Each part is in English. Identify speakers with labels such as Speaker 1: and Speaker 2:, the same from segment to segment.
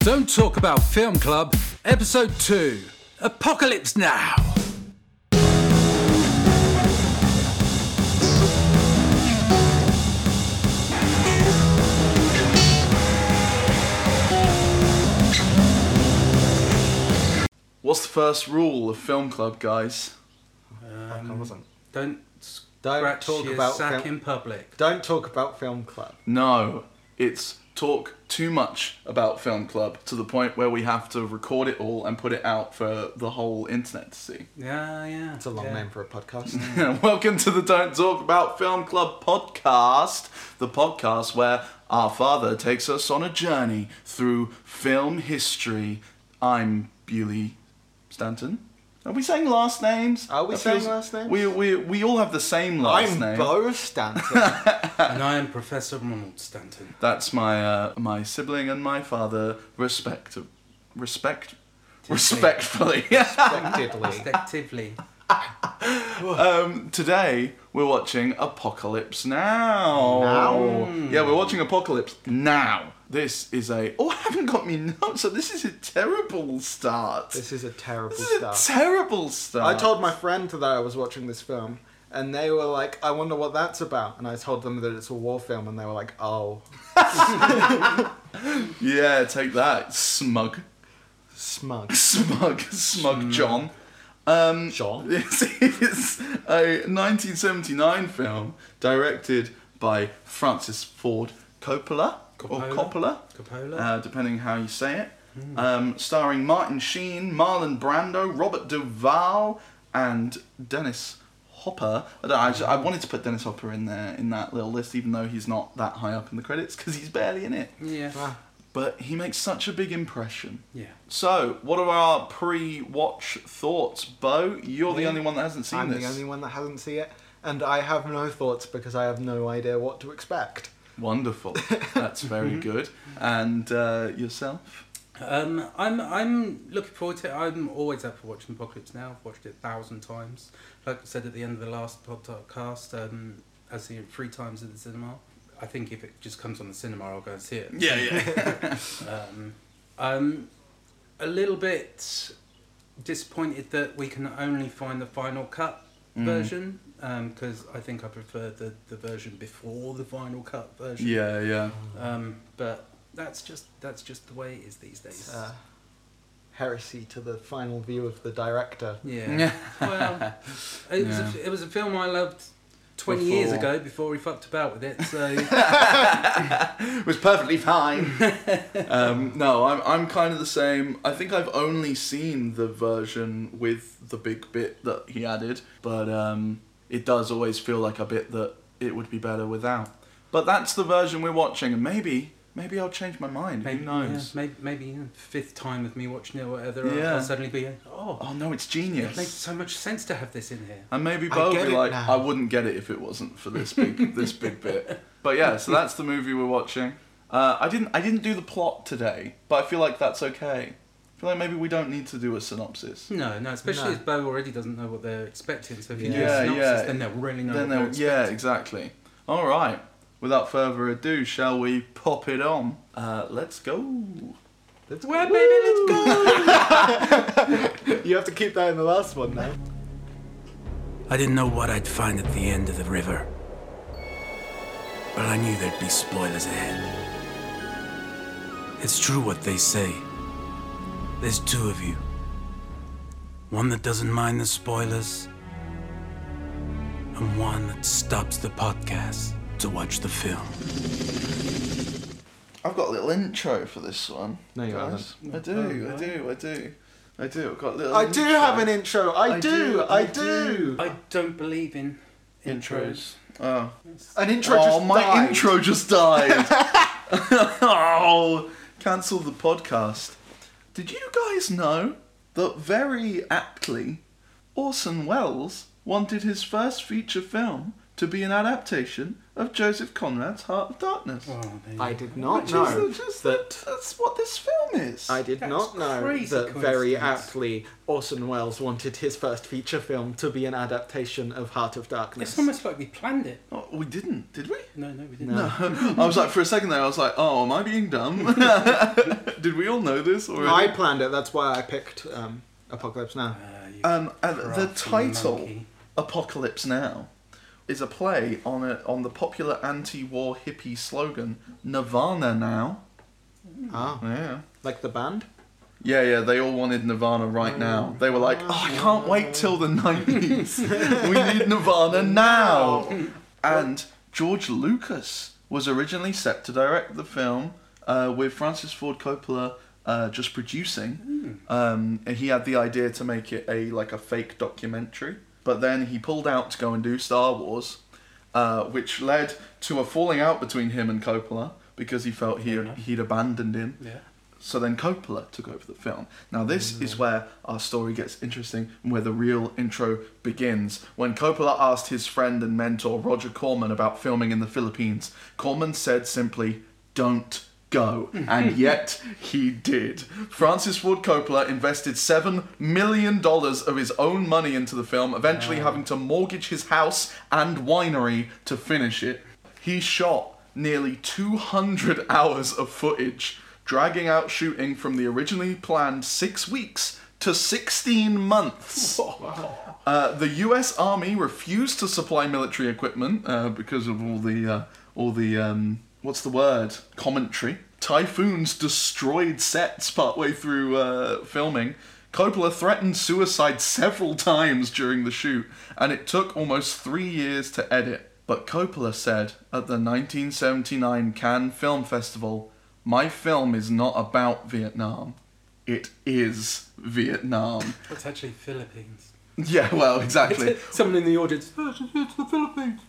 Speaker 1: Don't Talk About Film Club, Episode 2 Apocalypse Now!
Speaker 2: What's the first rule of film club, guys?
Speaker 3: I wasn't.
Speaker 1: Don't
Speaker 3: Don't
Speaker 1: scratch
Speaker 3: talk
Speaker 1: your
Speaker 3: about
Speaker 1: sack
Speaker 3: film.
Speaker 1: in public.
Speaker 3: Don't talk about film club.
Speaker 2: No, it's talk too much about film club to the point where we have to record it all and put it out for the whole internet to see.
Speaker 1: Yeah, yeah.
Speaker 3: It's a long
Speaker 1: yeah.
Speaker 3: name for a podcast.
Speaker 2: Mm. Welcome to the Don't Talk About Film Club podcast, the podcast where our father takes us on a journey through film history. I'm Bewley Stanton. Are we saying last names?
Speaker 3: Are we
Speaker 2: That
Speaker 3: saying
Speaker 2: feels-
Speaker 3: last names?
Speaker 2: We, we, we all have the same last
Speaker 3: I'm
Speaker 2: name.
Speaker 3: Bo Stanton.
Speaker 1: And I am Professor Ronald Stanton.
Speaker 2: That's my uh, my sibling and my father respect respect respectfully.
Speaker 3: Respectively.
Speaker 1: Respectively.
Speaker 2: um, today we're watching Apocalypse Now. Hmm.
Speaker 3: Now.
Speaker 2: Yeah, we're watching Apocalypse Now. This is a oh I haven't got me notes, so this is a terrible start.
Speaker 3: This is a terrible
Speaker 2: This is a
Speaker 3: start.
Speaker 2: terrible start.
Speaker 3: I told my friend that I was watching this film, and they were like, "I wonder what that's about." And I told them that it's a war film, and they were like, "Oh,
Speaker 2: Yeah, take that, smug,
Speaker 3: smug."
Speaker 2: smug,
Speaker 3: Hmm.
Speaker 2: smug, John. Um,
Speaker 3: John.
Speaker 2: This is a 1979 film directed by Francis Ford Coppola, or Coppola,
Speaker 1: Coppola. Coppola.
Speaker 2: uh, depending how you say it. Um, starring Martin Sheen, Marlon Brando, Robert Duvall, and Dennis Hopper. I, don't, I, just- I wanted to put Dennis Hopper in there in that little list, even though he's not that high up in the credits because he's barely in it.
Speaker 1: yeah.
Speaker 3: Ah,
Speaker 2: But he makes such a big impression.
Speaker 1: Yeah.
Speaker 2: So, what are our pre-watch thoughts, Bo? You're the
Speaker 1: Me?
Speaker 2: only one that hasn't seen
Speaker 3: I'm
Speaker 2: this.
Speaker 3: the only one that hasn't seen it, and I have no thoughts because I have no idea what to expect.
Speaker 2: Wonderful. That's very
Speaker 3: Mm-hmm.
Speaker 2: good. And uh, yourself?
Speaker 1: Um, I'm I'm looking forward to it. I'm always up for watching Apocalypse Now. I've watched it a thousand times. Like I said at the end of the last podcast, um, I've seen it three times in the cinema. I think if it just comes on the cinema, I'll go and see it.
Speaker 2: yeah.
Speaker 1: Um, I'm a little bit disappointed that we can only find the final cut
Speaker 2: Mm.
Speaker 1: version because I think I prefer the, the version before the final cut version.
Speaker 2: yeah, yeah.
Speaker 1: Um, but that's just that's just the way it is these days.
Speaker 3: Uh, heresy to the final view of the director.
Speaker 1: Yeah. well, it was,
Speaker 2: Yeah.
Speaker 1: a, it was a film I loved 20 years
Speaker 2: Before.
Speaker 1: ago before we fucked about with it. So
Speaker 2: It was perfectly fine. um, no, I'm, I'm kind of the same. I think I've only seen the version with the big bit that he added, but um, it does always feel like a bit that it would be better without. But that's the version we're watching, and maybe maybe I'll change my mind.
Speaker 1: maybe,
Speaker 2: Who knows?
Speaker 1: yeah, maybe, maybe you know, fifth time with me watching it or whatever, I'll-
Speaker 2: Yeah.
Speaker 1: I'll suddenly be, oh,
Speaker 2: Oh no, it's
Speaker 1: it makes
Speaker 2: genius.
Speaker 1: so much sense to have this in here.
Speaker 2: And maybe
Speaker 3: I
Speaker 2: Bo would
Speaker 3: get
Speaker 2: be
Speaker 3: it
Speaker 2: like,
Speaker 3: now.
Speaker 2: I wouldn't get it if it wasn't for this big this big bit. But yeah, so that's the movie we're watching. Uh, I didn't I didn't do the plot today, but I feel like that's okay. I feel like maybe we don't need to do a
Speaker 3: Hmm.
Speaker 2: synopsis.
Speaker 1: No, no, especially
Speaker 3: No.
Speaker 1: if Bo already doesn't know what they're expecting. So if you do
Speaker 2: Yeah,
Speaker 1: a synopsis,
Speaker 2: yeah.
Speaker 1: then they'll really know what
Speaker 2: then
Speaker 1: they're
Speaker 2: they'll- yeah,
Speaker 1: expecting.
Speaker 2: exactly. All right. Without further ado, shall we pop it on? Uh, let's go.
Speaker 3: That's-
Speaker 1: Well, baby, let's go.
Speaker 3: You have to keep that in the last one now.
Speaker 1: I didn't know what I'd find at the end of the river. But I knew there'd be spoilers ahead. It's true what they say. There's two of you. One that doesn't mind the spoilers, and one that stops the podcast to watch the film.
Speaker 2: I've got a little intro for this one.
Speaker 3: No, you
Speaker 2: guys. I do, I do, I do, I do. I've got a little.
Speaker 3: I do
Speaker 2: intro.
Speaker 3: have an intro. I, do, I do.
Speaker 1: I don't believe in
Speaker 2: intros. Oh.
Speaker 3: An intro just
Speaker 2: my
Speaker 3: died.
Speaker 2: intro just died. oh, cancel the podcast. Did you guys know that very aptly, Orson Welles wanted his first feature film to be an adaptation of Joseph Conrad's Heart of Darkness.
Speaker 4: Oh, there you
Speaker 3: I
Speaker 4: go.
Speaker 3: did not
Speaker 2: Which
Speaker 3: know
Speaker 2: is just
Speaker 3: that-
Speaker 2: that's what this film is.
Speaker 3: I did
Speaker 4: That's
Speaker 3: not know
Speaker 4: crazy
Speaker 3: that very
Speaker 4: coincidence.
Speaker 3: aptly Orson Welles wanted his first feature film to be an adaptation of Heart of Darkness.
Speaker 4: It's almost like we planned it.
Speaker 2: Oh, we didn't, did we?
Speaker 4: No, no, we didn't.
Speaker 2: No. I was like, for a second there, I was like, oh, am I being dumb? did we all know this already?
Speaker 3: I planned it. That's why I picked um, Apocalypse Now.
Speaker 4: Ah, you
Speaker 2: Um, and the
Speaker 4: crafty
Speaker 2: title,
Speaker 4: monkey.
Speaker 2: Apocalypse Now, is a play on a, on the popular anti-war hippie slogan Nirvana Now.
Speaker 3: Ah,
Speaker 2: Yeah.
Speaker 3: like the band.
Speaker 2: Yeah, yeah, they all wanted Nirvana right now. They were like, oh, I can't wait till the 90s. we need Nirvana now. And George Lucas was originally set to direct the film uh, with Francis Ford Coppola uh, just producing. Um, and he had the idea to make it a like a fake documentary, but then he pulled out to go and do Star Wars, uh, which led to a falling out between him and Coppola because he felt he, he'd abandoned him.
Speaker 4: Yeah.
Speaker 2: So then Coppola took over the film. Now this is where our story gets interesting and where the real intro begins. When Coppola asked his friend and mentor Roger Corman about filming in the Philippines, Corman said simply, "Don't go." and yet he did. Francis Ford Coppola invested 7 million dollars of his own money into the film, eventually having to mortgage his house and winery to finish it. He shot nearly 200 hours of footage, dragging out shooting from the originally planned six weeks to 16 months. Uh, the U.S. Army refused to supply military equipment uh, because of all the uh, all the um, what's the word commentary. Typhoons destroyed sets partway through uh, filming. Coppola threatened suicide several times during the shoot, and it took almost three years to edit. But Coppola said at the 1979 Cannes Film Festival, "My film is not about Vietnam. It is Vietnam."
Speaker 4: It's actually Philippines.
Speaker 2: yeah, well, exactly.
Speaker 4: Someone in the audience. "Oh, it's- it's the Philippines.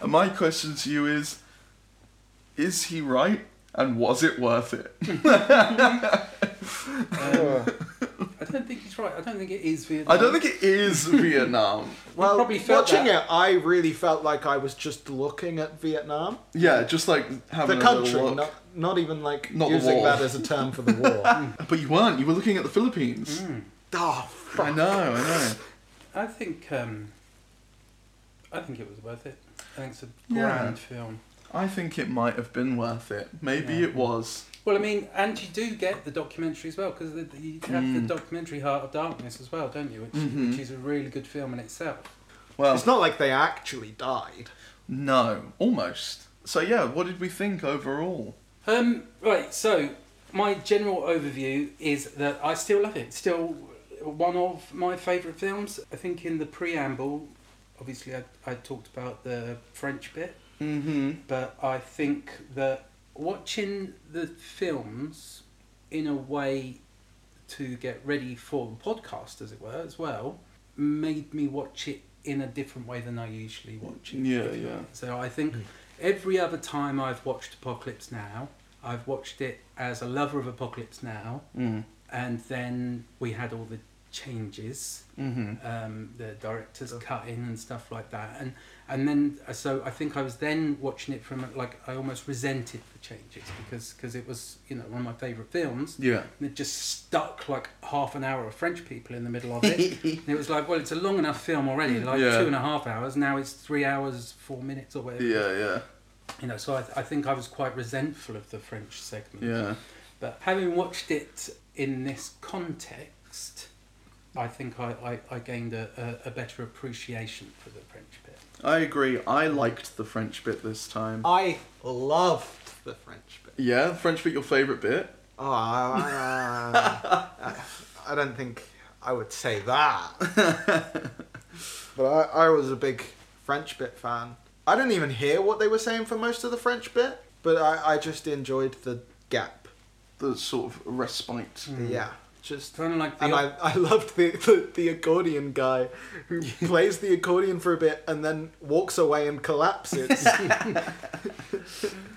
Speaker 2: And my question to you is is he right and was it worth it
Speaker 4: I don't think he's right. I don't think it is Vietnam.
Speaker 2: i don't think it is vietnam
Speaker 3: Well,
Speaker 4: probably felt
Speaker 3: watching
Speaker 4: that.
Speaker 3: it, I really felt like I was just looking at Vietnam,
Speaker 2: yeah just like
Speaker 3: the
Speaker 2: having a little
Speaker 3: country,
Speaker 2: look
Speaker 3: not not even like
Speaker 2: Not the
Speaker 3: using
Speaker 2: war.
Speaker 3: that as a term for the war.
Speaker 2: but you weren't you were looking at the philippines
Speaker 3: oh,
Speaker 2: i know i know
Speaker 4: I think. Um, I think it was worth it. I think it's a
Speaker 2: Yeah.
Speaker 4: grand film.
Speaker 2: i think it might have been worth it maybe
Speaker 4: Yeah.
Speaker 2: it was
Speaker 4: Well, I mean, and you do get the documentary as well because you have the
Speaker 2: Mm.
Speaker 4: documentary Heart of Darkness as well, don't you? Which,
Speaker 2: Mhm.
Speaker 4: which is a really good film in itself.
Speaker 2: well
Speaker 3: It's not like they actually died.
Speaker 2: no almost so yeah what did we think overall
Speaker 4: Um, right, so my general overview is that I still love it. Still one of my favourite films. I think in the preamble, obviously, I, I talked about the French bit,
Speaker 2: mm-hmm
Speaker 4: but I think that watching the films in a way to get ready for the podcast, as it were, as well, made me watch it in a different way than I usually watch it.
Speaker 2: yeah yeah
Speaker 4: So I think every other time I've watched Apocalypse Now, I've watched it as a lover of Apocalypse Now,
Speaker 2: mm.
Speaker 4: and then we had all the changes,
Speaker 2: mm-hmm
Speaker 4: um, the director's cut in and stuff like that, and and then uh, so I think I was then watching it from like I almost resented the changes because because it was you know one of my favourite films,
Speaker 2: yeah
Speaker 4: and it just stuck like half an hour of French people in the middle of it. and it was like, well, it's a long enough film already, like
Speaker 2: Yeah.
Speaker 4: two and a half hours. Now it's three hours, four minutes or whatever.
Speaker 2: yeah yeah
Speaker 4: You know, so I, I think I was quite resentful of the French segment.
Speaker 2: yeah
Speaker 4: But having watched it in this context, I think I, I, I gained a, a, a better appreciation for the French bit.
Speaker 2: i agree i liked the french bit this time
Speaker 3: I loved the French bit.
Speaker 2: yeah french bit your favorite bit
Speaker 3: Oh, I, I, I don't think I would say that. but I, I was a big French bit fan. I didn't even hear what they were saying for most of the French bit, but I, I just enjoyed the gap.
Speaker 2: the sort of respite.
Speaker 3: Yeah, just.
Speaker 4: Kind of like the
Speaker 3: And I, I loved the, the, the accordion guy who plays the accordion for a bit and then walks away and collapses.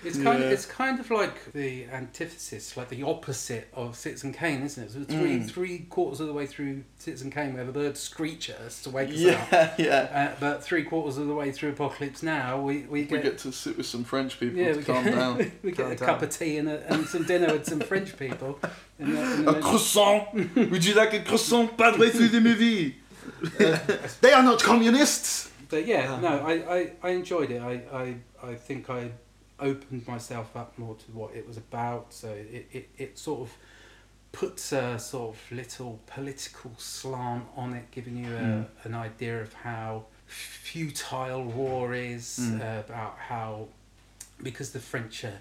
Speaker 4: It's kind
Speaker 2: Yeah.
Speaker 4: of it's kind of like the antithesis, like the opposite of Citizen Kane, isn't it? So three
Speaker 2: Mm.
Speaker 4: three quarters of the way through Citizen Kane, where the birds screech at us to wake us up.
Speaker 2: Yeah, yeah.
Speaker 4: Uh, but three quarters of the way through Apocalypse Now, we, we
Speaker 2: We
Speaker 4: get,
Speaker 2: get to sit with some French people
Speaker 4: yeah,
Speaker 2: to
Speaker 4: we
Speaker 2: calm
Speaker 4: get,
Speaker 2: down.
Speaker 4: we get
Speaker 3: Calm
Speaker 4: a
Speaker 3: down.
Speaker 4: cup of tea and, a, and some dinner with some French people. uh, In the, in the
Speaker 2: A
Speaker 4: middle.
Speaker 2: croissant? Would you like a croissant partway through the movie?
Speaker 3: They are not communists.
Speaker 4: But yeah,
Speaker 3: Ah.
Speaker 4: no, I, I, I enjoyed it. I, I, I think I opened myself up more to what it was about. So it, it, it sort of puts a sort of little political slant on it, giving you a,
Speaker 2: Mm.
Speaker 4: an idea of how futile war is,
Speaker 2: Mm.
Speaker 4: uh, about how, because the French are.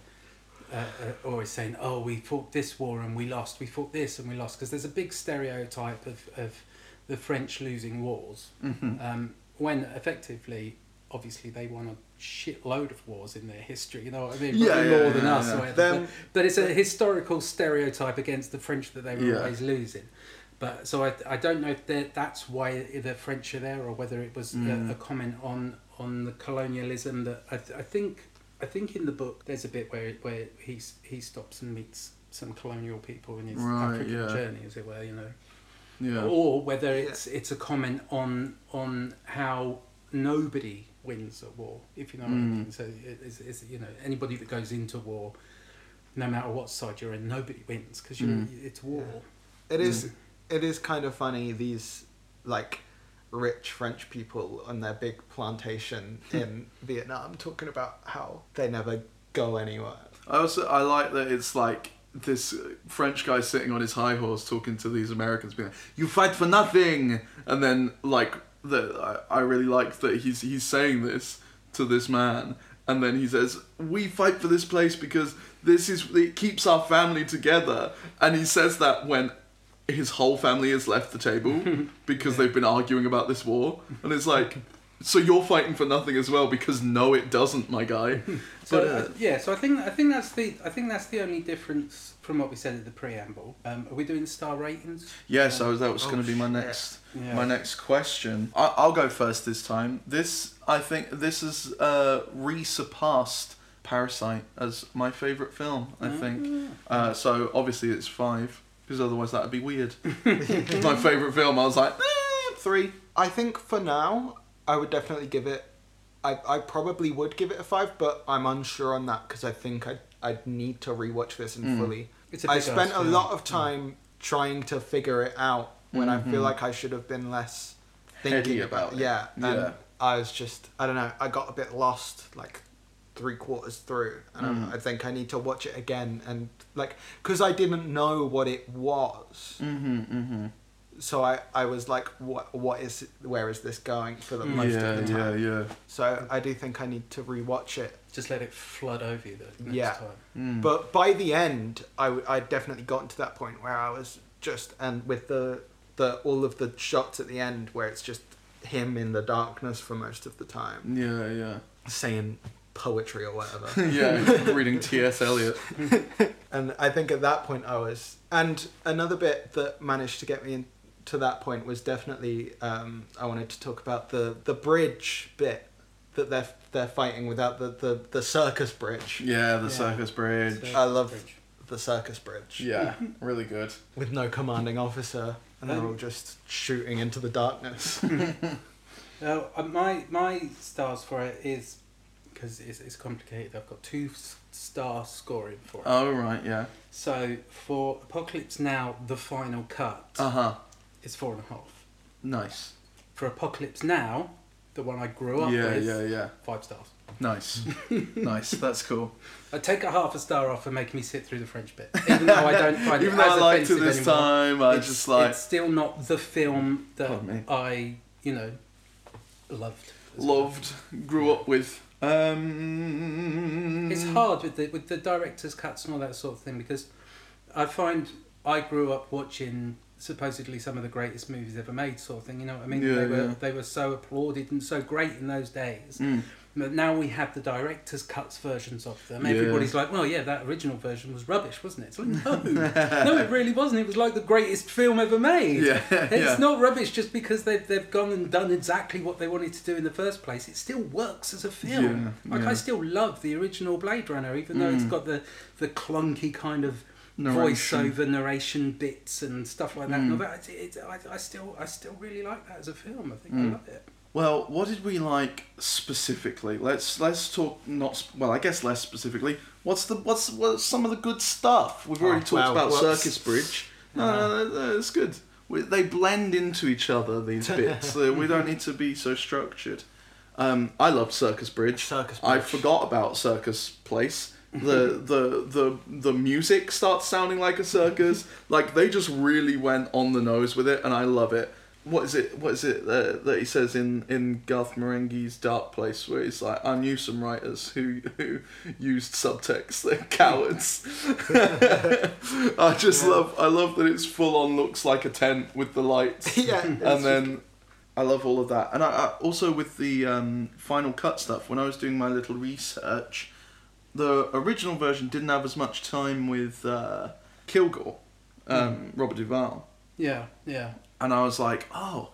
Speaker 4: Uh, are always saying, "Oh, we fought this war and we lost. We fought this and we lost." Because there's a big stereotype of, of the French losing wars,
Speaker 2: Mhm.
Speaker 4: um, when effectively, obviously, they won a shitload of wars in their history. You know what I mean?
Speaker 2: Yeah,
Speaker 4: Probably
Speaker 2: yeah,
Speaker 4: more
Speaker 2: yeah,
Speaker 4: than us.
Speaker 2: yeah.
Speaker 4: or whatever,
Speaker 3: Them-
Speaker 4: but, but it's a historical stereotype against the French that they were
Speaker 2: Yeah.
Speaker 4: always losing. But so I, I don't know if that that's why the French are there, or whether it was
Speaker 2: Mm.
Speaker 4: a, a comment on on the colonialism that I, th- I think I think in the book there's a bit where where he s- he stops and meets some colonial people in his
Speaker 2: Right,
Speaker 4: African
Speaker 2: yeah.
Speaker 4: journey, as it were. You know
Speaker 2: Yeah.
Speaker 4: or whether it's it's a comment on on how nobody wins at war, if you know what I
Speaker 2: Mm.
Speaker 4: mean. So it- it's, it's you know anybody that goes into war, no matter what side you're in, nobody wins because you're
Speaker 2: Mm.
Speaker 4: it's war.
Speaker 3: It is. It is kind of funny. These like rich French people on their big plantation in Vietnam talking about how they never go anywhere.
Speaker 2: I also I like that it's like this uh, French guy sitting on his high horse talking to these Americans, being like, "You fight for nothing," and then like the I, I really like that he's he's saying this to this man, and then he says, "We fight for this place because this is it keeps our family together," and he says that when. His whole family has left the table because they've been arguing about this war, and it's like, so you're fighting for nothing as well because no, it doesn't, my guy.
Speaker 4: So
Speaker 2: But,
Speaker 4: uh, yeah, so I think I think that's the I think that's the only difference from what we said at the preamble. Um, are we doing star ratings?
Speaker 2: Yes, I was, that was
Speaker 3: Oh,
Speaker 2: going to be my
Speaker 3: shit.
Speaker 2: next
Speaker 4: Yeah.
Speaker 2: my next question. I, I'll go first this time. This I think this has uh, re-surpassed Parasite as my favorite film. I think uh, so. Obviously, it's five because otherwise that'd be weird. my favorite film. I was like eh, three.
Speaker 3: I think for now, I would definitely give it. I, I probably would give it a five, but I'm unsure on that because I think I'd, I'd need to rewatch this and fully.
Speaker 4: It's a
Speaker 3: I
Speaker 4: big
Speaker 3: spent
Speaker 4: ass
Speaker 3: a
Speaker 4: film.
Speaker 3: lot of time trying to figure it out when I feel
Speaker 2: Mhm.
Speaker 3: like I should have been less
Speaker 2: Heady
Speaker 3: thinking about
Speaker 2: about it.
Speaker 3: it. Yeah. And
Speaker 2: Yeah.
Speaker 3: I was just, I don't know, I got a bit lost like three quarters through. And I'm-
Speaker 2: Mm.
Speaker 3: I think I need to watch it again. And like, because I didn't know what it was
Speaker 2: Mm-hmm. Mm-hmm.
Speaker 3: so I, I was like what what is where is this going for the most
Speaker 2: Mm. yeah,
Speaker 3: of the time
Speaker 2: yeah, yeah.
Speaker 3: so I do think I need to rewatch it
Speaker 4: Just let it flood over you the next
Speaker 3: Yeah.
Speaker 4: time.
Speaker 2: Mm.
Speaker 3: but by the end I w- I'd definitely gotten to that point where I was just and with the the all of the shots at the end where it's just him in the darkness for most of the time
Speaker 2: yeah, yeah.
Speaker 3: saying poetry or whatever
Speaker 2: yeah, reading T.S. Eliot.
Speaker 3: and I think at that point I was and another bit that managed to get me in to that point was definitely um, I wanted to talk about the the bridge bit that they're they're fighting without the the, the circus bridge
Speaker 2: Yeah, the
Speaker 4: Yeah.
Speaker 2: circus bridge.
Speaker 4: So-
Speaker 3: I love-
Speaker 4: Bridge.
Speaker 3: the circus bridge
Speaker 2: Yeah, really good.
Speaker 3: with no commanding officer and they're
Speaker 4: Um,
Speaker 3: all just shooting into the darkness
Speaker 4: Uh, my my stars for it is because it's, it's complicated. I've got two s- star scoring for it.
Speaker 2: Oh right, yeah.
Speaker 4: So for Apocalypse Now, the final cut
Speaker 2: Uh huh.
Speaker 4: is four and a half.
Speaker 2: Nice.
Speaker 4: For Apocalypse Now, the one I grew up
Speaker 2: Yeah,
Speaker 4: with,
Speaker 2: yeah, yeah.
Speaker 4: five stars.
Speaker 2: Nice. nice. That's cool.
Speaker 4: I take a half a star off for making me sit through the French bit, even though I don't find
Speaker 2: Even
Speaker 4: it
Speaker 2: though
Speaker 4: as
Speaker 2: I liked it
Speaker 4: offensive
Speaker 2: this
Speaker 4: anymore.
Speaker 2: time, I
Speaker 4: it's,
Speaker 2: just like
Speaker 4: it's still not the film that
Speaker 2: Pardon me.
Speaker 4: I you know loved. as well.
Speaker 2: loved, grew up with. Um,
Speaker 4: It's hard with the with the director's cuts and all that sort of thing because I find I grew up watching supposedly some of the greatest movies ever made, sort of thing. You know what I mean?
Speaker 2: Yeah,
Speaker 4: they were
Speaker 2: yeah.
Speaker 4: they were so applauded and so great in those days
Speaker 2: Mm.
Speaker 4: But now we have the director's cuts versions of them.
Speaker 2: Yeah.
Speaker 4: Everybody's like, well, yeah, that original version was rubbish, wasn't it? It's like, no, no, it really wasn't. It was like the greatest film ever made.
Speaker 2: Yeah,
Speaker 4: It's
Speaker 2: yeah.
Speaker 4: not rubbish just because they've, they've gone and done exactly what they wanted to do in the first place. It still works as a film.
Speaker 2: Yeah,
Speaker 4: like,
Speaker 2: yeah. Mm.
Speaker 4: I still love the original Blade Runner, even though it's got the, the clunky kind of
Speaker 2: Narration. Mm.
Speaker 4: voiceover narration bits and stuff like that. And all that. It, it, I, I, still, I still really like that as a film. I think
Speaker 2: Mm.
Speaker 4: I love it.
Speaker 2: Well, what did we like specifically? Let's let's talk not sp- well. I guess less specifically. What's the what's what's some of the good stuff? We've already
Speaker 3: Oh,
Speaker 2: talked
Speaker 3: well,
Speaker 2: about
Speaker 3: whoops.
Speaker 2: Circus Bridge. No, no, no, no, it's good. We, they blend into each other these bits. uh, we don't need to be so structured. Um, I loved Circus Bridge.
Speaker 3: Circus
Speaker 2: I
Speaker 3: Bridge.
Speaker 2: forgot about Circus Place. The the the the music starts sounding like a circus. Like they just really went on the nose with it, and I love it. What is it? What is it that, that he says in in Garth Marenghi's Dark Place, where he's like, "I knew some writers who who used subtext. They're cowards." I just love I love that it's full on looks like a tent with the lights
Speaker 3: yeah. it's-
Speaker 2: and then I love all of that. And I, I also with the um, Final Cut stuff. When I was doing my little research, the original version didn't have as much time with uh, Kilgore, um, Robert Duvall,
Speaker 4: Yeah, yeah.
Speaker 2: and I was like, oh,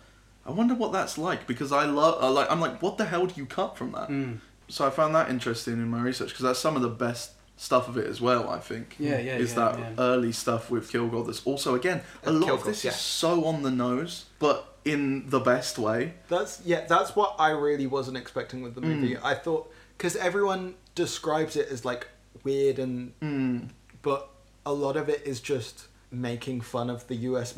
Speaker 2: I wonder what that's like because I love. I like, I'm like, what the hell do you cut from that?
Speaker 4: Mm.
Speaker 2: So I found that interesting in my research because that's some of the best stuff of it as well. I think.
Speaker 4: Yeah, yeah,
Speaker 2: Is
Speaker 4: yeah,
Speaker 2: that
Speaker 4: yeah.
Speaker 2: early stuff with Kilgore? That's also again a
Speaker 3: Uh,
Speaker 2: lot of
Speaker 3: Kilgore,
Speaker 2: this
Speaker 3: yeah.
Speaker 2: is so on the nose, but in the best way.
Speaker 3: That's yeah. That's what I really wasn't expecting with the
Speaker 2: Mm.
Speaker 3: movie. I thought because everyone describes it as like weird and,
Speaker 2: Mm.
Speaker 3: but a lot of it is just making fun of the U.S.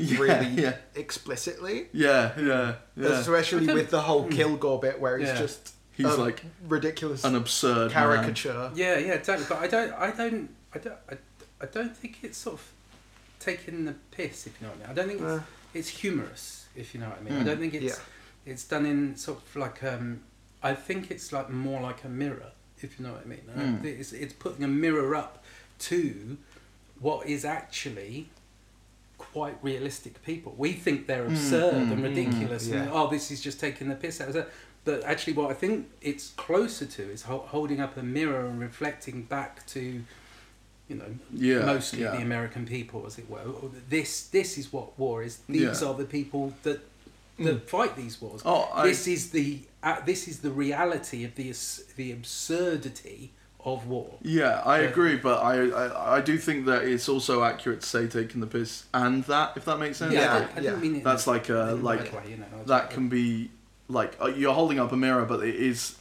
Speaker 2: Yeah,
Speaker 3: really
Speaker 2: yeah.
Speaker 3: explicitly.
Speaker 2: Yeah, yeah, yeah. Mm.
Speaker 3: Especially with the whole Kilgore bit where he's
Speaker 4: Yeah.
Speaker 3: just
Speaker 2: He's
Speaker 3: a
Speaker 2: like
Speaker 3: ridiculous
Speaker 2: An absurd
Speaker 3: caricature.
Speaker 4: Yeah, yeah, totally. But I don't, I don't, I don't, I, I don't think it's sort of taking the piss, if you know what I mean. I don't think it's,
Speaker 3: Uh.
Speaker 4: it's humorous, if you know what I mean. I
Speaker 2: Mm.
Speaker 4: don't think it's it's done in sort of like um, I think it's like more like a mirror, if you know what I mean. I don't
Speaker 2: Mm.
Speaker 4: think It's it's putting a mirror up to what is actually quite realistic people. We think they're absurd
Speaker 2: mm,
Speaker 4: and
Speaker 2: mm,
Speaker 4: ridiculous, and
Speaker 3: yeah.
Speaker 4: oh, this is just taking the piss out of that. But actually, what I think it's closer to is ho- holding up a mirror and reflecting back to, you know,
Speaker 2: Yeah,
Speaker 4: mostly
Speaker 2: yeah.
Speaker 4: the American people, as it were. Or This this is what war is. These
Speaker 2: Yeah.
Speaker 4: are the people that that fight these wars.
Speaker 2: Oh, I-
Speaker 4: this is the uh, this is the reality of the abs- the absurdity of war.
Speaker 2: Yeah, I
Speaker 4: Yeah.
Speaker 2: agree, but I, I I do think that it's also accurate to say taking the piss and that, if that makes sense.
Speaker 4: Yeah, I,
Speaker 3: Yeah,
Speaker 4: don't- I
Speaker 3: yeah.
Speaker 4: didn't mean it. in
Speaker 2: That's
Speaker 4: a-
Speaker 2: like a
Speaker 4: in a
Speaker 2: like
Speaker 4: bad way, you know. I-
Speaker 2: that
Speaker 4: I-
Speaker 2: can be like uh, you're holding up a mirror, but it is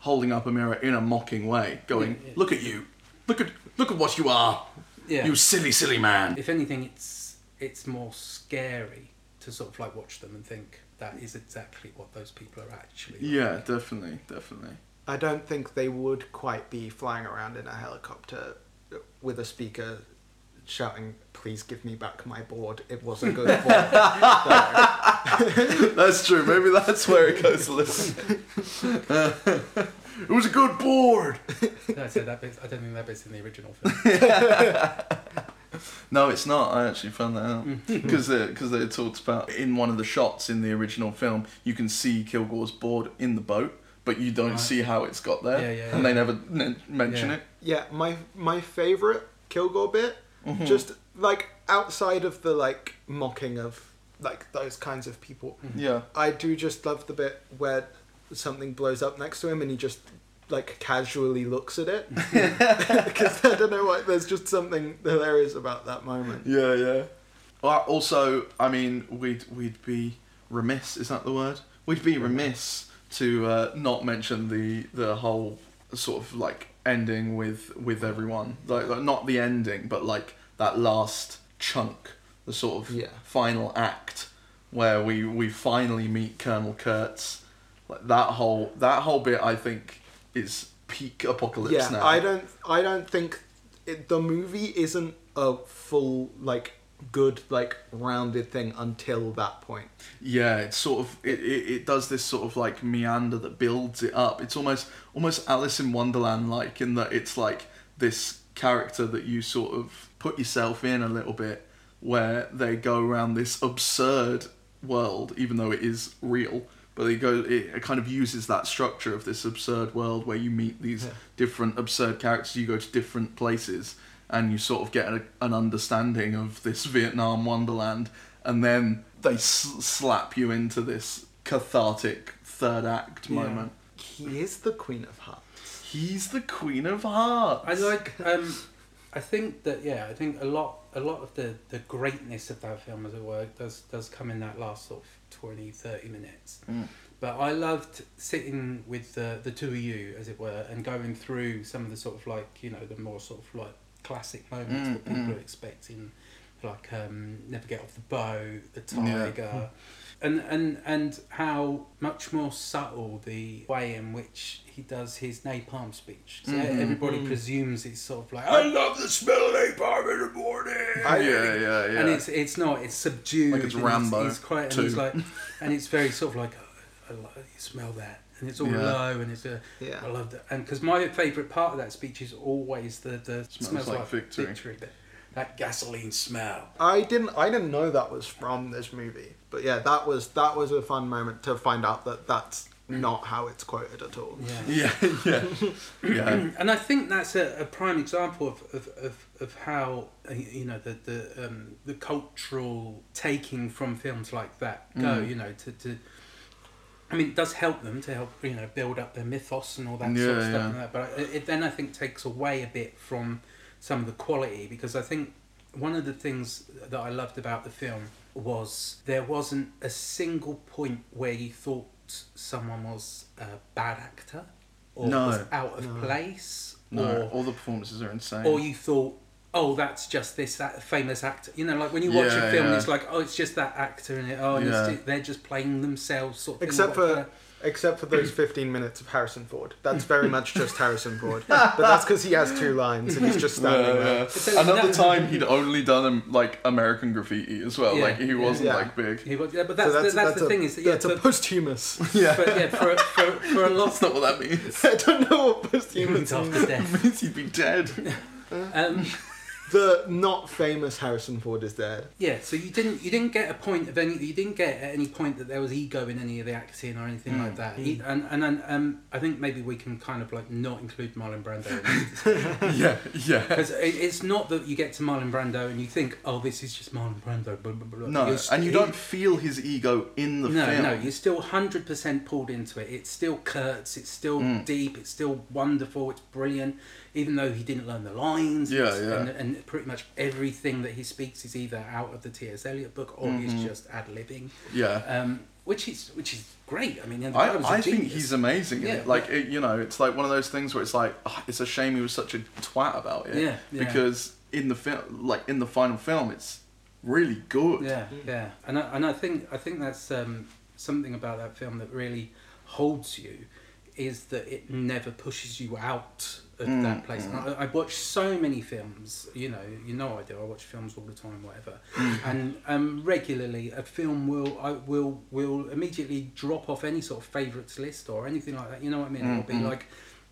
Speaker 2: holding up a mirror in a mocking way, going,
Speaker 4: Yeah, yeah.
Speaker 2: "Look at you, look at look at what you are,
Speaker 4: yeah.
Speaker 2: you silly silly man."
Speaker 4: if anything, it's it's more scary to sort of like watch them and think that is exactly what those people are actually. like.
Speaker 2: Yeah, definitely, definitely.
Speaker 3: I don't think they would quite be flying around in a helicopter with a speaker shouting, "Please give me back my board. It was a good board." So,
Speaker 2: That's true. Maybe that's where it goes. Listen, it was a good board.
Speaker 4: No, I said that bit, I don't think that bit's in the original film.
Speaker 2: No, it's not. I actually found that out
Speaker 4: Mm.
Speaker 2: because because they talked about in one of the shots in the original film, you can see Kilgore's board in the boat, but you don't
Speaker 4: Right.
Speaker 2: see how it's got there,
Speaker 4: Yeah, yeah,
Speaker 2: and
Speaker 4: yeah.
Speaker 2: they never n- mention
Speaker 4: Yeah.
Speaker 2: it.
Speaker 3: yeah, my my favorite Kilgore bit, just like outside of the like mocking of like those kinds of people.
Speaker 2: Yeah,
Speaker 3: I do just love the bit where something blows up next to him and he just like casually looks at it because I don't know why. There's just something hilarious about that moment.
Speaker 2: yeah, yeah. Well, also, I mean, we'd we'd be remiss. Is that the word? We'd be remiss to uh, not mention the the whole sort of like ending with with everyone. Like, like, not the ending, but like that last chunk, the sort of
Speaker 3: Yeah.
Speaker 2: final act where we we finally meet Colonel Kurtz. Like that whole that whole bit, I think, is peak apocalypse
Speaker 3: yeah,
Speaker 2: now.
Speaker 3: I don't. I don't think it, the movie isn't a full like good like rounded thing until that point.
Speaker 2: Yeah, it's sort of it, it, it does this sort of like meander that builds it up. It's almost almost Alice in Wonderland like in that it's like this character that you sort of put yourself in a little bit where they go around this absurd world, even though it is real, But it goes, it kind of uses that structure of this absurd world where you meet these
Speaker 3: Yeah.
Speaker 2: different absurd characters. You go to different places, and you sort of get a, an understanding of this Vietnam wonderland, and then they s- slap you into this cathartic third act
Speaker 4: Yeah.
Speaker 2: moment.
Speaker 3: He is the Queen of Hearts.
Speaker 2: He's the Queen of Hearts.
Speaker 4: I like. Um, I think that yeah. I think a lot, a lot of the the greatness of that film, as it were, does does come in that last sort of 20, 30 minutes.
Speaker 2: Mm.
Speaker 4: But I loved sitting with the the two of you, as it were, and going through some of the sort of like you know the more sort of like classic moments
Speaker 2: Mm,
Speaker 4: that people
Speaker 2: mm.
Speaker 4: are expecting, like um, never get off the boat, the
Speaker 2: Yeah.
Speaker 4: tiger. And, and and how much more subtle the way in which he does his napalm speech. So
Speaker 2: Mhm.
Speaker 4: everybody presumes it's sort of like "Oh," I love the smell of napalm in the morning.
Speaker 2: yeah, yeah, yeah.
Speaker 4: And it's it's not. It's subdued.
Speaker 2: Like it's
Speaker 4: and
Speaker 2: Rambo
Speaker 4: It's, it's quite. And it's
Speaker 2: two.
Speaker 4: like, and it's very sort of like, oh, I lo- you smell that, and it's all
Speaker 2: Yeah.
Speaker 4: low, and it's a.
Speaker 3: Yeah.
Speaker 4: I love that, and because my favourite part of that speech is always the the smells,
Speaker 2: like
Speaker 4: like,
Speaker 2: victory.
Speaker 4: victory. bit. That gasoline smell.
Speaker 3: I didn't. I didn't know that was from this movie. But yeah, that was that was a fun moment to find out that that's not how it's quoted at all.
Speaker 4: Yeah.
Speaker 2: yeah, yeah, yeah.
Speaker 4: Um, And I think that's a, a prime example of, of, of, of how uh, you know the the, um, the cultural taking from films like that go.
Speaker 2: Mm.
Speaker 4: You know, to, to I mean, it does help them to help you know build up their mythos and all that sort of
Speaker 2: Yeah,
Speaker 4: stuff.
Speaker 2: yeah.
Speaker 4: And that, but it, it then I think takes away a bit from some of the quality because I think one of the things that I loved about the film was there wasn't a single point where you thought someone was a bad actor or
Speaker 2: No.
Speaker 4: was out of place
Speaker 2: No,
Speaker 4: or
Speaker 2: all the performances are insane.
Speaker 4: or you thought oh that's just this that famous actor you know like when you watch
Speaker 2: Yeah,
Speaker 4: a film
Speaker 2: yeah.
Speaker 4: it's like oh it's just that actor in it oh and
Speaker 2: Yeah.
Speaker 4: it's, they're just playing themselves sort of thing,
Speaker 3: Except
Speaker 4: like
Speaker 3: for
Speaker 4: that.
Speaker 3: except for those 15 minutes of Harrison Ford. That's very much just Harrison Ford. But that's because he has two lines and he's just
Speaker 2: Yeah,
Speaker 3: standing there.
Speaker 2: yeah.
Speaker 4: So
Speaker 2: Another
Speaker 4: that-
Speaker 2: time he'd only done um, like American graffiti as well.
Speaker 4: Yeah,
Speaker 2: like he
Speaker 4: yeah.
Speaker 2: wasn't
Speaker 3: Yeah.
Speaker 2: like big.
Speaker 4: Yeah, but, yeah, but that's, the, that's, the
Speaker 3: a,
Speaker 4: thing is that yeah,
Speaker 3: that's a
Speaker 4: but,
Speaker 3: posthumous.
Speaker 4: but yeah for, for, for a lot
Speaker 2: That's not what that means.
Speaker 3: I don't know what posthumous means.
Speaker 4: humans after death
Speaker 2: It means he'd be dead.
Speaker 4: um,
Speaker 3: The not famous Harrison Ford is dead.
Speaker 4: Yeah, so you didn't you didn't get a point of any you didn't get at any point that there was ego in any of the acting or anything like that. E- And and, and um, I think maybe we can kind of like not include Marlon Brando
Speaker 2: yeah, yeah.
Speaker 4: because it, it's not that you get to Marlon Brando and you think oh this is just Marlon Brando. Blah, blah, blah.
Speaker 2: No,
Speaker 4: You're st-
Speaker 2: and you don't feel his ego in the
Speaker 4: No,
Speaker 2: film.
Speaker 4: no, you're still hundred percent pulled into it. It's still Kurtz. It's still
Speaker 2: Mm.
Speaker 4: deep. It's still wonderful. It's brilliant. Even though he didn't learn the lines,
Speaker 2: Yeah,
Speaker 4: it's-
Speaker 2: yeah.
Speaker 4: And, and pretty much everything that he speaks is either out of the T.S. Eliot book or he's
Speaker 2: Mm-hmm.
Speaker 4: just ad libbing.
Speaker 2: yeah.
Speaker 4: um, which is which is great. I mean, and the guy
Speaker 2: I,
Speaker 4: was a
Speaker 2: I think
Speaker 4: genius.
Speaker 2: he's amazing. in
Speaker 4: Yeah.
Speaker 2: it. Like, it, you know, it's like one of those things where it's like, "Ah, it's a shame he was such a twat about it.
Speaker 4: Yeah, yeah.
Speaker 2: Because in the film, like in the final film, it's really good.
Speaker 4: yeah, yeah, and I, and I think I think that's um, something about that film that really holds you is that it never pushes you out of
Speaker 2: Mm,
Speaker 4: that place. And I, I watch so many films, you know, you know I do. I watch films all the time, whatever,
Speaker 2: Mm.
Speaker 4: and um, regularly a film will I will will immediately drop off any sort of favourites list or anything like that. You know what I mean?
Speaker 2: Mm,
Speaker 4: It'll be like.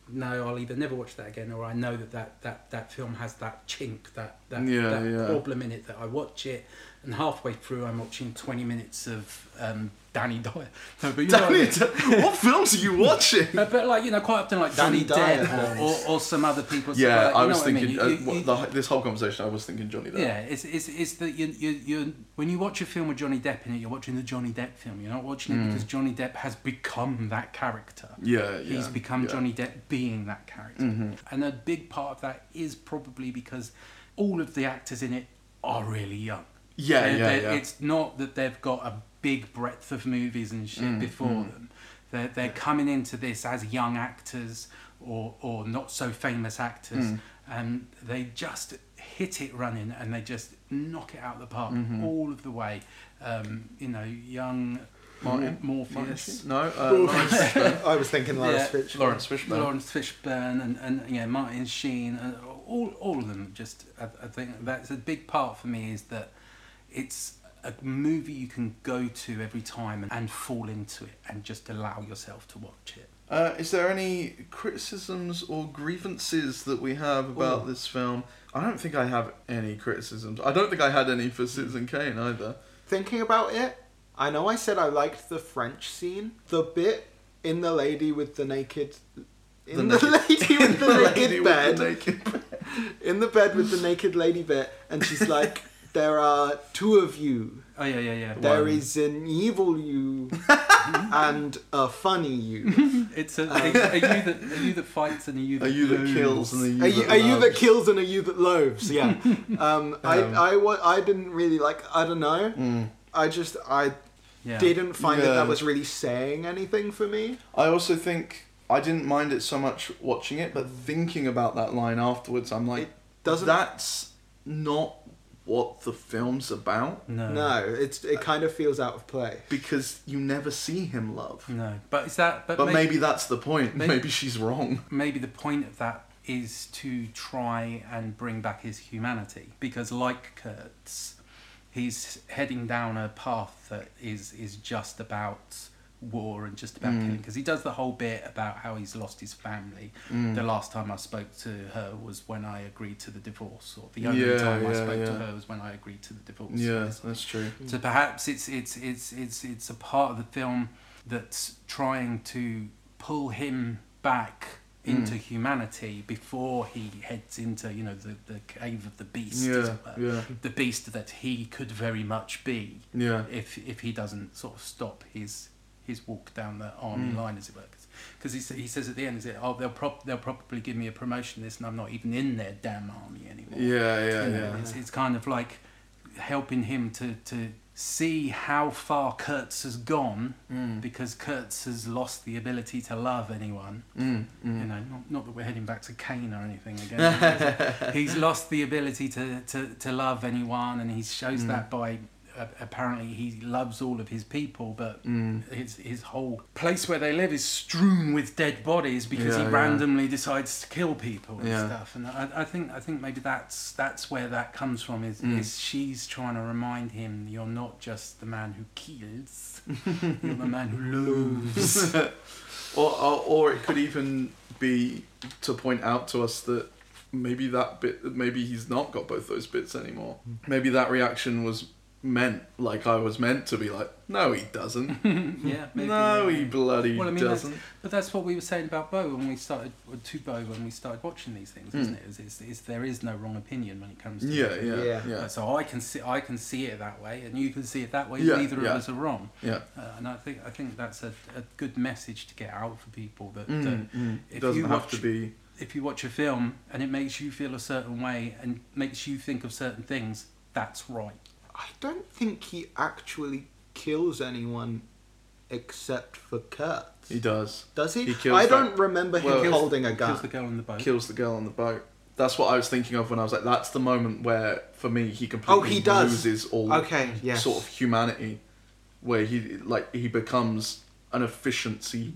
Speaker 4: No, I'll either never watch that again, or I know that that, that, that film has that chink, that that,
Speaker 2: Yeah, yeah.
Speaker 4: that problem problem in it that I watch it, and halfway through I'm watching 20 minutes of um, Danny Dyer. No, but you know what I
Speaker 2: Danny,
Speaker 4: mean.
Speaker 2: what films are you watching?
Speaker 4: No, but like you know, quite often like Danny,
Speaker 3: Danny Dyer
Speaker 4: Depp or, or, or some other people. so,
Speaker 2: Yeah,
Speaker 4: like, you
Speaker 2: I
Speaker 4: know
Speaker 2: was
Speaker 4: what mean?
Speaker 2: thinking.
Speaker 4: You-
Speaker 2: uh,
Speaker 4: you-
Speaker 2: what-
Speaker 4: you-
Speaker 2: the, this whole conversation, I was thinking Johnny Depp.
Speaker 4: yeah, it's it's it's that you you you when you watch a film with Johnny Depp in it, you're watching the Johnny Depp film. You're not watching it because Johnny Depp has become that character.
Speaker 2: yeah, yeah.
Speaker 4: He's become
Speaker 2: yeah. Mm-hmm.
Speaker 4: Johnny Depp being that character. And a big part of that is probably because all of the actors in it are really young.
Speaker 2: Yeah,
Speaker 4: They're-
Speaker 2: yeah,
Speaker 4: they're-
Speaker 2: yeah.
Speaker 4: It's not that they've got a big breadth of movies and shit
Speaker 2: Mm-hmm.
Speaker 4: before them. They're, they're coming into this as young actors or, or not so famous actors.
Speaker 2: Mm.
Speaker 4: And they just hit it running and they just knock it out of the park
Speaker 2: Mm-hmm.
Speaker 4: all of the way. Um, you know, young
Speaker 2: Mm-hmm. Martin?
Speaker 4: more
Speaker 2: Yes. No, uh, Lawrence,
Speaker 3: I was thinking Lawrence
Speaker 4: Yeah.
Speaker 3: Fitch.
Speaker 2: Lawrence Fishburne.
Speaker 4: Lawrence Fishburne and, and yeah, Martin Sheen, and all, all of them. Just I, I think that's a big part for me is that it's a movie you can go to every time and, and fall into it and just allow yourself to watch it.
Speaker 2: Uh, is there any criticisms or grievances that we have about
Speaker 4: Ooh.
Speaker 2: this film? I don't think I have any criticisms. I don't think I had any for Citizen Kane either.
Speaker 3: Thinking about it, I know I said I liked the French scene. The bit in the lady with the naked. In the, lady with the,
Speaker 2: lady
Speaker 3: naked
Speaker 2: with
Speaker 3: bed.
Speaker 2: the naked bed.
Speaker 3: in the bed with the naked lady bit, and she's like, There are two of you.
Speaker 4: Oh yeah, yeah, yeah.
Speaker 3: There
Speaker 2: One.
Speaker 3: is an evil you and a funny you.
Speaker 4: It's a, a, a you that a you that fights and a you that
Speaker 2: Are you that kills and
Speaker 3: A
Speaker 2: are you
Speaker 3: you,
Speaker 2: that
Speaker 3: a you that
Speaker 2: loves?
Speaker 3: kills and a you that loaves. Yeah. Um, I, I, wa- I didn't really like. I don't know. I just I
Speaker 4: Yeah.
Speaker 3: didn't find that
Speaker 2: Mm. Yeah.
Speaker 3: that was really saying anything for me.
Speaker 2: I also think I didn't mind it so much watching it, but thinking about that line afterwards, I'm like,
Speaker 3: It doesn't-
Speaker 2: That's not what the film's about
Speaker 4: No.
Speaker 3: No, it's it kind of feels out of play.
Speaker 2: because you never see him love.
Speaker 4: No. But is that but,
Speaker 2: But maybe,
Speaker 4: maybe, maybe
Speaker 2: that's the point.
Speaker 4: maybe-
Speaker 2: Maybe, she's wrong.
Speaker 4: the point of that is to try and bring back his humanity because like Kurtz he's heading down a path that is is just about war and just about
Speaker 2: Mm.
Speaker 4: killing because he does the whole bit about how he's lost his family
Speaker 2: Mm.
Speaker 4: the last time i spoke to her was when i agreed to the divorce or the only
Speaker 2: Yeah,
Speaker 4: time i
Speaker 2: yeah,
Speaker 4: spoke to
Speaker 2: yeah.
Speaker 4: her was when i agreed to the divorce
Speaker 2: Yeah,
Speaker 4: It's-
Speaker 2: that's true.
Speaker 4: So perhaps it's it's it's it's it's a part of the film that's trying to pull him back
Speaker 2: Mm.
Speaker 4: into humanity before he heads into you know the, the cave of the beast as
Speaker 2: Yeah,
Speaker 4: it were.
Speaker 2: yeah,
Speaker 4: the beast that he could very much be
Speaker 2: yeah.
Speaker 4: if if he doesn't sort of stop his his walk down the army
Speaker 2: Mm.
Speaker 4: line as it were because he, sa- he says at the end is it oh they'll prob- they'll probably give me a promotion this and I'm not even in their damn army anymore
Speaker 2: Yeah, yeah,
Speaker 4: you know,
Speaker 2: yeah.
Speaker 4: It's, it's kind of like helping him to, to see how far Kurtz has gone
Speaker 2: Mm,
Speaker 4: because Kurtz has lost the ability to love anyone.
Speaker 2: mm, mm.
Speaker 4: You know, not, not that we're heading back to Cain or anything again. he's lost the ability to, to, to love anyone, and he shows
Speaker 2: Mm.
Speaker 4: that by uh, apparently he loves all of his people, but
Speaker 2: Mm.
Speaker 4: his his whole place where they live is strewn with dead bodies because
Speaker 2: Yeah,
Speaker 4: he
Speaker 2: yeah.
Speaker 4: randomly decides to kill people and
Speaker 2: Yeah.
Speaker 4: stuff. And I, I think I think maybe that's that's where that comes from. Is,
Speaker 2: Mm.
Speaker 4: is she's trying to remind him you're not just the man who kills, you're the man who loves.
Speaker 2: or, or or it could even be to point out to us that maybe that bit maybe he's not got both those bits anymore.
Speaker 4: Hmm.
Speaker 2: Maybe that reaction was meant like I was meant to be like, no, he doesn't.
Speaker 4: yeah, maybe,
Speaker 2: no,
Speaker 4: yeah.
Speaker 2: he bloody
Speaker 4: Well, I mean, that's-
Speaker 2: doesn't.
Speaker 4: But that's what we were saying about Bo when we started, or to Bo when we started watching these things, isn't it? Is, is, is there is no wrong opinion when it comes to
Speaker 2: Mm. Yeah, yeah, yeah,
Speaker 3: Yeah.
Speaker 2: yeah,
Speaker 4: So I can see I can see it that way, and you can see it that way.
Speaker 2: Yeah,
Speaker 4: Neither
Speaker 2: yeah.
Speaker 4: of us are wrong,
Speaker 2: yeah.
Speaker 4: uh, and I think I think that's a, a good message to get out for people that,
Speaker 2: Mm,
Speaker 4: that
Speaker 2: mm.
Speaker 4: if
Speaker 2: It doesn't
Speaker 4: you
Speaker 2: have
Speaker 4: watch-
Speaker 2: to be.
Speaker 4: if you watch a film and it makes you feel a certain way and makes you think of certain things, that's right.
Speaker 3: I don't think he actually kills anyone except for Kurtz.
Speaker 2: He does.
Speaker 3: Does he?
Speaker 2: He kills
Speaker 3: I
Speaker 2: that-
Speaker 3: don't remember him
Speaker 2: Well- Kills-
Speaker 3: holding a gun.
Speaker 4: Kills the girl in the boat.
Speaker 2: Kills the girl on the boat. That's what I was thinking of when I was like, that's the moment where for me he completely
Speaker 3: Oh, he does.
Speaker 2: loses all
Speaker 3: Okay, yes.
Speaker 2: sort of humanity where he like he becomes an efficiency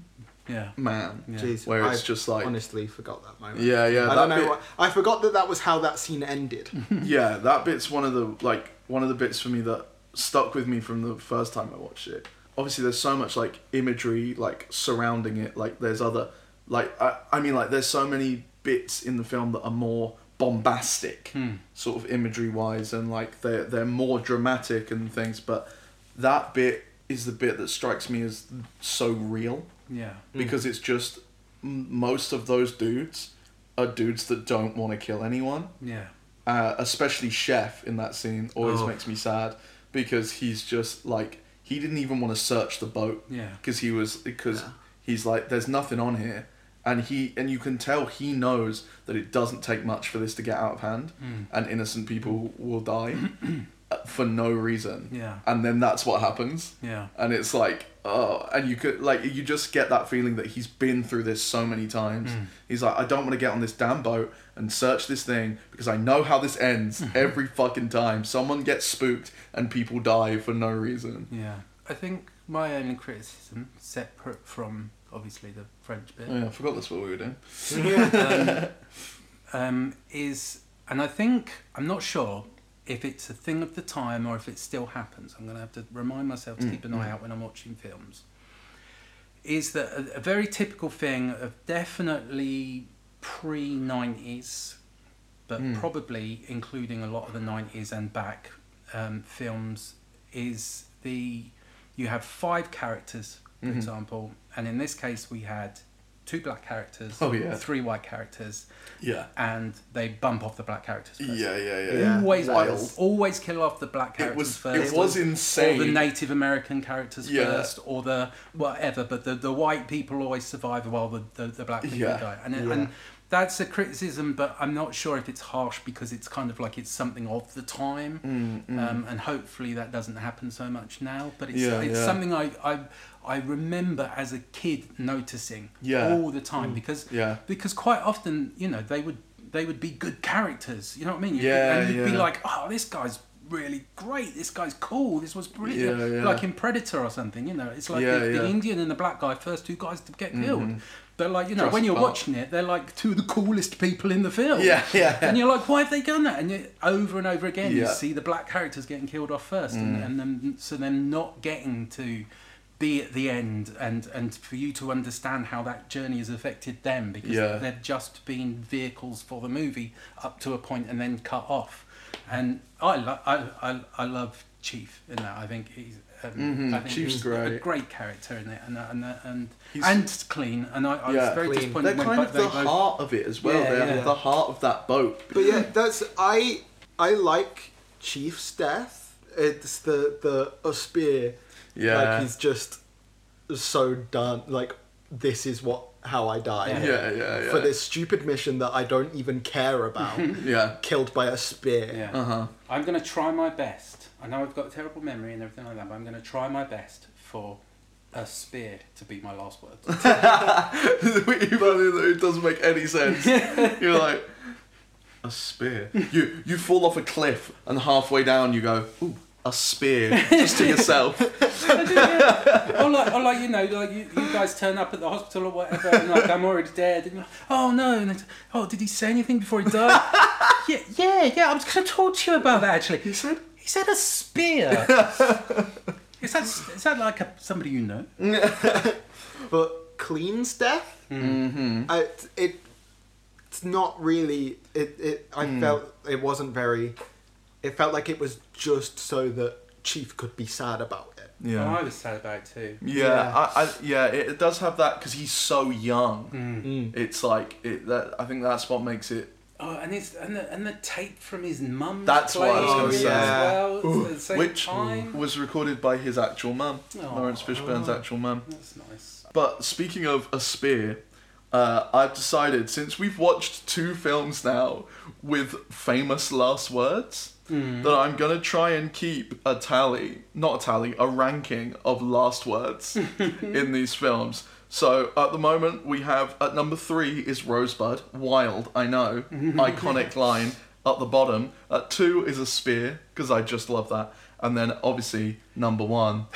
Speaker 4: yeah.
Speaker 2: man
Speaker 4: Yeah.
Speaker 3: Jeez,
Speaker 2: where it's
Speaker 3: I
Speaker 2: just like
Speaker 3: honestly forgot that moment.
Speaker 2: yeah yeah that
Speaker 3: I don't know.
Speaker 2: bit-
Speaker 3: What, I forgot that that was how that scene ended.
Speaker 2: yeah that bit's one of the like one of the bits for me that stuck with me from the first time i watched it obviously there's so much like imagery like surrounding it like there's other like i, I mean like there's so many bits in the film that are more bombastic sort of imagery wise and like they're, they're more dramatic and things but that bit is the bit that strikes me as so real
Speaker 4: Yeah.
Speaker 2: because it's just m- most of those dudes are dudes that don't want to kill anyone
Speaker 4: Yeah.
Speaker 2: uh, especially Chef in that scene, always
Speaker 4: Oh.
Speaker 2: makes me sad because he's just like he didn't even want to search the boat
Speaker 4: Yeah.
Speaker 2: because he was because he's like there's nothing on here, and he and you can tell he knows that it doesn't take much for this to get out of hand,
Speaker 4: Hmm.
Speaker 2: and innocent people will die uh, for no reason.
Speaker 4: Yeah.
Speaker 2: and then that's what happens.
Speaker 4: Yeah.
Speaker 2: And it's like, oh, and you could like you just get that feeling that he's been through this so many times. He's like, I don't want to get on this damn boat and search this thing because I know how this ends every fucking time. Someone gets spooked and people die for no reason.
Speaker 4: Yeah. I think my only criticism, separate from obviously the French bit,
Speaker 2: Oh, yeah, I forgot that's what we were doing.
Speaker 4: um, um, is, and I think, I'm not sure if it's a thing of the time or if it still happens. I'm going to have to remind myself to
Speaker 2: Mm,
Speaker 4: keep an eye out when I'm watching films. Is that a, a very typical thing of definitely pre 90s, but
Speaker 2: Mm.
Speaker 4: probably including a lot of the 90s and back um, films, is the you have five characters, for
Speaker 2: Mhm.
Speaker 4: example, and in this case we had two black characters,
Speaker 2: Oh, yeah.
Speaker 4: three white characters,
Speaker 2: Yeah.
Speaker 4: and they bump off the black characters first.
Speaker 2: Yeah, yeah, yeah.
Speaker 3: Yeah.
Speaker 4: Always,
Speaker 2: Wild.
Speaker 4: always kill off the black
Speaker 2: It
Speaker 4: characters
Speaker 2: was
Speaker 4: first.
Speaker 2: it was
Speaker 4: or
Speaker 2: insane.
Speaker 4: the Native American characters
Speaker 2: Yeah.
Speaker 4: first, or the whatever, but the, the white people always survive while the, the, the black people
Speaker 2: Yeah.
Speaker 4: die. And,
Speaker 3: Yeah.
Speaker 4: and that's a criticism, but I'm not sure if it's harsh because it's kind of like it's something of the time.
Speaker 2: Mm, Hmm.
Speaker 4: Um, and hopefully that doesn't happen so much now. But it's,
Speaker 2: Yeah,
Speaker 4: it's
Speaker 2: yeah.
Speaker 4: something I, I, I remember as a kid noticing
Speaker 2: Yeah. Mm.
Speaker 4: all the time because
Speaker 2: Yeah.
Speaker 4: because quite often you know they would they would be good characters you know what i mean You-
Speaker 2: Yeah,
Speaker 4: and you'd be
Speaker 2: yeah.
Speaker 4: like oh this guy's really great this guy's cool this was brilliant
Speaker 2: Yeah, yeah.
Speaker 4: like in predator or something you know it's like
Speaker 2: Yeah,
Speaker 4: the, the
Speaker 2: yeah. Mm-hmm.
Speaker 4: indian and the black guy first two guys to get killed but like you know
Speaker 2: Jurassic
Speaker 4: when you're
Speaker 2: Park.
Speaker 4: watching it they're like two of the coolest people in the film
Speaker 2: Yeah, yeah.
Speaker 4: and you're like why have they done that and you, over and over again you
Speaker 2: Yeah. Mm.
Speaker 4: see the black characters getting killed off first and, and then so then not getting to be at the end and and for you to understand how that journey has affected them because
Speaker 2: Yeah.
Speaker 4: they've just been vehicles for the movie up to a point and then cut off and i lo- I, I i love chief in that i think he's um,
Speaker 2: Mhm,
Speaker 4: I think
Speaker 2: Chief's
Speaker 4: he's a
Speaker 2: great.
Speaker 4: great character in it, and uh, and and
Speaker 2: He's-
Speaker 4: and clean. And I, I was
Speaker 2: Yeah.
Speaker 4: very
Speaker 3: Clean.
Speaker 4: disappointed
Speaker 2: They're
Speaker 4: when
Speaker 2: kind
Speaker 4: both-
Speaker 2: of
Speaker 4: they
Speaker 2: the
Speaker 4: both-
Speaker 2: heart of it as well.
Speaker 4: Yeah,
Speaker 2: They're
Speaker 4: yeah.
Speaker 2: the heart of that boat.
Speaker 3: But yeah, that's I I like Chief's death. It's the the a spear.
Speaker 2: Yeah.
Speaker 3: like he's just so done. Like this is what how I died.
Speaker 2: Yeah, yeah, yeah.
Speaker 3: For this stupid mission that I don't even care about,
Speaker 2: Yeah.
Speaker 3: killed by a spear.
Speaker 4: Yeah.
Speaker 2: Uh huh.
Speaker 4: I'm going to try my best. I know I've got a terrible memory and everything like that, but I'm going to try my best for a spear to be my last word.
Speaker 2: it doesn't make any sense. You're like a spear. You you fall off a cliff and halfway down you go, ooh, a spear just to yourself.
Speaker 4: or, like, or like, you know, like you, you guys turn up at the hospital or whatever, and like, I'm already dead. And you're like, oh no. And it's, oh, did he say anything before he died? yeah, yeah, yeah. I was going to talk to you about that actually. He said, he said a spear. is, that, is that like a, somebody you know?
Speaker 3: But Clean's death, I, it it's not really it. it I felt it wasn't very. It felt like it was just so that Chief could be sad about it.
Speaker 4: Oh, I was sad about it too.
Speaker 2: Yeah,
Speaker 3: Yeah.
Speaker 2: I, I, yeah, it, it does have that because he's so young. Mm. It's like it, that. I think that's what makes it.
Speaker 4: Oh, and it's and the, and the tape from his mum.
Speaker 2: That's what I was
Speaker 3: gonna say.
Speaker 4: As well, at the same
Speaker 2: which
Speaker 4: time.
Speaker 2: was recorded by his actual mum,
Speaker 4: Aw.
Speaker 2: Lawrence Fishburne's actual mum.
Speaker 4: That's nice.
Speaker 2: But speaking of a spear, uh, I've decided since we've watched two films now with famous last words
Speaker 4: Hmm.
Speaker 2: that I'm gonna try and keep a tally, not a tally, a ranking of last words in these films. So at the moment we have at number three is Rosebud, wild, I know, iconic line. At the bottom, at two is a spear because I just love that, and then obviously number one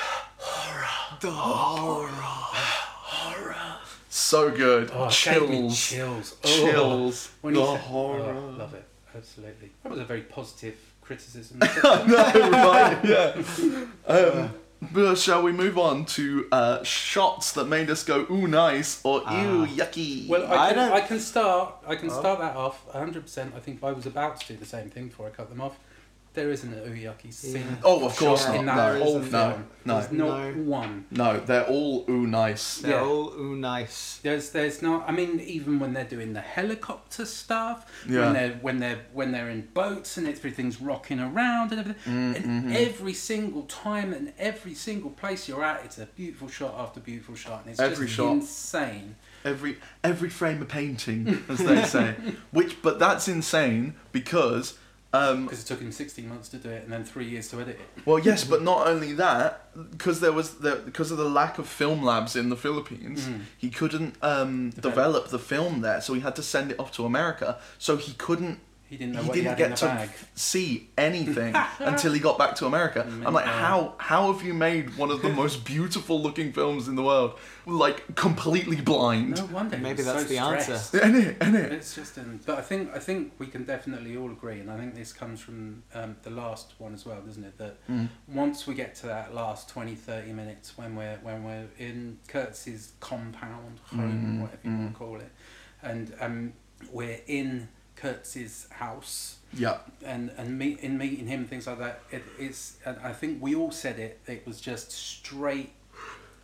Speaker 2: So good.
Speaker 4: Oh, chills. Gave me
Speaker 2: chills.
Speaker 4: chills. Oh.
Speaker 2: Chills.
Speaker 4: When he
Speaker 2: the
Speaker 4: said-
Speaker 2: horror.
Speaker 4: oh, love it. Absolutely. That was a very positive criticism.
Speaker 2: no, right, yeah. Um, but shall we move on to uh, shots that made us go ooh nice or
Speaker 4: Ah.
Speaker 2: ew yucky?
Speaker 4: well,
Speaker 3: I
Speaker 4: I can,
Speaker 3: don't-
Speaker 4: I, can start. I can start that off. 100. percent I think I was about to do the same thing before I cut them off. There isn't an Uyaki scene.
Speaker 2: oh, of course
Speaker 4: shot
Speaker 2: not.
Speaker 4: in that
Speaker 2: No,
Speaker 4: whole
Speaker 2: no,
Speaker 4: film.
Speaker 2: no.
Speaker 4: There's not
Speaker 3: No.
Speaker 4: one.
Speaker 2: no, they're all ooh nice.
Speaker 3: They're
Speaker 4: Yeah.
Speaker 3: all ooh nice.
Speaker 4: There's, there's not. I mean, even when they're doing the helicopter stuff,
Speaker 2: Yeah.
Speaker 4: when they're when they're when they're in boats and everything's rocking around and everything, and every single time and every single place you're at, it's a beautiful shot after beautiful shot, and it's
Speaker 2: Every
Speaker 4: just
Speaker 2: shot.
Speaker 4: insane.
Speaker 2: Every every frame of painting, as they say. Which, but that's insane because um,
Speaker 4: Because it took him 16 months to do it and then three years to edit it.
Speaker 2: Well, yes, but not only that, because there was the because of the lack of film labs in the Philippines,
Speaker 4: Hmm.
Speaker 2: he couldn't um, develop. the film there, so he had to send it off to America. So he couldn't.
Speaker 4: He didn't know
Speaker 2: he
Speaker 4: what he
Speaker 2: didn't
Speaker 4: had in
Speaker 2: get
Speaker 4: the
Speaker 2: to
Speaker 4: bag.
Speaker 2: f- see anything until he got back to America. I'm like,
Speaker 4: Man.
Speaker 2: how how have you made one of the most beautiful looking films in the world like completely blind?
Speaker 4: No wonder. he
Speaker 3: Maybe
Speaker 4: was
Speaker 3: that's
Speaker 4: so
Speaker 3: the answer.
Speaker 4: stressed.
Speaker 2: In it, in it.
Speaker 4: It's just, um, but I think I think we can definitely all agree, and I think this comes from um, the last one as well, doesn't it? That once we get to that last 20, 30 minutes when we're when we're in Kurtz's compound home, whatever you want to call it, and um, we're in Kurtz's house
Speaker 2: Yeah.
Speaker 4: and and meet in meeting him things like that. It, it's and I think we all said it. It was just straight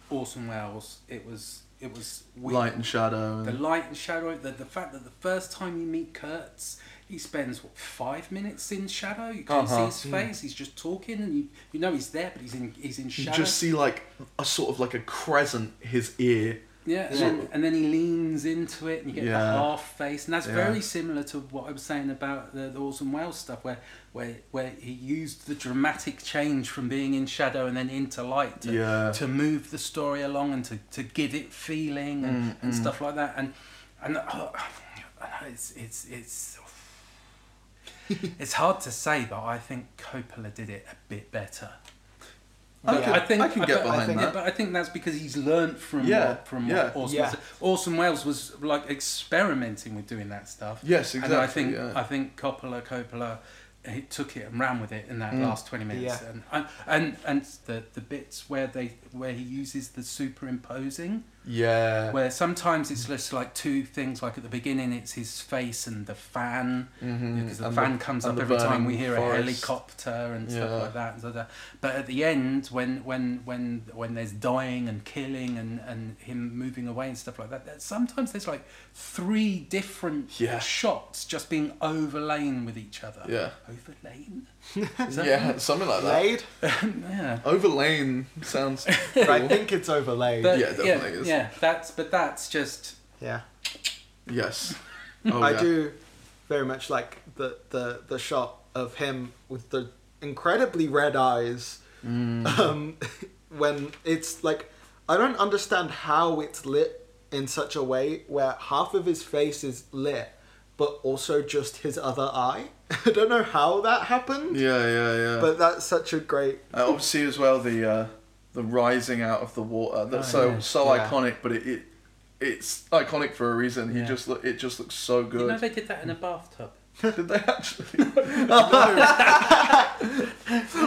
Speaker 4: Orson Welles. It was it was weird.
Speaker 2: Light and shadow.
Speaker 4: The
Speaker 2: and-
Speaker 4: light and shadow, the, the fact that the first time you meet Kurtz, he spends what five minutes in shadow. You can't
Speaker 2: Uh-huh.
Speaker 4: see his face. He's just talking, and you, you know he's there, but he's in he's in
Speaker 2: you
Speaker 4: shadow.
Speaker 2: just see like a sort of like a crescent his ear.
Speaker 4: yeah, and then, and then he leans into it, and you get
Speaker 2: Yeah.
Speaker 4: the half face, and that's
Speaker 2: Yeah.
Speaker 4: very similar to what I was saying about the, the Orson Welles stuff, where where where he used the dramatic change from being in shadow and then into light to,
Speaker 2: Yeah.
Speaker 4: to move the story along and to, to give it feeling
Speaker 2: Mm,
Speaker 4: and, and stuff like that. And and oh, I know it's it's it's it's hard to say, but I think Coppola did it a bit better.
Speaker 2: I
Speaker 4: But
Speaker 2: can- I can get
Speaker 4: but
Speaker 2: behind
Speaker 4: think-
Speaker 2: that.
Speaker 4: But I think that's because he's learned from
Speaker 2: Yeah,
Speaker 4: what, from
Speaker 2: yeah.
Speaker 4: what Orson
Speaker 3: Yeah.
Speaker 4: Welles. Orson Welles was like experimenting with doing that stuff.
Speaker 2: Yes,
Speaker 4: And I
Speaker 2: exactly,
Speaker 4: think
Speaker 2: yeah.
Speaker 4: I think Coppola Coppola he took it and ran with it in that
Speaker 2: Mm.
Speaker 4: last twenty minutes.
Speaker 3: Yeah.
Speaker 4: And And and and the the bits where they where he uses the superimposing
Speaker 2: Yeah.
Speaker 4: where sometimes it's just like two things like at the beginning it's his face and the fan because the
Speaker 2: Mm-hmm. Mm, and
Speaker 4: fan
Speaker 2: the-
Speaker 4: comes
Speaker 2: and
Speaker 4: up
Speaker 2: the
Speaker 4: every time
Speaker 2: burning
Speaker 4: we hear a
Speaker 2: forest.
Speaker 4: helicopter and
Speaker 2: Yeah.
Speaker 4: stuff like that and so that. but at the end when when when when there's dying and killing and and him moving away and stuff like that that sometimes there's like three different
Speaker 2: Yeah.
Speaker 4: shots just being overlain with each other
Speaker 2: Yeah.
Speaker 4: overlain
Speaker 2: Yeah, something like that.
Speaker 3: Laid?
Speaker 4: yeah
Speaker 2: Overlaying sounds cool.
Speaker 3: I think it's overlaid.
Speaker 4: but
Speaker 2: Yeah,
Speaker 4: yeah, yeah,
Speaker 2: definitely is.
Speaker 4: that's but that's just
Speaker 3: yeah.
Speaker 2: Yes. Oh,
Speaker 3: I
Speaker 2: yeah.
Speaker 3: do very much like the, the, the shot of him with the incredibly red eyes
Speaker 2: Mm.
Speaker 3: um, when it's like I don't understand how it's lit in such a way where half of his face is lit but also just his other eye. I don't know how that happened.
Speaker 2: Yeah, yeah, yeah.
Speaker 3: But that's such a great
Speaker 2: I obviously as well the uh, the rising out of the water that's
Speaker 4: Oh,
Speaker 2: so
Speaker 4: yeah.
Speaker 2: so
Speaker 3: Yeah.
Speaker 2: iconic, but it, it it's iconic for a reason. He
Speaker 4: Yeah.
Speaker 2: just look, it just looks so good.
Speaker 4: you know they did that in a bathtub
Speaker 2: Did they actually? No.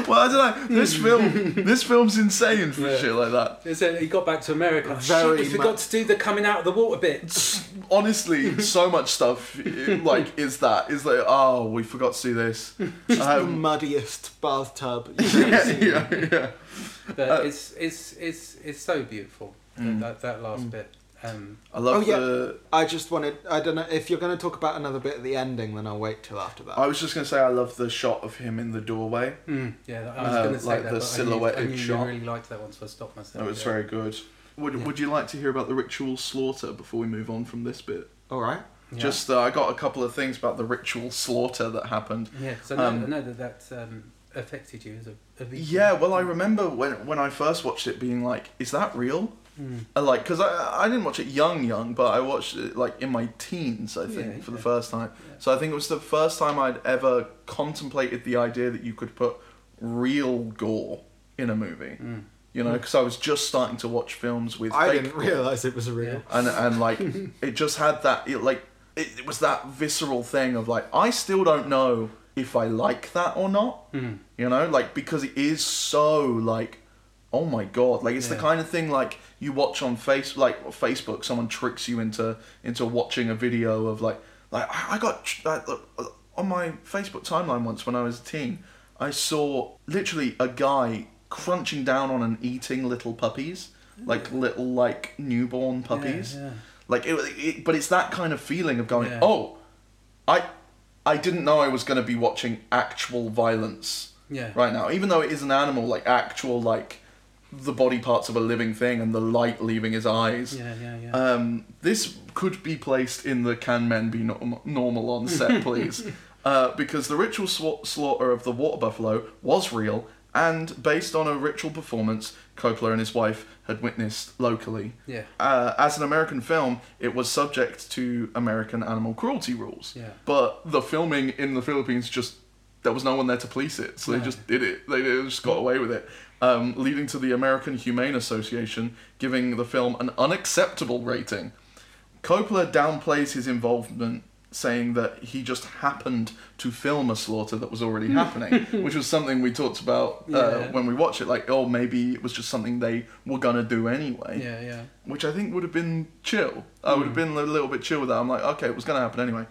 Speaker 2: well, I don't know. This film, this film's insane for
Speaker 4: Yeah.
Speaker 2: shit like that.
Speaker 4: They said he got back to America.
Speaker 3: Very
Speaker 4: Shit, we forgot
Speaker 3: much.
Speaker 4: to do the coming out of the water bit.
Speaker 2: S- Honestly, so much stuff it, like is that is like oh we forgot to do this.
Speaker 3: the
Speaker 2: Um,
Speaker 3: muddiest bathtub you've ever
Speaker 2: yeah,
Speaker 3: seen.
Speaker 2: yeah, yeah.
Speaker 4: But
Speaker 2: Uh,
Speaker 4: it's it's it's it's so beautiful
Speaker 2: mm.
Speaker 4: that that, that last bit. Um,
Speaker 2: I love
Speaker 3: Oh, yeah.
Speaker 2: the.
Speaker 3: I just wanted I don't know if you're gonna talk about another bit at the ending then I'll wait till after that.
Speaker 2: I was just gonna say I love the shot of him in the doorway.
Speaker 4: mm, yeah, I was
Speaker 2: Uh,
Speaker 4: going to say
Speaker 2: like
Speaker 4: that.
Speaker 2: the
Speaker 4: but I
Speaker 2: silhouetted
Speaker 4: knew, I knew
Speaker 2: shot.
Speaker 4: You really liked that one, so I stopped myself.
Speaker 2: That was
Speaker 4: yeah.
Speaker 2: very good. Would
Speaker 4: Yeah.
Speaker 2: Would you like to hear about the ritual slaughter before we move on from this bit?
Speaker 3: Alright.
Speaker 4: Yeah.
Speaker 2: Just uh, I got a couple of things about the ritual slaughter that happened.
Speaker 4: yeah, 'cause I know,
Speaker 2: um,
Speaker 4: I know that that um, affected you as a, a vegan.
Speaker 2: Yeah, well, I remember when when I first watched it, being like, "Is that real?"
Speaker 4: Mm.
Speaker 2: And like, because I I didn't watch it young, young, but I watched it like in my teens, I think,
Speaker 4: Yeah,
Speaker 2: for the
Speaker 4: yeah.
Speaker 2: first time. So I think it was the first time I'd ever contemplated the idea that you could put real gore in a movie.
Speaker 4: Mm.
Speaker 2: You know, because I was just starting to watch films with.
Speaker 3: I
Speaker 2: fake
Speaker 3: didn't
Speaker 2: gore.
Speaker 3: realise it was real.
Speaker 4: Yeah.
Speaker 2: and and like it just had that it, like it, it was that visceral thing of like I still don't know if I like that or not.
Speaker 4: Mm.
Speaker 2: You know, like because it is so like oh my god, like it's the
Speaker 4: Yeah.
Speaker 2: kind of thing like you watch on face like Facebook, someone tricks you into into watching a video of like like I, I got tr- like look, uh, on my Facebook timeline once when I was a teen, I saw literally a guy crunching down on and eating little puppies. Like little like newborn puppies,
Speaker 4: yeah.
Speaker 2: like it, it, but it's that kind of feeling of going,
Speaker 4: Yeah.
Speaker 2: oh, I, I didn't know I was going to be watching actual violence
Speaker 4: Yeah.
Speaker 2: right now, even though it is an animal, like actual like the body parts of a living thing and the light leaving his eyes.
Speaker 4: Yeah, yeah, yeah.
Speaker 2: Um, this could be placed in the can men be norm- normal on set, please, uh, because the ritual swa- slaughter of the water buffalo was real and based on a ritual performance Coppola and his wife had witnessed locally.
Speaker 4: Yeah.
Speaker 2: Uh, as an American film, it was subject to American animal cruelty rules.
Speaker 4: Yeah.
Speaker 2: But the filming in the Philippines just there was no one there to police it, so they
Speaker 4: No.
Speaker 2: just did it. They, they just got away with it, um, leading to the American Humane Association giving the film an unacceptable rating. Coppola downplays his involvement, saying that he just happened to film a slaughter that was already happening, which was something we talked about uh,
Speaker 4: Hmm. Yeah.
Speaker 2: when we watched it. Like, oh, maybe it was just something they were gonna do anyway
Speaker 4: yeah, yeah. Hmm.
Speaker 2: which I think would have been chill. I would have been a little bit chill with that. I'm like, okay, it was going to happen anyway.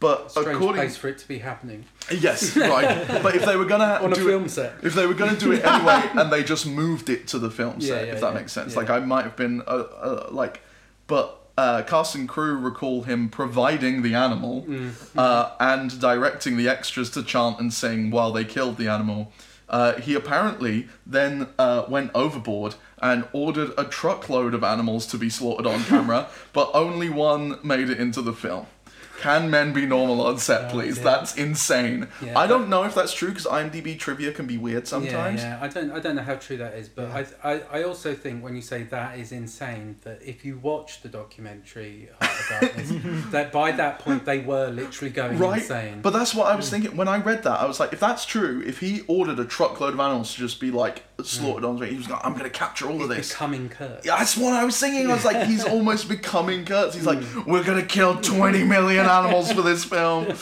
Speaker 2: But
Speaker 4: strange
Speaker 2: according,
Speaker 4: place for it to be happening
Speaker 2: yes, right. but if they were gonna
Speaker 4: on a
Speaker 2: do
Speaker 4: film
Speaker 2: it,
Speaker 4: set.
Speaker 2: if they were gonna do it anyway, and they just moved it to the film
Speaker 4: Yeah,
Speaker 2: set,
Speaker 4: yeah,
Speaker 2: if that
Speaker 4: yeah,
Speaker 2: makes sense,
Speaker 4: yeah.
Speaker 2: like I might have been uh, uh, like, but. Uh, cast and crew recall him providing the animal
Speaker 4: Mm.
Speaker 2: uh, and directing the extras to chant and sing while they killed the animal. Uh, he apparently then uh, went overboard and ordered a truckload of animals to be slaughtered on camera, but only one made it into the film. Can men be normal on set, please?
Speaker 4: Oh, dear.
Speaker 2: That's insane.
Speaker 4: Yeah.
Speaker 2: I don't know if that's true because IMDb trivia can be weird sometimes.
Speaker 4: Yeah, yeah. I don't, I don't know how true that is, but I, I, I also think when you say that is insane, that if you watch the documentary Heart of Darkness, that by that point they were literally going
Speaker 2: Right,
Speaker 4: insane. Hmm.
Speaker 2: but that's what I was thinking when I read that. I was like, if that's true, if he ordered a truckload of animals to just be like slaughtered
Speaker 4: Hmm.
Speaker 2: on screen, he was like, I'm gonna capture all of this.
Speaker 4: becoming Kurt.
Speaker 2: Yeah, That's what I was thinking. I was like, he's almost becoming Kurtz. He's like,
Speaker 4: Hmm.
Speaker 2: we're gonna kill 20 million animals for this film.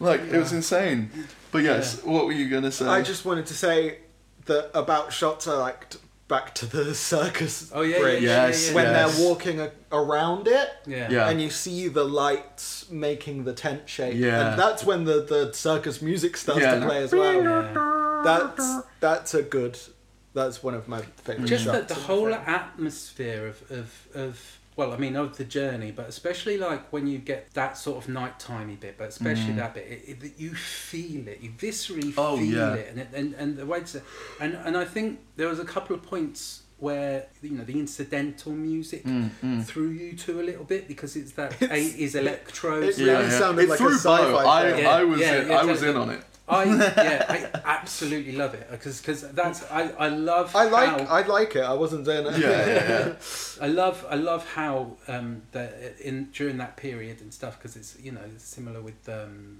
Speaker 2: Like, it was insane. But yes, what were you gonna say?
Speaker 3: I just wanted to say that about shots I liked back to the circus
Speaker 4: Oh, yeah, yeah,
Speaker 3: bridge
Speaker 4: yeah,
Speaker 2: Yes,
Speaker 4: yeah, yeah.
Speaker 3: when
Speaker 2: yes.
Speaker 3: they're walking a- around it.
Speaker 4: Yeah.
Speaker 2: Yeah.
Speaker 3: And you see the lights making the tent shake.
Speaker 2: Yeah.
Speaker 3: And that's when the, the circus music starts
Speaker 2: Yeah.
Speaker 3: to play as well.
Speaker 4: Yeah.
Speaker 3: That's that's a good that's one of my favourite
Speaker 4: Just
Speaker 3: shots.
Speaker 4: that the whole atmosphere of, of, of, well, I mean, of the journey, but especially like when you get that sort of nighttimey bit, but especially that bit, it, it, you feel it, you viscerally
Speaker 2: Oh,
Speaker 4: feel
Speaker 2: yeah.
Speaker 4: it, and, it, and and the way it's, and and I think there was a couple of points where you know the incidental music threw you to a little bit because it's that eight is electro.
Speaker 3: it's
Speaker 4: stuff.
Speaker 3: really sounded
Speaker 2: it
Speaker 3: like a
Speaker 2: threw Bio.
Speaker 3: sci-fi
Speaker 2: I,
Speaker 3: film.
Speaker 2: I was
Speaker 4: Yeah,
Speaker 2: in,
Speaker 4: yeah,
Speaker 2: I was in
Speaker 4: totally.
Speaker 2: on it.
Speaker 4: I yeah, I absolutely love it because that's I I love
Speaker 3: I like
Speaker 4: how-
Speaker 3: I like it. I wasn't saying that.
Speaker 2: Yeah, yeah, yeah.
Speaker 4: I love I love how um, the in during that period and stuff because it's you know it's similar with um,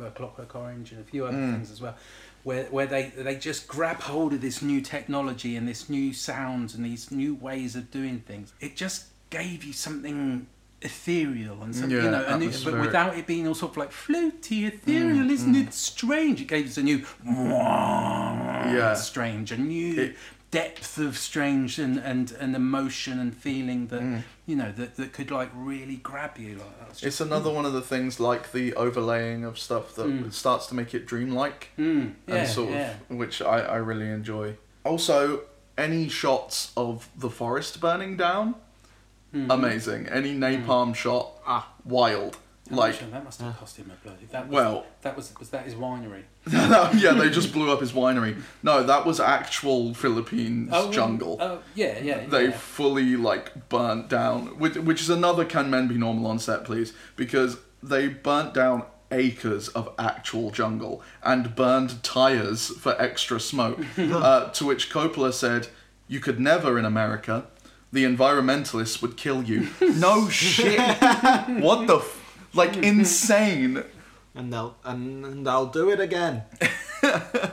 Speaker 4: uh, Clockwork Orange and a few other
Speaker 2: Mm.
Speaker 4: things as well, where where they they just grab hold of this new technology and this new sounds and these new ways of doing things. It just gave you something ethereal and something
Speaker 2: Yeah,
Speaker 4: you know and it, but
Speaker 2: atmospheric. Mm,
Speaker 4: without it being all sort of like floaty ethereal isn't it strange it gave us a new yeah strange a new
Speaker 2: It-
Speaker 4: depth of strange and, and, and emotion and feeling that you know that, that could like really grab you like that's just
Speaker 2: Mm. It's another one of the things like the overlaying of stuff that starts to make it dreamlike
Speaker 4: Mm, Hmm. yeah,
Speaker 2: and sort
Speaker 4: yeah.
Speaker 2: of which I, I really enjoy. Also, any shots of the forest burning down,
Speaker 4: Hmm.
Speaker 2: amazing. Any napalm shot, ah, wild.
Speaker 4: How
Speaker 2: Like
Speaker 4: much- that must have cost him a bloody that was,
Speaker 2: Well-
Speaker 4: that was was that his winery
Speaker 2: No, yeah, they just blew up his winery. No, that was actual Philippines
Speaker 4: Oh,
Speaker 2: jungle.
Speaker 4: oh yeah yeah
Speaker 2: they
Speaker 4: yeah.
Speaker 2: fully like burnt down, which, which is another can men be normal on set, please, because they burnt down acres of actual jungle and burned tires for extra smoke. uh, to which Coppola said, "You could never in America. The environmentalists would kill you." no shit. what the. F- like insane
Speaker 3: And they'll and, and they'll do it again.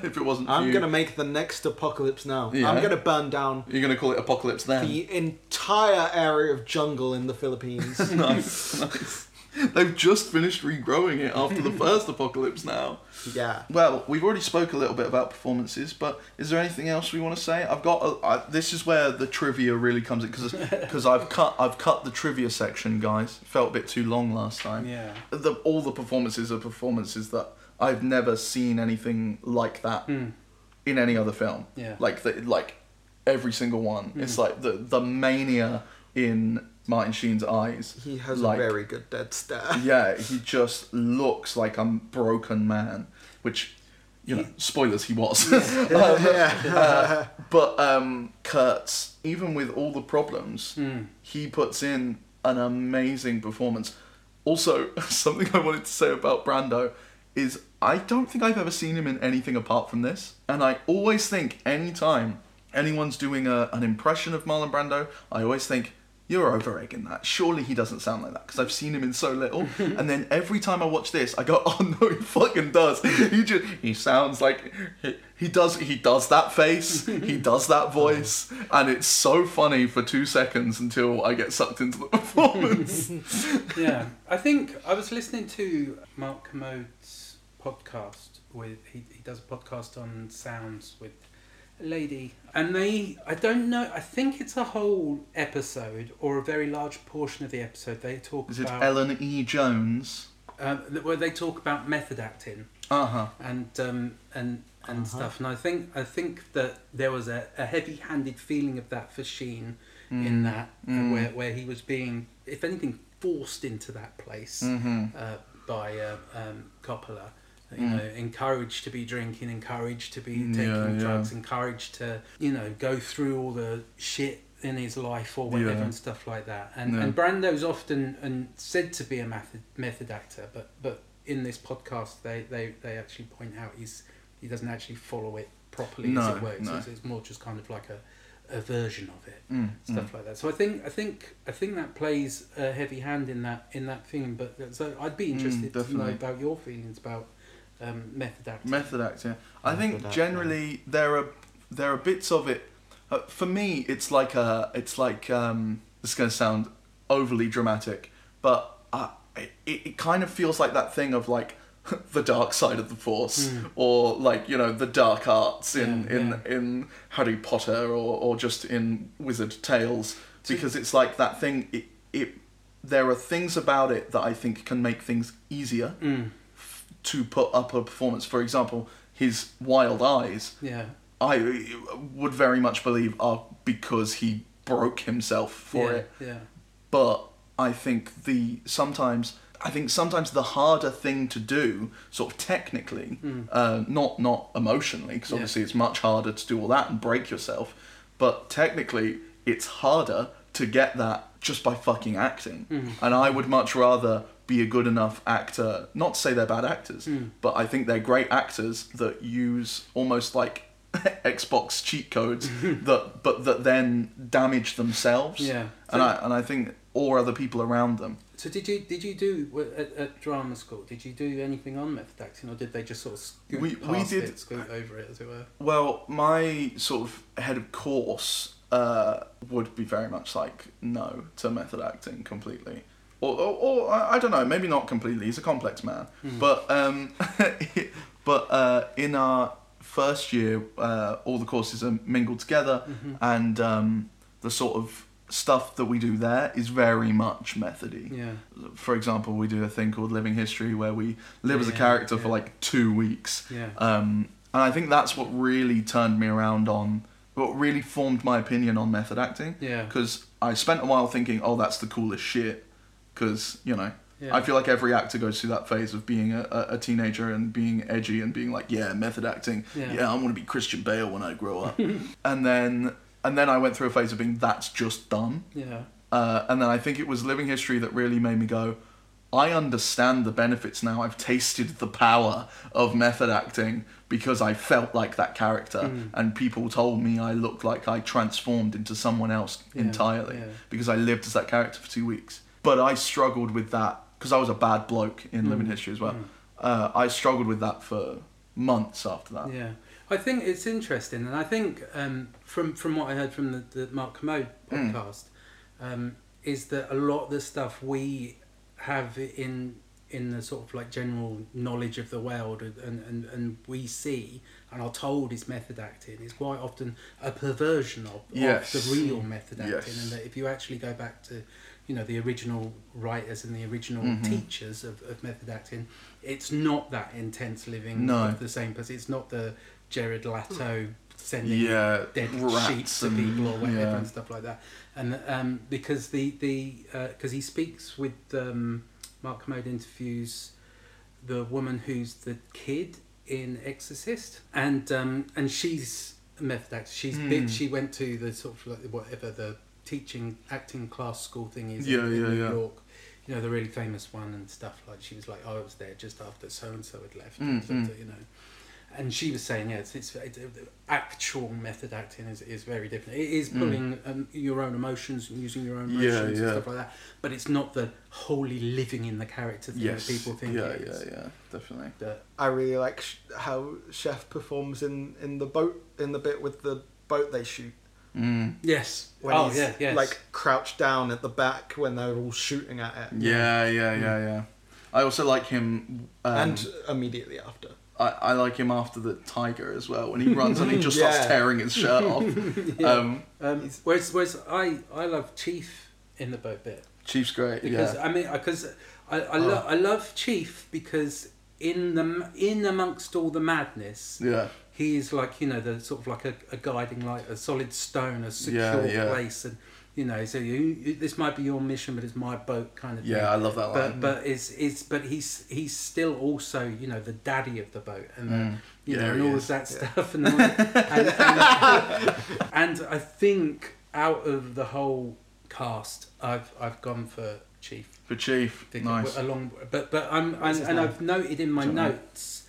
Speaker 2: if it wasn't for
Speaker 3: I'm
Speaker 2: you.
Speaker 3: gonna make the next apocalypse now.
Speaker 2: Yeah.
Speaker 3: I'm gonna burn down
Speaker 2: you're gonna call it apocalypse then
Speaker 3: the entire area of jungle in the Philippines.
Speaker 2: nice, nice. They've just finished regrowing it after the first apocalypse now.
Speaker 3: yeah.
Speaker 2: Well, we've already spoke a little bit about performances, but is there anything else we want to say? I've got a, I, this is where the trivia really comes in because I've cut I've cut the trivia section, guys. Felt a bit too long last time.
Speaker 4: Yeah.
Speaker 2: The, all the performances are performances that I've never seen anything like that
Speaker 3: Hmm.
Speaker 2: in any other film.
Speaker 4: Yeah.
Speaker 2: Like the, like every single one.
Speaker 3: Hmm.
Speaker 2: It's like the the mania in Martin Sheen's eyes.
Speaker 3: He has
Speaker 2: like,
Speaker 3: a very good dead stare.
Speaker 2: yeah, he just looks like a broken man, which, you know, spoilers, he was. Um, uh, but um, Kurtz, even with all the problems, he puts in an amazing performance. Also, something I wanted to say about Brando is I don't think I've ever seen him in anything apart from this. And I always think, anytime anyone's doing a, an impression of Marlon Brando, I always think, you're over egging that. Surely he doesn't sound like that because I've seen him in so little. and then every time I watch this, I go, oh no, he fucking does. He just he sounds like he, he does he does that face, he does that voice, and it's so funny for two seconds until I get sucked into the performance.
Speaker 4: yeah, I think I was listening to Mark Commode's podcast with he, he does a podcast on sounds with a lady, and they I don't know I think it's a whole episode or a very large portion of the episode they talk
Speaker 2: Is it
Speaker 4: about
Speaker 2: Ellen E. Jones?
Speaker 4: um, th- where they talk about method acting
Speaker 2: Uh huh.
Speaker 4: and um, and and stuff. And I think I think that there was a, a heavy-handed feeling of that for Sheen in that, uh, where where he was being, if anything, forced into that place
Speaker 2: Mm. Mm-hmm.
Speaker 4: uh, by uh, um, Coppola. You know, encouraged to be drinking, encouraged to be taking
Speaker 2: Mm. Yeah, yeah.
Speaker 4: drugs, encouraged to you know go through all the shit in his life or whatever
Speaker 2: Yeah.
Speaker 4: and stuff like that. And
Speaker 2: Yeah.
Speaker 4: and Brando's often and said to be a method method actor, but but in this podcast they they, they actually point out he's he doesn't actually follow it properly as
Speaker 2: No,
Speaker 4: it works.
Speaker 2: no.
Speaker 4: It's, it's more just kind of like a, a version of it,
Speaker 2: Mm,
Speaker 4: stuff like that. So I think I think I think that plays a heavy hand in that in that thing. But so I'd be interested to know
Speaker 2: Mm, definitely.
Speaker 4: about your feelings about um, method acting.
Speaker 2: Method acting. I think
Speaker 3: Method acting.
Speaker 2: generally there are there are bits of it. Uh, for me, it's like a it's like um, this is going to sound overly dramatic, but I, it it kind of feels like that thing of like the dark side of the force or like you know the dark arts in
Speaker 4: Yeah,
Speaker 2: in
Speaker 4: yeah.
Speaker 2: in Harry Potter or or just in Wizard Tales because it's like that thing it it there are things about it that I think can make things easier
Speaker 4: Mm,
Speaker 2: f- to put up a performance. For example, his wild eyes,
Speaker 4: yeah,
Speaker 2: I uh, would very much believe are because he broke himself for
Speaker 4: yeah,
Speaker 2: it.
Speaker 4: yeah,
Speaker 2: But I think the sometimes I think sometimes the harder thing to do, sort of technically, uh, not not emotionally, because
Speaker 4: Mm. Yeah.
Speaker 2: obviously it's much harder to do all that and break yourself. But technically, it's harder to get that just by fucking acting.
Speaker 4: Mm.
Speaker 2: And I would much rather be a good enough actor. Not to say they're bad actors,
Speaker 4: Mm.
Speaker 2: but I think they're great actors that use almost like Xbox cheat codes that, but that then damage themselves
Speaker 4: yeah.
Speaker 2: and I and I think or other people around them.
Speaker 4: So did you did you do at, at drama school? Did you do anything on method acting, or did they just sort of scoot
Speaker 2: We- we
Speaker 4: past
Speaker 2: did-
Speaker 4: it, scoot over it, as it were?
Speaker 2: Well, my sort of head of course uh, would be very much like no to method acting completely. Or, or, or I I don't know, maybe not completely. He's a complex man, but um, but uh, in our first year, uh, all the courses are mingled together, and um, the sort of stuff that we do there is very much methody.
Speaker 4: Yeah,
Speaker 2: for example, we do a thing called Living History where we live as a
Speaker 4: Yeah,
Speaker 2: character for
Speaker 4: yeah.
Speaker 2: like two weeks.
Speaker 4: yeah,
Speaker 2: Um, and I think that's what really turned me around on, what really formed my opinion on method acting.
Speaker 4: yeah.
Speaker 2: Because I spent a while thinking, oh, that's the coolest shit. Because, you know,
Speaker 4: Yeah.
Speaker 2: I feel like every actor goes through that phase of being a, a- a teenager and being edgy and being like, yeah, method acting.
Speaker 4: Yeah.
Speaker 2: Yeah, I'm going to be Christian Bale when I grow up. and then. And then I went through a phase of being that's just dumb.
Speaker 4: yeah,
Speaker 2: Uh, and then I think it was Living History that really made me go, I understand the benefits now. I've tasted the power of method acting because I felt like that character,
Speaker 4: Hmm.
Speaker 2: and people told me I looked like I transformed into someone else
Speaker 4: Yeah,
Speaker 2: entirely
Speaker 4: yeah.
Speaker 2: because I lived as that character for two weeks. But I struggled with that because I was a bad bloke in
Speaker 4: Hmm.
Speaker 2: Living History as well. Uh, I struggled with that for months after that.
Speaker 4: yeah. I think it's interesting, and I think um, from from what I heard from the, the Mark Commode
Speaker 2: Mm.
Speaker 4: podcast, um, is that a lot of the stuff we have in in the sort of like general knowledge of the world and, and, and we see and are told is method acting is quite often a perversion of,
Speaker 2: Yes.
Speaker 4: of the real method acting
Speaker 2: Yes.
Speaker 4: and that if you actually go back to you know the original writers and the original
Speaker 2: Mm-hmm.
Speaker 4: teachers of, of method acting it's not that intense living
Speaker 2: No.
Speaker 4: of the same person it's not the Jared Leto sending
Speaker 2: Yeah,
Speaker 4: dead
Speaker 2: rats
Speaker 4: sheets to
Speaker 2: and-
Speaker 4: people or whatever
Speaker 2: yeah.
Speaker 4: and stuff like that. And um, because the the because he speaks with um, Mark Commode interviews the woman who's the kid in Exorcist, and um, and she's a method actor. She's
Speaker 2: Hmm.
Speaker 4: big. She went to the sort of like whatever the teaching acting class school thing is
Speaker 2: Yeah,
Speaker 4: in, in
Speaker 2: yeah,
Speaker 4: New
Speaker 2: yeah.
Speaker 4: York. You know the really famous one and stuff like she was like I was there just after so and so had left,
Speaker 2: Mm,
Speaker 4: so- so, you know and she was saying, yeah, it's, it's, it's actual method acting is, is very different. It is pulling um, your own emotions and using your own
Speaker 2: Hmm. Yeah,
Speaker 4: emotions and
Speaker 2: yeah.
Speaker 4: stuff like that, but it's not the wholly living in the character thing
Speaker 2: Yes.
Speaker 4: that people think
Speaker 2: yeah,
Speaker 4: it
Speaker 2: yeah,
Speaker 4: is.
Speaker 2: yeah, definitely.
Speaker 4: That-
Speaker 3: I really like sh- how Chef performs in in the boat in the bit with the boat they shoot
Speaker 2: Mm.
Speaker 4: yes.
Speaker 3: when
Speaker 4: oh,
Speaker 3: he's
Speaker 4: yeah, yes.
Speaker 3: like crouched down at the back when they're all shooting at it.
Speaker 2: Yeah, yeah, yeah, yeah. I also like him, um,
Speaker 3: and immediately after.
Speaker 2: I, I like him after the tiger as well when he runs and he just starts
Speaker 3: Yeah.
Speaker 2: tearing his shirt off. um,
Speaker 4: um, whereas, whereas I, I love Chief in the boat bit
Speaker 2: Chief's great,
Speaker 4: because
Speaker 2: yeah. Oh.
Speaker 4: I mean, because I I, lo- I love Chief because in the in amongst all the madness,
Speaker 2: Yeah.
Speaker 4: he is like you know the sort of like a, a guiding light, a solid stone, a secure
Speaker 2: yeah.
Speaker 4: place, and you know so you, you this might be your mission, but it's my boat kind of
Speaker 2: Yeah, I
Speaker 4: thing.
Speaker 2: love that line.
Speaker 4: But but it's it's but he's he's still also you know the daddy of the boat and the, you
Speaker 2: Mm, Yeah,
Speaker 4: know and
Speaker 2: he
Speaker 4: all
Speaker 2: is.
Speaker 4: of that stuff and, all that. and, and, and I think out of the whole cast, I've I've gone for Chief
Speaker 2: For Chief,
Speaker 4: think
Speaker 2: nice.
Speaker 4: along but but I'm, I'm and I've noted in my
Speaker 2: Don't know.
Speaker 4: notes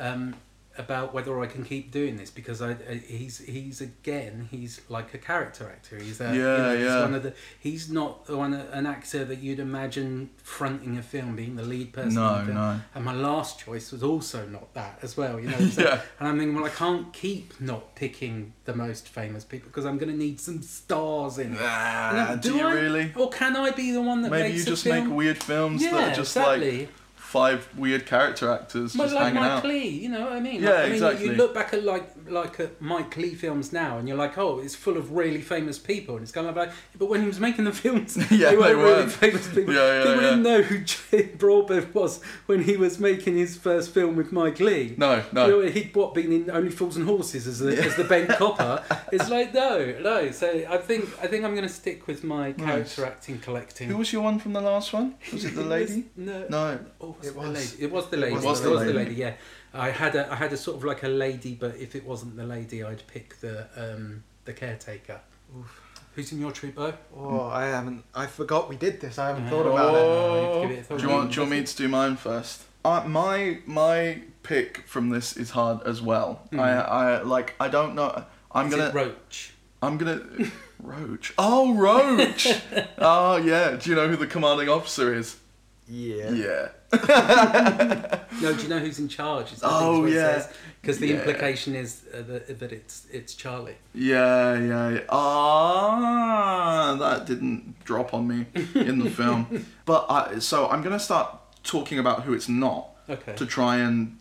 Speaker 4: um, about whether I can keep doing this because I, I he's he's again he's like a character actor he's a, you
Speaker 2: Yeah,
Speaker 4: know, he's
Speaker 2: yeah.
Speaker 4: one of the he's not the one an actor that you'd imagine fronting a film being the lead person in the
Speaker 2: No,
Speaker 4: film.
Speaker 2: no.
Speaker 4: and my last choice was also not that as well you know so-
Speaker 2: Yeah.
Speaker 4: and I'm thinking well I can't keep not picking the most famous people because I'm gonna need some stars in it
Speaker 2: Ah,
Speaker 4: Now,
Speaker 2: do you
Speaker 4: I-
Speaker 2: really?
Speaker 4: or can I be the one that
Speaker 2: Maybe
Speaker 4: makes
Speaker 2: you
Speaker 4: a
Speaker 2: just
Speaker 4: film?
Speaker 2: make weird films
Speaker 4: yeah,
Speaker 2: that are just
Speaker 4: exactly.
Speaker 2: like five weird character actors
Speaker 4: But
Speaker 2: just
Speaker 4: like
Speaker 2: hanging
Speaker 4: Mike
Speaker 2: out.
Speaker 4: Lee, you know what I mean?
Speaker 2: Yeah,
Speaker 4: Like, I mean,
Speaker 2: exactly.
Speaker 4: You look back at like like at Mike Lee films now, and you're like, oh, it's full of really famous people, and it's kind of like, but when he was making the films,
Speaker 2: Yeah,
Speaker 4: they
Speaker 2: they
Speaker 4: weren't really
Speaker 2: weren't.
Speaker 4: famous people.
Speaker 2: Yeah, yeah,
Speaker 4: people
Speaker 2: yeah.
Speaker 4: didn't know who Jay Broadbent was when he was making his first film with Mike Lee.
Speaker 2: No,
Speaker 4: You know,
Speaker 2: no.
Speaker 4: he'd what been in Only Fools and Horses as the, as the Ben Copper. It's like no, no. So I think I think I'm going to stick with my character acting collecting.
Speaker 2: Who was your one from the last one? Was it the lady?
Speaker 4: no,
Speaker 2: No.
Speaker 4: Oh, was
Speaker 3: It
Speaker 4: it, the
Speaker 3: was.
Speaker 4: lady? It was the lady. It was, the, lady. Yeah, I had a I had a sort of like a lady, but if it wasn't the lady, I'd pick the um the caretaker. Who's in your troop, Bo?
Speaker 3: Oh, I haven't. I forgot we did this. I haven't
Speaker 4: Yeah.
Speaker 3: thought about it.
Speaker 4: Oh, give it a
Speaker 2: do
Speaker 4: thought.
Speaker 2: you want, do you want me to do mine first? Uh, my my pick from this is hard as well. I I like I don't know. I'm
Speaker 4: Hmm. Is
Speaker 2: gonna
Speaker 4: it Roach.
Speaker 2: I'm gonna Roach. Oh, Roach. oh yeah. Do you know who the commanding officer is?
Speaker 3: Yeah.
Speaker 2: Yeah.
Speaker 4: No, do you know who's in charge? Is
Speaker 2: Oh, yeah.
Speaker 4: because the
Speaker 2: Yeah.
Speaker 4: implication is uh, that, that it's it's Charlie.
Speaker 2: Yeah, yeah, yeah. Ah, that didn't drop on me in the film. But I, so I'm gonna start talking about who it's not
Speaker 4: Okay.
Speaker 2: to try and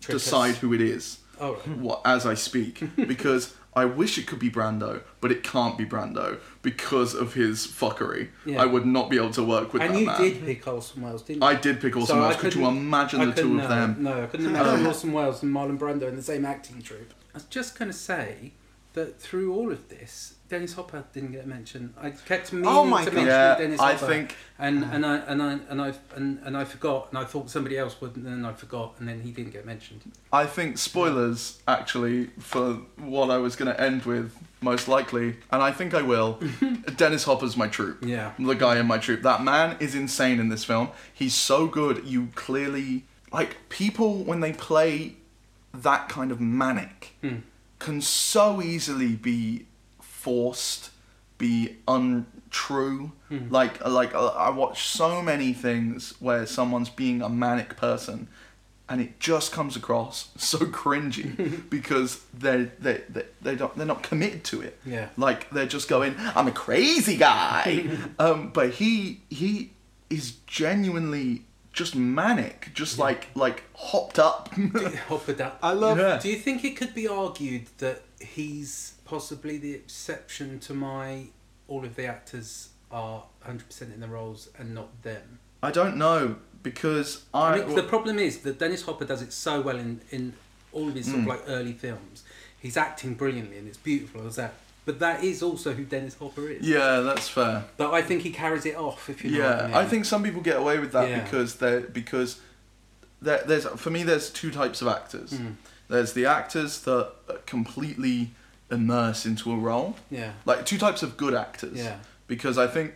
Speaker 4: Trick us.
Speaker 2: decide who it is.
Speaker 4: All right.
Speaker 2: What as I speak because I wish it could be Brando, but it can't be Brando because of his fuckery.
Speaker 4: Yeah.
Speaker 2: I would not be able to work with
Speaker 4: And
Speaker 2: that
Speaker 4: you
Speaker 2: man.
Speaker 4: did pick Orson Welles, didn't you?
Speaker 2: I did pick Orson
Speaker 4: So I
Speaker 2: Welles. Could you
Speaker 4: couldn't-
Speaker 2: imagine
Speaker 4: I
Speaker 2: the two
Speaker 4: couldn't- uh,
Speaker 2: of
Speaker 4: no,
Speaker 2: them? Um,
Speaker 4: No, I couldn't imagine Orson Welles and Marlon Brando in the same acting troupe. I was just going to say that through all of this, Dennis Hopper didn't get mentioned. I kept meaning
Speaker 3: Oh my
Speaker 4: to
Speaker 3: God.
Speaker 4: mention
Speaker 2: Yeah,
Speaker 4: Dennis
Speaker 2: I
Speaker 4: Hopper,
Speaker 2: think-
Speaker 4: and and I and I and I and, and I forgot, and I thought somebody else would, and then I forgot, and then he didn't get mentioned.
Speaker 2: I think spoilers actually for what I was going to end with most likely, and I think I will. Dennis Hopper's my troop.
Speaker 4: Yeah.
Speaker 2: the guy in my troop. That man is insane in this film. He's so good. You clearly like people when they play that kind of manic can so easily be forced, be untrue. Like like uh, I watch so many things where someone's being a manic person and it just comes across so cringy because they they they they don't they're not committed to it.
Speaker 4: Yeah.
Speaker 2: Like they're just going, I'm a crazy guy. um, but he he is genuinely just manic, just like like hopped up.
Speaker 4: Hopper, that
Speaker 3: I love.
Speaker 2: Yeah.
Speaker 4: Do you think it could be argued that he's possibly the exception to my all of the actors are 100% in the roles and not them?
Speaker 2: I don't know because I,
Speaker 4: I mean, the problem is that Dennis Hopper does it so well in, in all of his sort of like early films. He's acting brilliantly and it's beautiful as that. But that is also who Dennis Hopper is.
Speaker 2: yeah, that's fair.
Speaker 4: But I think he carries it off, if you know what I
Speaker 2: yeah,
Speaker 4: mean.
Speaker 2: I think some people get away with that
Speaker 4: Yeah.
Speaker 2: because they because there, there's for me there's two types of actors.
Speaker 4: Hmm.
Speaker 2: There's the actors that completely immerse into a role.
Speaker 4: Yeah.
Speaker 2: Like two types of good actors.
Speaker 4: Yeah.
Speaker 2: Because I think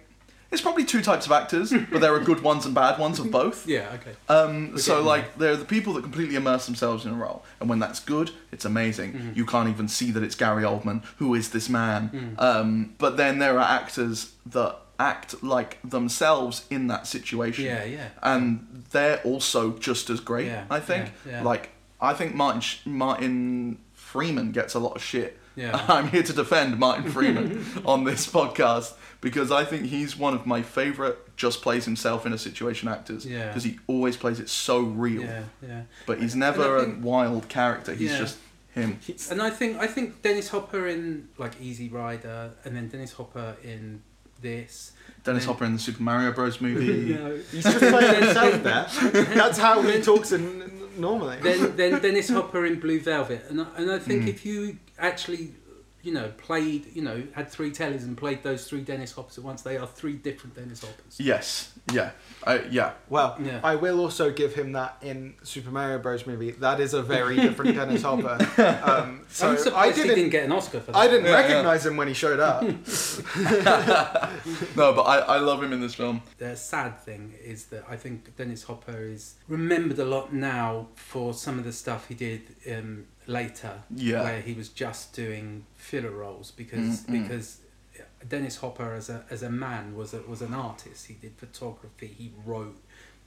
Speaker 2: it's probably two types of actors, but there are good ones and bad ones of both.
Speaker 4: Yeah, okay.
Speaker 2: Um, so
Speaker 4: getting
Speaker 2: like there are the people that completely immerse themselves in a role, and when that's good, it's amazing.
Speaker 4: Mm-hmm.
Speaker 2: You can't even see that it's Gary Oldman. Who is this man?
Speaker 4: Mm.
Speaker 2: Um, but then there are actors that act like themselves in that situation.
Speaker 4: Yeah, yeah.
Speaker 2: And they're also just as great.
Speaker 4: Yeah,
Speaker 2: I think.
Speaker 4: yeah, yeah.
Speaker 2: Like I think Martin Sh- Martin Freeman gets a lot of shit.
Speaker 4: Yeah.
Speaker 2: I'm here to defend Martin Freeman on this podcast because I think he's one of my favorite just plays himself in a situation actors
Speaker 4: Yeah.
Speaker 2: because he always plays it so real.
Speaker 4: Yeah, yeah.
Speaker 2: But he's
Speaker 4: And I
Speaker 2: never a
Speaker 4: think-
Speaker 2: wild character. He's
Speaker 4: Yeah.
Speaker 2: just him.
Speaker 4: And I think I think Dennis Hopper in like Easy Rider, and then Dennis Hopper in this.
Speaker 2: Dennis Hopper in the Super Mario Bros. movie.
Speaker 4: No.
Speaker 3: He's just playing himself there. That's how he talks in, in- normally.
Speaker 4: then, then Dennis Hopper in Blue Velvet, and I, and I
Speaker 3: Hmm.
Speaker 4: think if you actually, you know, played, you know, had three tellies and played those three Dennis Hoppers at once, they are three different Dennis Hoppers.
Speaker 2: Yes. Yeah. I, yeah.
Speaker 3: Well,
Speaker 4: Yeah.
Speaker 3: I will also give him that in Super Mario Bros. movie. That is a very different Dennis Hopper. Um, so
Speaker 4: I'm surprised
Speaker 3: I
Speaker 4: he
Speaker 3: didn't,
Speaker 4: didn't get an Oscar for that.
Speaker 3: I didn't
Speaker 2: Yeah, yeah.
Speaker 3: recognize him when he showed up.
Speaker 2: No, but I, I love him in this film.
Speaker 4: The sad thing is that I think Dennis Hopper is remembered a lot now for some of the stuff he did um, later,
Speaker 2: Yeah. Mm-hmm.
Speaker 4: where he was just doing filler roles because
Speaker 2: Mm-mm.
Speaker 4: because Dennis Hopper as a as a man was a, was an artist. He did photography. He wrote.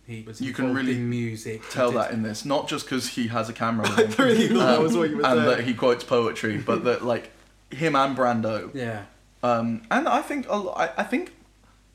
Speaker 4: He was
Speaker 2: You can
Speaker 4: involved
Speaker 2: really
Speaker 4: in music. he
Speaker 2: Tell
Speaker 4: did-
Speaker 2: that in this, not just because he has a camera. on him,
Speaker 3: really thought that was what you were
Speaker 2: and
Speaker 3: saying.
Speaker 2: that he quotes poetry, but that like him and Brando
Speaker 4: Yeah,
Speaker 2: Um, and I think a lo- I I think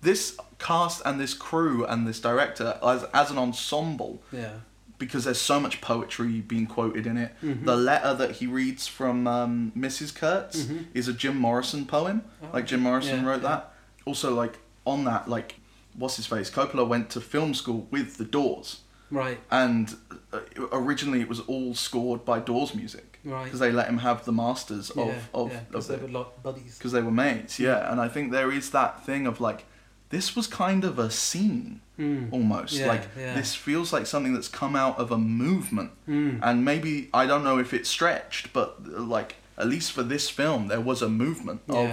Speaker 2: this cast and this crew and this director as as an ensemble
Speaker 4: yeah,
Speaker 2: because there's so much poetry being quoted in it.
Speaker 4: Mm-hmm.
Speaker 2: The letter that he reads from um, Mrs. Kurtz is a Jim Morrison poem. like Jim Morrison
Speaker 4: Mm-hmm. Oh, yeah,
Speaker 2: wrote
Speaker 4: yeah.
Speaker 2: that. Also, like on that, like what's his face? Coppola went to film school with The Doors,
Speaker 4: right.
Speaker 2: and uh, originally it was all scored by Doors music
Speaker 4: Right.
Speaker 2: because they let him have the masters
Speaker 4: Yeah,
Speaker 2: of of,
Speaker 4: yeah, 'cause
Speaker 2: of
Speaker 4: they
Speaker 2: it
Speaker 4: were like buddies.
Speaker 2: because they were mates yeah and i think there is that thing of like this was kind of a scene
Speaker 4: Mm.
Speaker 2: almost
Speaker 4: Yeah,
Speaker 2: like
Speaker 4: yeah.
Speaker 2: this feels like something that's come out of a movement
Speaker 4: Mm.
Speaker 2: and maybe i don't know if it's stretched but uh, like at least for this film there was a movement
Speaker 4: Yeah.
Speaker 2: of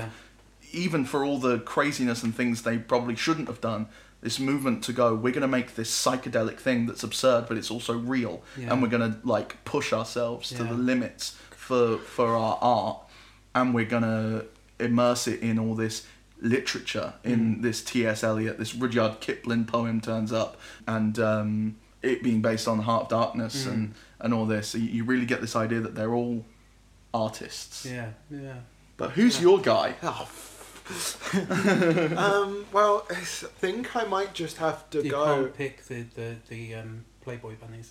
Speaker 2: even for all the craziness and things they probably shouldn't have done this movement to go we're going to make this psychedelic thing that's absurd but it's also real
Speaker 4: Yeah.
Speaker 2: and we're going to like push ourselves to
Speaker 4: Yeah.
Speaker 2: the limits for for our art and we're going to immerse it in all this literature in
Speaker 4: Mm.
Speaker 2: this T.S. Eliot this Rudyard Kipling poem turns up and um, it being based on Heart of Darkness
Speaker 4: Mm.
Speaker 2: and and all this so you- you really get this idea that they're all artists
Speaker 4: Yeah, yeah. Ah.
Speaker 2: but who's your guy
Speaker 3: Oh, f- um, well, I think I might just have to
Speaker 4: You
Speaker 3: go.
Speaker 4: can't pick the the the um, Playboy bunnies.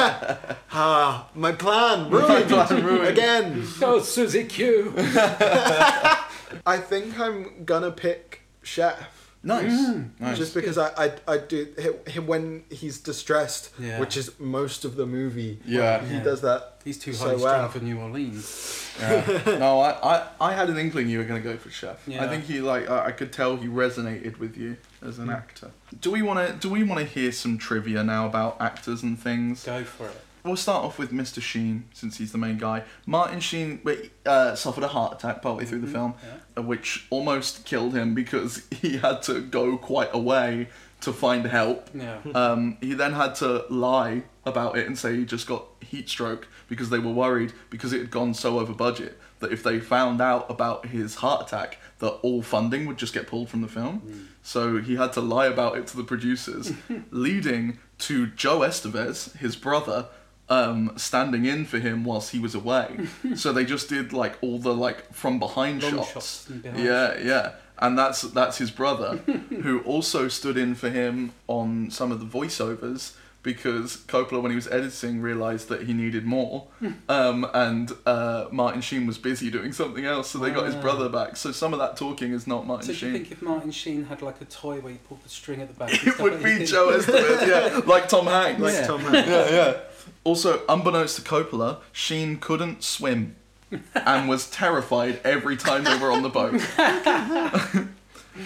Speaker 3: Ah, my plan ruined,
Speaker 2: plan ruined.
Speaker 3: again.
Speaker 4: Oh, Susie Q.
Speaker 3: I think I'm gonna pick Chef.
Speaker 2: nice
Speaker 4: Mm.
Speaker 2: nice
Speaker 3: Just because I, I I do hi- hi- when he's distressed,
Speaker 4: Yeah.
Speaker 3: which is most of the movie.
Speaker 2: Yeah.
Speaker 3: he
Speaker 4: Yeah.
Speaker 3: does that.
Speaker 4: He's too
Speaker 3: So
Speaker 4: high strung
Speaker 3: well.
Speaker 4: for New Orleans.
Speaker 2: Yeah. no, I, I, I had an inkling you were going to go for Chef.
Speaker 4: Yeah.
Speaker 2: I think he like I, I could tell he resonated with you as an
Speaker 4: Mm.
Speaker 2: actor. Do we want to do we want to hear some trivia now about actors and things?
Speaker 4: Go for it.
Speaker 2: We'll start off with Mr. Sheen since he's the main guy. Martin Sheen wait, uh, suffered a heart attack partway through the film,
Speaker 4: Mm-hmm.
Speaker 2: uh, which almost killed him because he had to go quite a way to find help.
Speaker 4: Yeah.
Speaker 2: Um, he then had to lie about it and say he just got heat stroke because they were worried because it had gone so over budget that if they found out about his heart attack, that all funding would just get pulled from the film.
Speaker 4: Hmm.
Speaker 2: So he had to lie about it to the producers, leading to Joe Estevez, his brother, um, standing in for him whilst he was away. so they just did like all the like from behind
Speaker 4: Long
Speaker 2: shots.
Speaker 4: shots and behind
Speaker 2: yeah, yeah, yeah. And that's that's his brother, who also stood in for him on some of the voiceovers because Coppola, when he was editing, realized that he needed more, um, and uh, Martin Sheen was busy doing something else, so they got his
Speaker 4: Ah.
Speaker 2: brother back. So some of that talking is not Martin
Speaker 4: So do
Speaker 2: Sheen.
Speaker 4: you think if Martin Sheen had like a toy where you pulled the string at the back? and
Speaker 2: it
Speaker 4: stuff
Speaker 2: would
Speaker 4: like
Speaker 2: be
Speaker 4: that?
Speaker 2: Joe Estevez, yeah, like Tom Hanks.
Speaker 3: Like
Speaker 4: Yeah.
Speaker 3: Tom Hanks.
Speaker 2: yeah, yeah. Also, unbeknownst to Coppola, Sheen couldn't swim and was terrified every time they were on the boat.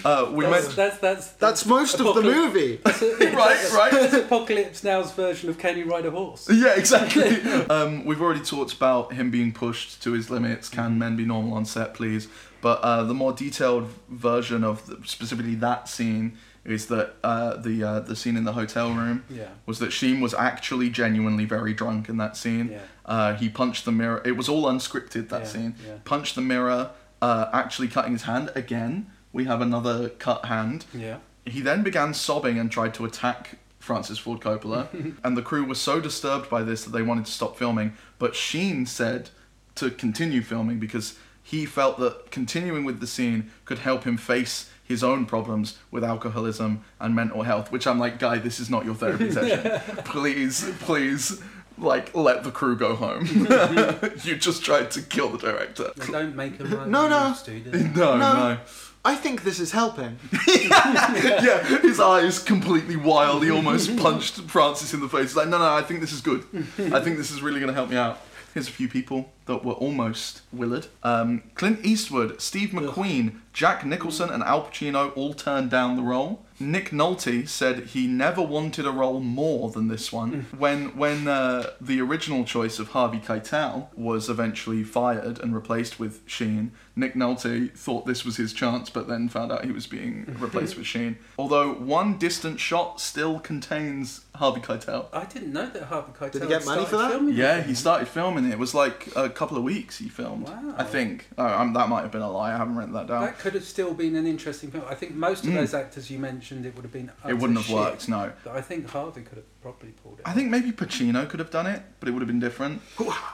Speaker 2: uh, we
Speaker 4: That's,
Speaker 2: mentioned.
Speaker 4: that's that's
Speaker 3: That's most of the movie.
Speaker 2: Right, right.
Speaker 4: that's Apocalypse Now's version of Can You Ride a Horse?
Speaker 2: Yeah, exactly. um, we've already talked about him being pushed to his limits. Can men be normal on set, please? But uh, the more detailed version of the, specifically that scene is that uh, the uh, the scene in the hotel room
Speaker 4: Yeah.
Speaker 2: was that Sheen was actually genuinely very drunk in that scene.
Speaker 4: Yeah.
Speaker 2: Uh, he punched the mirror. It was all unscripted that
Speaker 4: Yeah,
Speaker 2: scene.
Speaker 4: yeah.
Speaker 2: Punched the mirror, uh, actually cutting his hand again. We have another cut hand.
Speaker 4: Yeah.
Speaker 2: He then began sobbing and tried to attack Francis Ford Coppola, and the crew were so disturbed by this that they wanted to stop filming. But Sheen said to continue filming because he felt that continuing with the scene could help him face his own problems with alcoholism and mental health. Which I'm like, guy, this is not your therapy session. please, please, like, let the crew go home. you just tried to kill the director.
Speaker 4: They don't make him ride
Speaker 3: No,
Speaker 4: a
Speaker 3: no.
Speaker 4: horse, do they?
Speaker 2: Oh, No, no.
Speaker 3: I think this is helping.
Speaker 2: yeah, his eyes completely wild. He almost punched Francis in the face. He's like, no, no, I think this is good. I think this is really going to help me out. Here's a few people that were almost Willard. Um, Clint Eastwood, Steve McQueen, Jack Nicholson, and Al Pacino all turned down the role. Nick Nolte said he never wanted a role more than this one.
Speaker 4: Mm.
Speaker 2: When when uh, the original choice of Harvey Keitel was eventually fired and replaced with Sheen, Nick Nolte thought this was his chance, but then found out he was being replaced with Sheen. Although one distant shot still contains Harvey Keitel.
Speaker 4: I didn't know that Harvey Keitel
Speaker 3: Did he get money
Speaker 4: started
Speaker 3: for that?
Speaker 4: filming
Speaker 2: Yeah,
Speaker 4: it.
Speaker 2: he started filming it. It was like a couple of weeks he filmed.
Speaker 4: Wow.
Speaker 2: I think. Oh, um, that might have been a lie. I haven't written that down.
Speaker 4: That could have still been an interesting film. I think most of
Speaker 2: Mm.
Speaker 4: those actors you mentioned, it would have been. utter
Speaker 2: it wouldn't have
Speaker 4: shit.
Speaker 2: worked, no.
Speaker 4: But I think Harvey could have probably pulled it.
Speaker 2: I think maybe Pacino could have done it, but it would have been different.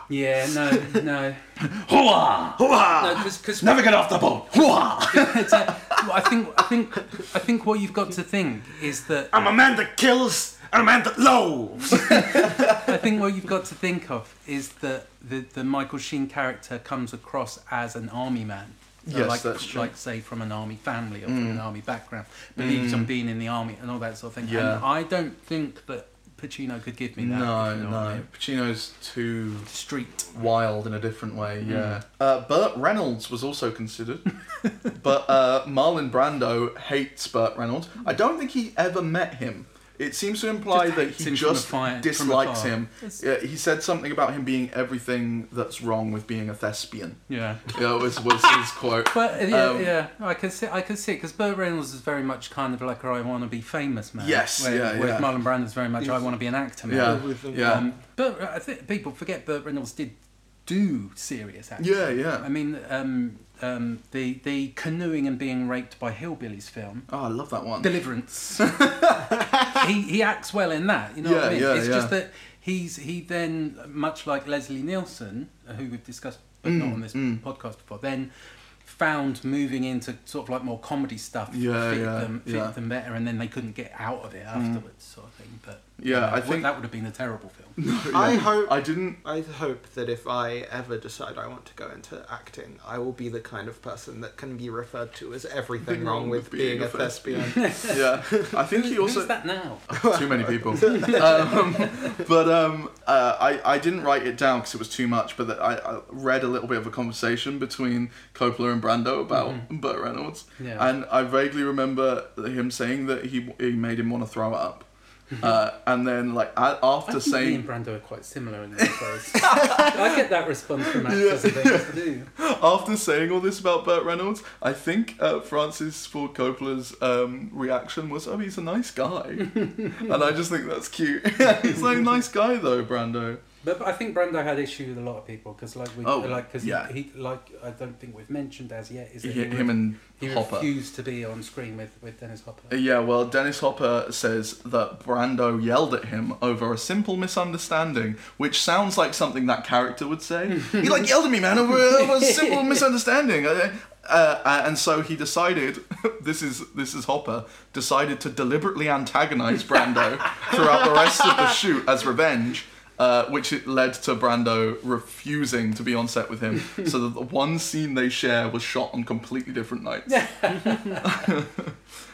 Speaker 4: Yeah, no, no,
Speaker 2: Hooah! Hooah!
Speaker 4: no, because
Speaker 2: Never get off the boat! Hooah!
Speaker 4: It's a- uh, well, I think I think I think what you've got to think is that
Speaker 3: I'm a man that kills and a man that loves.
Speaker 4: I think what you've got to think of is that the, the Michael Sheen character comes across as an army man. So
Speaker 2: Yes,
Speaker 4: like,
Speaker 2: that's true. Mm.
Speaker 4: Like say from an army family or from an army background, believes on being in the army and all that sort of thing.
Speaker 2: Yeah.
Speaker 4: And I don't think that Pacino could give me that.
Speaker 2: no,
Speaker 4: if you know what I
Speaker 2: no.
Speaker 4: mean.
Speaker 2: Pacino's too
Speaker 4: Street.
Speaker 2: wild in a different way,
Speaker 4: Hmm.
Speaker 2: yeah. Uh, Burt Reynolds was also considered, but uh, Marlon Brando hates Burt Reynolds. I don't think he ever met him. It seems to imply
Speaker 4: Just
Speaker 2: that
Speaker 4: hates
Speaker 2: he
Speaker 4: him from
Speaker 2: just
Speaker 4: afar- from
Speaker 2: dislikes
Speaker 4: afar.
Speaker 2: him.
Speaker 4: It's-
Speaker 2: Yeah, he said something about him being everything that's wrong with being a thespian.
Speaker 4: Yeah.
Speaker 2: Yeah, was, was his quote.
Speaker 4: But uh, yeah,
Speaker 2: Um,
Speaker 4: yeah, I can see, I can see it because Burt Reynolds is very much kind of like a I want to be famous man.
Speaker 2: Yes,
Speaker 4: where-
Speaker 2: yeah,
Speaker 4: whereas
Speaker 2: yeah.
Speaker 4: Marlon Brando's very much I want to be an actor man.
Speaker 2: Yeah,
Speaker 3: Everything.
Speaker 2: yeah.
Speaker 4: Um, Burt, I think people forget Burt Reynolds did do serious acting.
Speaker 2: Yeah, yeah.
Speaker 4: I mean, um, um, the the canoeing and being raped by hillbillies film,
Speaker 2: oh, I love that one.
Speaker 4: Deliverance. he he acts well in that. You know what I
Speaker 2: Yeah,
Speaker 4: mean?
Speaker 2: yeah,
Speaker 4: it's just
Speaker 2: yeah.
Speaker 4: that he's he then much like Leslie Nielsen, who we've discussed but
Speaker 2: Mm,
Speaker 4: not on this podcast before, then found moving into sort of like more comedy stuff
Speaker 2: Yeah,
Speaker 4: fit
Speaker 2: yeah,
Speaker 4: them fit
Speaker 2: yeah. Mm.
Speaker 4: them better and then they couldn't get out of it afterwards sort of thing but you
Speaker 2: Yeah,
Speaker 4: know,
Speaker 2: I
Speaker 4: what-
Speaker 2: think-
Speaker 4: that would have been a terrible film
Speaker 3: I hope.
Speaker 2: I didn't.
Speaker 3: I hope that if I ever decide I want to go into acting, I will be the kind of person that can be referred to as everything wrong with being, a thespian.
Speaker 2: Yeah, I think he also
Speaker 4: Who's that now?
Speaker 2: too many people. um, but um, uh, I I didn't write it down because it was too much. But that I, I read a little bit of a conversation between Coppola and Brando about Burt Reynolds,
Speaker 4: Yeah.
Speaker 2: and I vaguely remember him saying that he he made him want to throw up. Uh, and then, like a-
Speaker 4: I
Speaker 2: after
Speaker 4: think me
Speaker 2: saying
Speaker 4: and Brando are quite similar in those ways. I get that response from actors and things to do.
Speaker 2: after saying all this about Burt Reynolds, I think uh, Francis Ford Coppola's um, reaction was, "Oh, he's a nice guy," and I just think that's cute. he's like nice guy though, Brando.
Speaker 4: But, but I think Brando had issue with a lot of people because, like, we,
Speaker 2: Oh,
Speaker 4: like, cause
Speaker 2: yeah.
Speaker 4: he, like, I don't think we've mentioned as yet is that he,
Speaker 2: Hi- Him
Speaker 4: re-
Speaker 2: and
Speaker 4: he
Speaker 2: Hopper. Uh,
Speaker 4: refused to be on screen with, with Dennis Hopper.
Speaker 2: Yeah, well, Dennis Hopper says that Brando yelled at him over a simple misunderstanding, which sounds like something that character would say. he like yelled at me, man, over, over a simple misunderstanding. Uh, uh, and so he decided, this is this is Hopper, decided to deliberately antagonize Brando throughout the rest of the shoot as revenge. Uh, which it led to Brando refusing to be on set with him, so that the one scene they share was shot on completely different nights.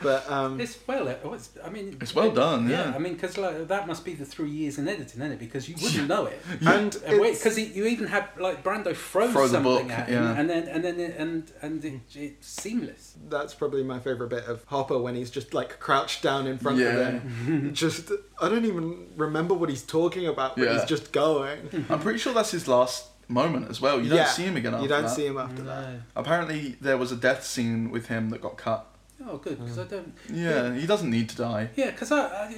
Speaker 3: But um,
Speaker 4: It's well, it was, I mean,
Speaker 2: It's well done, yeah.
Speaker 4: I mean, because like that must be the three years in editing, isn't it? Because you wouldn't know it.
Speaker 3: and it's-
Speaker 4: because you even had like Brando froze
Speaker 2: Throw the
Speaker 4: something
Speaker 2: book,
Speaker 4: at him,
Speaker 2: yeah.
Speaker 4: and then and then it, and and it, it's seamless.
Speaker 3: that's probably my favorite bit of Hopper when he's just like crouched down in front
Speaker 2: Yeah.
Speaker 3: of him. just I don't even remember what he's talking about, but
Speaker 2: Yeah.
Speaker 3: he's just going.
Speaker 2: I'm pretty sure that's his last moment as well. You don't
Speaker 3: Yeah.
Speaker 2: see him again after
Speaker 3: You don't
Speaker 2: that.
Speaker 3: see him after that.
Speaker 2: Apparently, there was a death scene with him that got cut.
Speaker 4: Oh, good because I don't.
Speaker 2: Yeah, he doesn't need to die.
Speaker 4: Yeah, because I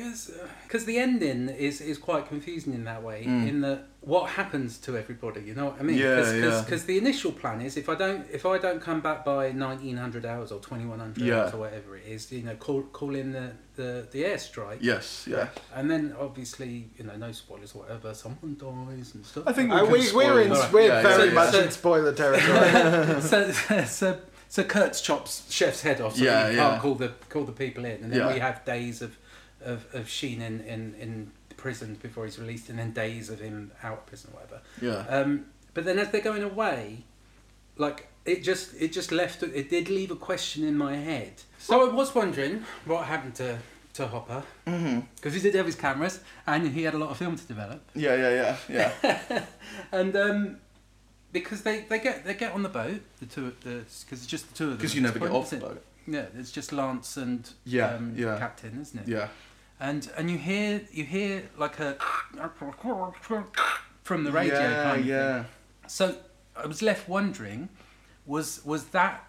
Speaker 4: because the ending is is quite confusing in that way. In that what happens to everybody, you know what I mean?
Speaker 2: Hmm. Yeah,
Speaker 4: Cause,
Speaker 2: yeah.
Speaker 4: Because the initial plan is if I don't if I don't come back by nineteen hundred hours or twenty one hundred
Speaker 2: Yeah.
Speaker 4: hours or whatever it is, you know, call call in the the, the airstrike.
Speaker 2: Yes, yeah.
Speaker 4: And then obviously, you know, no spoilers or whatever. Someone dies and stuff.
Speaker 2: I think
Speaker 3: Uh,
Speaker 2: we
Speaker 3: we,
Speaker 2: can
Speaker 3: we're in,
Speaker 2: spoil it.
Speaker 3: we're
Speaker 2: Yeah,
Speaker 3: very
Speaker 2: yeah,
Speaker 3: much
Speaker 4: yeah.
Speaker 3: in spoiler territory.
Speaker 4: so, so, so Kurtz chops Chef's head off. So
Speaker 2: Yeah,
Speaker 4: we
Speaker 2: yeah.
Speaker 4: can't call the call the people in, and then
Speaker 2: Yeah.
Speaker 4: we have days of, of, of Sheen in, in, in prison before he's released, and then days of him out of prison or whatever.
Speaker 2: Yeah.
Speaker 4: Um, but then as they're going away, like it just it just left it did leave a question in my head. So I was wondering what happened to to Hopper
Speaker 2: Mm-hmm.
Speaker 4: because he did have his cameras and he had a lot of film to develop.
Speaker 2: Yeah, yeah, yeah,
Speaker 4: and um, because they, they get they get on the boat, the two because it's just the two of them.
Speaker 2: Because you
Speaker 4: at
Speaker 2: never
Speaker 4: this
Speaker 2: get
Speaker 4: point,
Speaker 2: off the
Speaker 4: isn't it?
Speaker 2: boat.
Speaker 4: Yeah, it's just Lance and
Speaker 2: Yeah,
Speaker 4: um,
Speaker 2: yeah.
Speaker 4: Captain, isn't it?
Speaker 2: Yeah.
Speaker 4: And and you hear you hear like a from the radio
Speaker 2: Yeah,
Speaker 4: kind of thing.
Speaker 2: yeah.
Speaker 4: So I was left wondering, was was that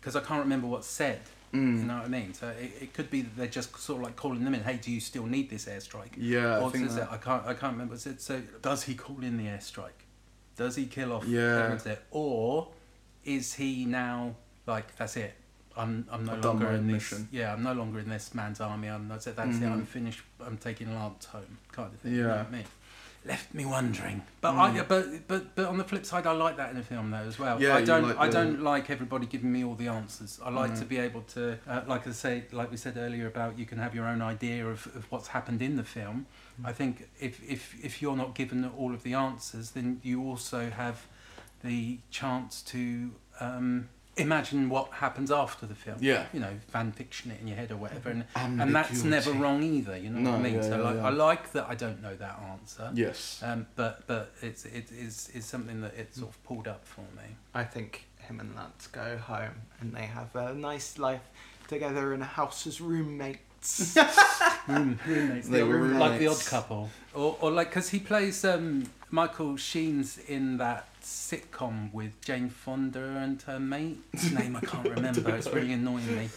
Speaker 4: because I can't remember what's said.
Speaker 2: Mm.
Speaker 4: You know what I mean? So it, it could be that they're just sort of like calling them in. Hey, do you still need this airstrike?
Speaker 2: Yeah, I
Speaker 4: Or
Speaker 2: think
Speaker 4: is
Speaker 2: that-
Speaker 4: it- I can't. I can't remember. So, so does he call in the airstrike? Does he kill off?
Speaker 2: Yeah.
Speaker 4: everyone there? Or is he now like that's it? I'm I'm no
Speaker 2: I've done
Speaker 4: longer
Speaker 2: my
Speaker 4: in this.
Speaker 2: mission."
Speaker 4: Yeah, I'm no longer in this man's army. I'm that's it. That's it. I'm finished. I'm taking Lance home, kind of thing. You know
Speaker 2: Yeah.
Speaker 4: what I mean? left me wondering. But I, but but but on the flip side, I like that in a film though as well.
Speaker 2: Mm. Yeah,
Speaker 4: I
Speaker 2: you
Speaker 4: don't
Speaker 2: like
Speaker 4: I
Speaker 2: the- Mm.
Speaker 4: don't like everybody giving me all the answers. I like to be able to, uh, like I say, like we said earlier about you can have your own idea of, of what's happened in the film.
Speaker 2: Mm.
Speaker 4: I think if if if you're not given all of the answers, then you also have the chance to. Um, Imagine what happens after the film.
Speaker 2: Yeah.
Speaker 4: You know, fan fiction it in your head or whatever. And, and that's
Speaker 2: Ambiguity.
Speaker 4: never wrong either, you know what I
Speaker 2: No,
Speaker 4: mean?
Speaker 2: yeah,
Speaker 4: so
Speaker 2: yeah,
Speaker 4: like,
Speaker 2: yeah.
Speaker 4: I like that I don't know that answer.
Speaker 2: Yes.
Speaker 4: Um, but but it's it is is something that it sort of pulled up for me.
Speaker 3: I think him and Lance go home and they have a nice life together in a house as roommates.
Speaker 2: They were
Speaker 3: roommates.
Speaker 4: like the odd
Speaker 2: roommates.
Speaker 4: couple, or or like because he plays um, Michael Sheen's in that sitcom with Jane Fonda and her mate. His name I can't remember. It's really annoying me.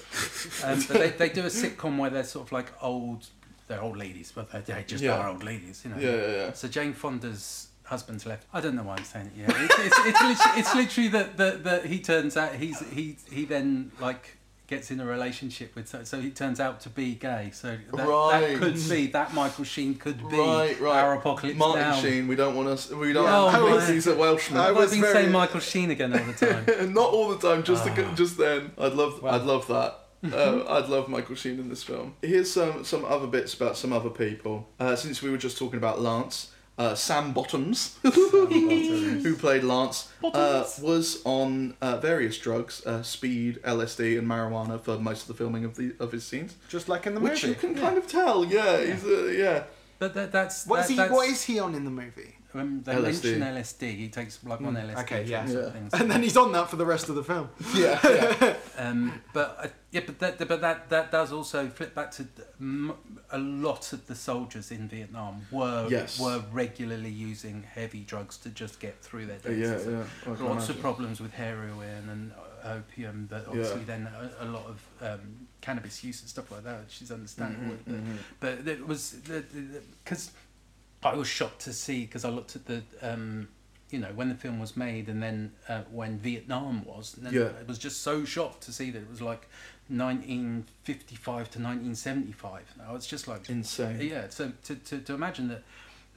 Speaker 4: Um, but they they do a sitcom where they're sort of like old. They're old ladies, but they, they just
Speaker 2: Yeah.
Speaker 4: are old ladies, you know.
Speaker 2: Yeah, yeah, yeah.
Speaker 4: So Jane Fonda's husband's left. I don't know why I'm saying it. Yeah, it's, it's, it's, literally, it's literally that that that he turns out he's he he then like gets in a relationship with so, so he turns out to be gay. So that,
Speaker 2: Right.
Speaker 4: that could be that Michael Sheen could be
Speaker 2: Right, right.
Speaker 4: our apocalypse
Speaker 2: Martin
Speaker 4: now.
Speaker 2: Sheen, we don't want us. We don't.
Speaker 4: Yeah.
Speaker 2: want
Speaker 4: Oh,
Speaker 2: because
Speaker 4: my-
Speaker 2: he's a Welshman.
Speaker 3: I
Speaker 4: I've
Speaker 3: was
Speaker 4: been
Speaker 3: very-
Speaker 4: saying Michael Sheen again all the time.
Speaker 2: Not all the time, just the,
Speaker 4: Ah.
Speaker 2: just then. I'd love,
Speaker 3: Well.
Speaker 2: I'd love that. Uh, I'd love Michael Sheen in this film. Here's some some other bits about some other people. Uh, since we were just talking about Lance, uh, Sam Bottoms, who played Lance, uh, was on uh, various drugs, uh, speed, LSD, and marijuana for most of the filming of the of his scenes,
Speaker 3: Just like in the
Speaker 2: which you
Speaker 3: movie.
Speaker 2: can kind of tell. Oh, Yeah, he's a, yeah.
Speaker 4: But that, that's
Speaker 3: What
Speaker 4: that,
Speaker 3: is he?
Speaker 4: That's,
Speaker 3: What is he on in the movie?
Speaker 4: when they
Speaker 2: LSD.
Speaker 4: mention LSD, he takes like one LSD.
Speaker 3: Mm, okay, yeah.
Speaker 4: trip sort
Speaker 2: Yeah.
Speaker 4: of thing, so-
Speaker 3: And then he's on that for the rest of the film.
Speaker 2: yeah, yeah,
Speaker 4: Um, but uh, yeah, but that, but that that does also flip back to the- m- a lot of the soldiers in Vietnam were
Speaker 2: Yes.
Speaker 4: were regularly using heavy drugs to just get through their
Speaker 2: yeah,
Speaker 4: days.
Speaker 2: yeah.
Speaker 4: So
Speaker 2: I can
Speaker 4: Lots
Speaker 2: imagine.
Speaker 4: of problems with heroin and uh, opium, but obviously then a, a lot of um, cannabis use and stuff like that, which is
Speaker 2: Mm-hmm,
Speaker 4: understandable. but, but it was because I was shocked to see because I looked at the um, you know when the film was made and then uh, when Vietnam was, and then
Speaker 2: Yeah.
Speaker 4: I was just so shocked to see that it was like 1955 to 1975. I was just like
Speaker 2: Insane.
Speaker 4: yeah, so to, to, to imagine that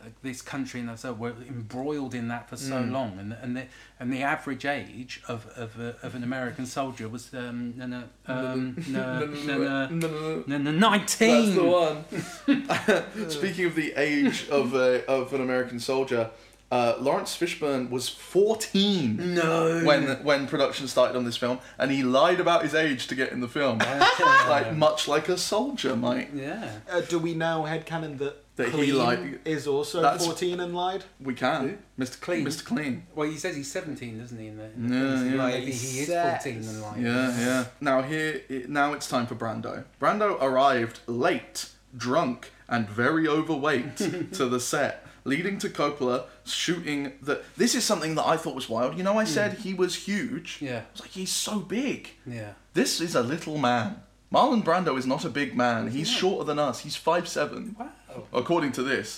Speaker 4: uh, this country and ourselves were embroiled in that for so
Speaker 2: Mm.
Speaker 4: long, and and the and the average age of of, a, of an American soldier was um, no, no, um, no,
Speaker 2: Mm-hmm,
Speaker 4: no,
Speaker 2: No,
Speaker 4: no,
Speaker 2: no, no.
Speaker 4: no, no,
Speaker 2: That's the
Speaker 4: nineteen.
Speaker 2: one. Speaking of the age of a, of an American soldier, uh, Lawrence Fishburne was 14
Speaker 4: No.
Speaker 2: when when production started on this film, and he lied about his age to get in the film. like much like a soldier might.
Speaker 4: Yeah.
Speaker 3: Uh, do we now headcanon that,
Speaker 2: That he
Speaker 3: Clean
Speaker 2: lied-
Speaker 3: is also
Speaker 2: That's-
Speaker 3: 14 and lied?
Speaker 2: We can, Mr. Clean,
Speaker 4: Clean.
Speaker 2: Mr. Clean.
Speaker 4: Well, he says he's 17, doesn't he? In the, in
Speaker 2: Yeah,
Speaker 4: the thing? So
Speaker 2: yeah.
Speaker 3: Like
Speaker 4: Maybe
Speaker 3: he
Speaker 4: he is
Speaker 3: says.
Speaker 4: 14 and like.
Speaker 2: Yeah, yeah. Now here, i- now it's time for Brando. Brando arrived late, drunk, and very overweight to the set, leading to Coppola shooting the. This is something that I thought was wild. You know,
Speaker 3: Hmm.
Speaker 2: I said he was huge.
Speaker 4: Yeah.
Speaker 2: I was like, he's so big.
Speaker 4: Yeah.
Speaker 2: This is a little man. Marlon Brando is not a big man. He's shorter than us. He's five seven.
Speaker 4: Wow.
Speaker 2: According to this.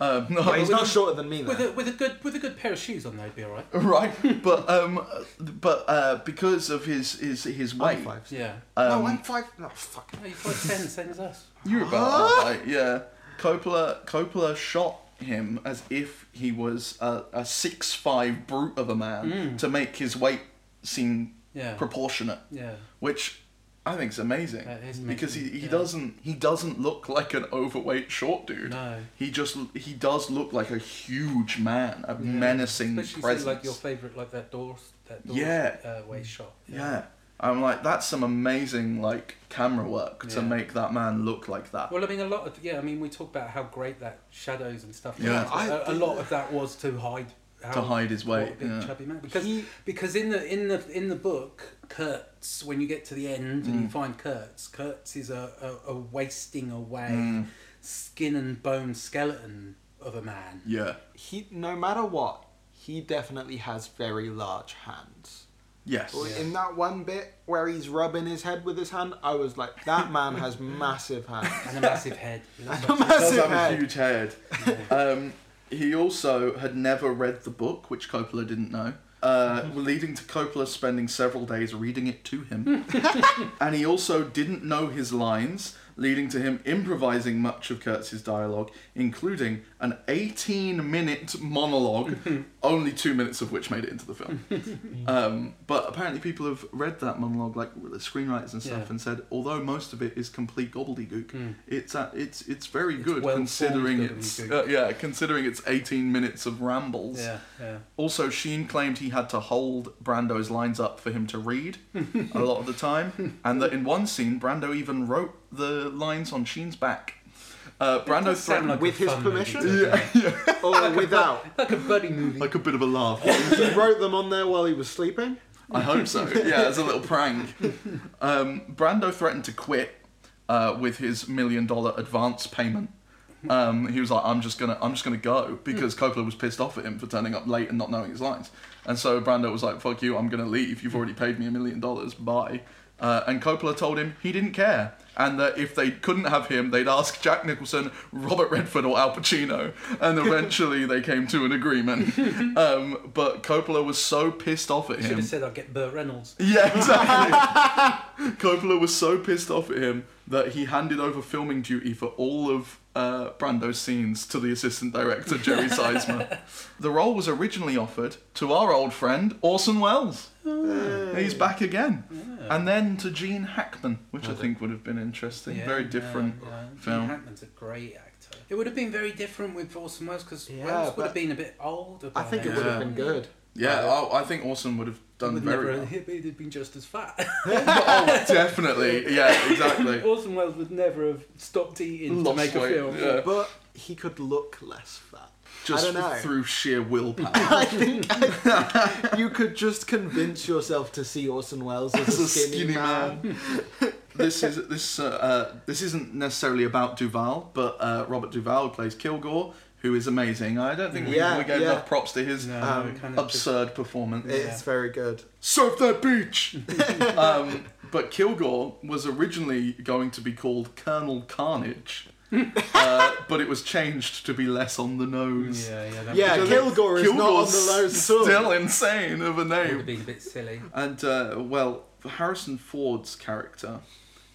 Speaker 2: Um,
Speaker 3: Well, he's
Speaker 4: with
Speaker 3: not
Speaker 4: a-
Speaker 3: shorter than me,
Speaker 4: With
Speaker 3: though.
Speaker 4: a, with a good with a good pair of shoes on, they'd be all right.
Speaker 2: right, but um, but uh, because of his his his weight,
Speaker 3: I'm five.
Speaker 4: Yeah.
Speaker 3: no,
Speaker 2: um,
Speaker 3: I'm five. No, fuck.
Speaker 4: No, you're 5'10", same as us.
Speaker 2: You're about that height, yeah. Coppola Coppola shot him as if he was a, a six five brute of a man to make his weight seem
Speaker 4: Hmm. Yeah.
Speaker 2: proportionate,
Speaker 4: Yeah.
Speaker 2: which I think it's amazing
Speaker 4: That is amazing,
Speaker 2: because he, he
Speaker 4: yeah.
Speaker 2: doesn't he doesn't look like an overweight short dude.
Speaker 4: No.
Speaker 2: He just he does look like a huge man, a menacing
Speaker 4: Especially
Speaker 2: presence.
Speaker 4: like your favorite, like that door, that door
Speaker 2: Yeah.
Speaker 4: uh, way shot.
Speaker 2: yeah. I'm like that's some amazing like camera work to
Speaker 4: Yeah.
Speaker 2: make that man look like that.
Speaker 4: Well, I mean, a lot of yeah. I mean, we talk about how great that shadows and stuff.
Speaker 2: Yeah.
Speaker 4: was, but
Speaker 3: I-
Speaker 4: a, a lot of that was to hide how,
Speaker 2: To hide his
Speaker 4: what a
Speaker 2: weight,
Speaker 4: big
Speaker 2: yeah.
Speaker 4: chubby man. Because because in the in the in the book, Kurtz, when you get to the end and
Speaker 2: Mm.
Speaker 4: you find Kurtz, Kurtz is a a, a wasting away,
Speaker 2: Mm.
Speaker 4: skin and bone skeleton of a man.
Speaker 2: yeah.
Speaker 3: He, no matter what, he definitely has very large hands.
Speaker 2: Yes.
Speaker 3: Well, In that one bit where he's rubbing his head with his hand, I was like, that man has massive hands.
Speaker 4: And a massive head. He looks like-
Speaker 2: does
Speaker 3: massive
Speaker 2: have a
Speaker 3: head.
Speaker 2: huge head. um, he also had never read the book, which Coppola didn't know, uh, leading to Coppola spending several days reading it to him. and he also didn't know his lines, leading to him improvising much of Kurtz's dialogue, including an 18 minute monologue, only two minutes of which made it into the film. um, but apparently, people have read that monologue, like the screenwriters and stuff,
Speaker 4: Yeah.
Speaker 2: and said, although most of it is complete gobbledygook, it's, uh, it's, it's very
Speaker 4: It's
Speaker 2: good
Speaker 4: well
Speaker 2: considering
Speaker 4: formed
Speaker 2: it's
Speaker 4: gobbledygook.
Speaker 2: uh, yeah considering it's 18 minutes of rambles
Speaker 4: yeah, yeah.
Speaker 2: also sheen claimed he had to hold brando's lines up for him to read a lot of the time and that in one scene brando even wrote the lines on sheen's back uh, brando
Speaker 4: Does sound
Speaker 2: threatened
Speaker 4: like a
Speaker 3: with his
Speaker 4: fun movie,
Speaker 3: permission?
Speaker 4: doesn't it?
Speaker 3: or Oh, without.
Speaker 4: Like a buddy movie.
Speaker 2: like a bit of a laugh
Speaker 3: he wrote them on there while he was sleeping.
Speaker 2: I hope so. Yeah, it's a little prank. Um, Brando threatened to quit uh, with his million dollar advance payment. Um, he was like, "I'm just gonna, I'm just gonna go," because
Speaker 4: Hmm.
Speaker 2: Coppola was pissed off at him for turning up late and not knowing his lines. And so Brando was like, "Fuck you, I'm gonna leave. You've already paid me a million dollars. Bye." Uh, and Coppola told him he didn't care, and that if they couldn't have him, they'd ask Jack Nicholson, Robert Redford, or Al Pacino. And eventually, they came to an agreement. Um, but Coppola was so pissed off at him.
Speaker 4: Should have said I'd get Burt Reynolds.
Speaker 2: Yeah, exactly. Coppola was so pissed off at him that he handed over filming duty for all of uh, Brando's scenes to the assistant director, Jerry Seismer. the role was originally offered to our old friend, Orson Welles. He's back again. And then to Gene Hackman, which I think would have been interesting.
Speaker 4: Yeah,
Speaker 2: Very
Speaker 4: yeah,
Speaker 2: different
Speaker 4: yeah.
Speaker 2: film.
Speaker 4: Gene Hackman's a great actor. It would have been very different with Orson Welles because
Speaker 3: Yeah,
Speaker 4: Welles would
Speaker 3: but-
Speaker 4: have been a bit older.
Speaker 3: I
Speaker 4: by
Speaker 3: think
Speaker 4: then.
Speaker 3: it would have been good.
Speaker 2: yeah, I, I think Orson would have
Speaker 4: He
Speaker 2: done
Speaker 4: would
Speaker 2: very
Speaker 4: never
Speaker 2: well.
Speaker 4: have he'd been just as fat.
Speaker 2: oh, definitely. Yeah, exactly.
Speaker 4: Orson Welles would never have stopped eating to
Speaker 2: Lost
Speaker 4: make a
Speaker 2: weight,
Speaker 4: film.
Speaker 2: yeah.
Speaker 3: But he could look less fat.
Speaker 2: Just
Speaker 3: I don't know.
Speaker 2: through sheer willpower.
Speaker 3: I think, I think you could just convince yourself to see Orson Welles as
Speaker 2: It's
Speaker 3: a skinny, man.
Speaker 2: this is this uh, uh, this isn't necessarily about Duval, but uh, Robert Duval plays Kilgore, who is amazing. I don't think we,
Speaker 3: Yeah,
Speaker 2: we gave
Speaker 3: yeah.
Speaker 2: enough props to his
Speaker 4: No,
Speaker 3: Um,
Speaker 4: it kind of just-
Speaker 2: absurd performance.
Speaker 3: It's very good.
Speaker 2: Surf that beach. um, but Kilgore was originally going to be called Colonel Carnage, uh, but it was changed to be less on the nose.
Speaker 4: yeah, yeah, that
Speaker 3: Yeah,
Speaker 2: Which I think
Speaker 3: Kilgore is not on
Speaker 2: Kilgore's
Speaker 3: the nose at all.
Speaker 2: Still insane of a
Speaker 4: would
Speaker 2: name.
Speaker 4: have been a bit silly.
Speaker 2: And uh, well, Harrison Ford's character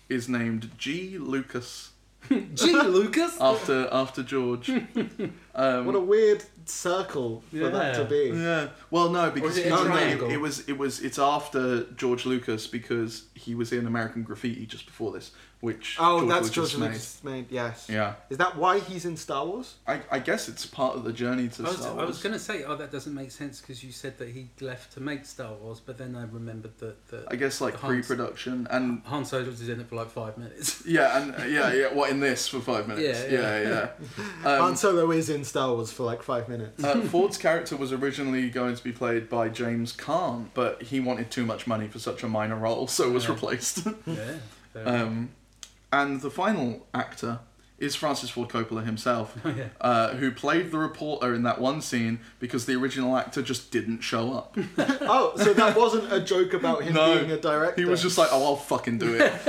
Speaker 2: is named G. Lucas
Speaker 4: Gee, Lucas.
Speaker 2: after after George. Um,
Speaker 3: What a weird circle for that to
Speaker 4: Yeah.
Speaker 3: be.
Speaker 2: yeah. Well, no, because
Speaker 4: it a
Speaker 2: no, no,
Speaker 4: triangle?
Speaker 2: it was it was it's after George Lucas because he was in American Graffiti just before this, which
Speaker 3: Oh,
Speaker 2: George
Speaker 3: that's
Speaker 2: Lucas
Speaker 3: George
Speaker 2: made.
Speaker 3: Lucas made. Yes.
Speaker 2: Yeah,
Speaker 3: Is that why he's in Star Wars?
Speaker 2: I, I guess it's part of the journey to
Speaker 4: I was,
Speaker 2: Star
Speaker 4: I was
Speaker 2: Wars.
Speaker 4: going to say, oh, that doesn't make sense because you said that he left to make Star Wars, but then I remembered that, that
Speaker 2: I guess like
Speaker 4: Hans-
Speaker 2: pre-production and
Speaker 4: Han Solo was in it for like five minutes.
Speaker 2: yeah and uh, yeah yeah what in this for five minutes
Speaker 4: Yeah,
Speaker 2: yeah
Speaker 4: yeah.
Speaker 2: yeah.
Speaker 3: Han Solo is in Star Wars for like five minutes.
Speaker 2: Uh, Ford's character was originally going to be played by James Caan, but he wanted too much money for such a minor role, so was
Speaker 4: Yeah.
Speaker 2: replaced.
Speaker 4: yeah. fair enough.
Speaker 2: um, and the final actor is Francis Ford Coppola himself,
Speaker 4: Oh, yeah.
Speaker 2: uh, who played the reporter in that one scene because the original actor just didn't show up.
Speaker 3: oh, so that wasn't a joke about him
Speaker 2: No,
Speaker 3: being a director.
Speaker 2: He was just like, "Oh, I'll fucking do it."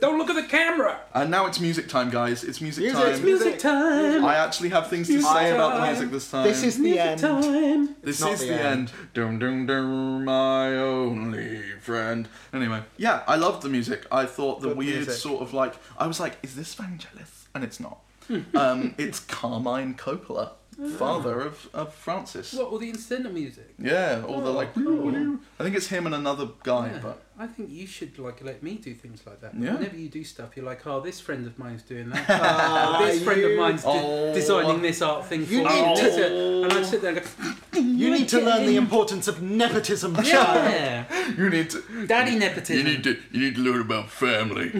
Speaker 4: Don't look at the camera.
Speaker 2: and now it's music time, guys. It's music,
Speaker 3: Music,
Speaker 2: time.
Speaker 3: it's music-
Speaker 4: Music time.
Speaker 2: I actually have things to
Speaker 4: Music
Speaker 2: say about the
Speaker 4: time.
Speaker 2: music this time.
Speaker 3: This is the
Speaker 4: Music
Speaker 3: end.
Speaker 4: time.
Speaker 2: This
Speaker 3: not
Speaker 2: is
Speaker 3: the
Speaker 2: the end.
Speaker 3: end.
Speaker 2: Dum dum dum, my only friend. Anyway, yeah, I loved the music. I thought the
Speaker 3: Good
Speaker 2: weird
Speaker 3: music.
Speaker 2: sort of like I was like, is this Vangelis? And it's not.
Speaker 3: Hmm.
Speaker 2: um, it's Carmine Coppola,
Speaker 3: Ah.
Speaker 2: father of, of Francis.
Speaker 4: What all the incidental music?
Speaker 2: Yeah, all the like.
Speaker 4: Oh.
Speaker 2: I think it's him and another guy,
Speaker 4: Yeah.
Speaker 2: but
Speaker 4: I think you should like let me do things like that.
Speaker 2: Yeah.
Speaker 4: Whenever you do stuff, you're like, oh, this friend of mine's doing that.
Speaker 3: Ah,
Speaker 4: this friend of
Speaker 3: you-
Speaker 4: mine's de-
Speaker 2: Oh.
Speaker 4: designing this art thing for
Speaker 3: You
Speaker 4: me.
Speaker 3: need
Speaker 2: to-
Speaker 4: and I sit there and go,
Speaker 3: You need to learn the
Speaker 4: Yeah.
Speaker 3: importance of nepotism, child.
Speaker 4: yeah,
Speaker 2: You need to.
Speaker 4: daddy nepotism.
Speaker 2: You need to. You need to learn about family.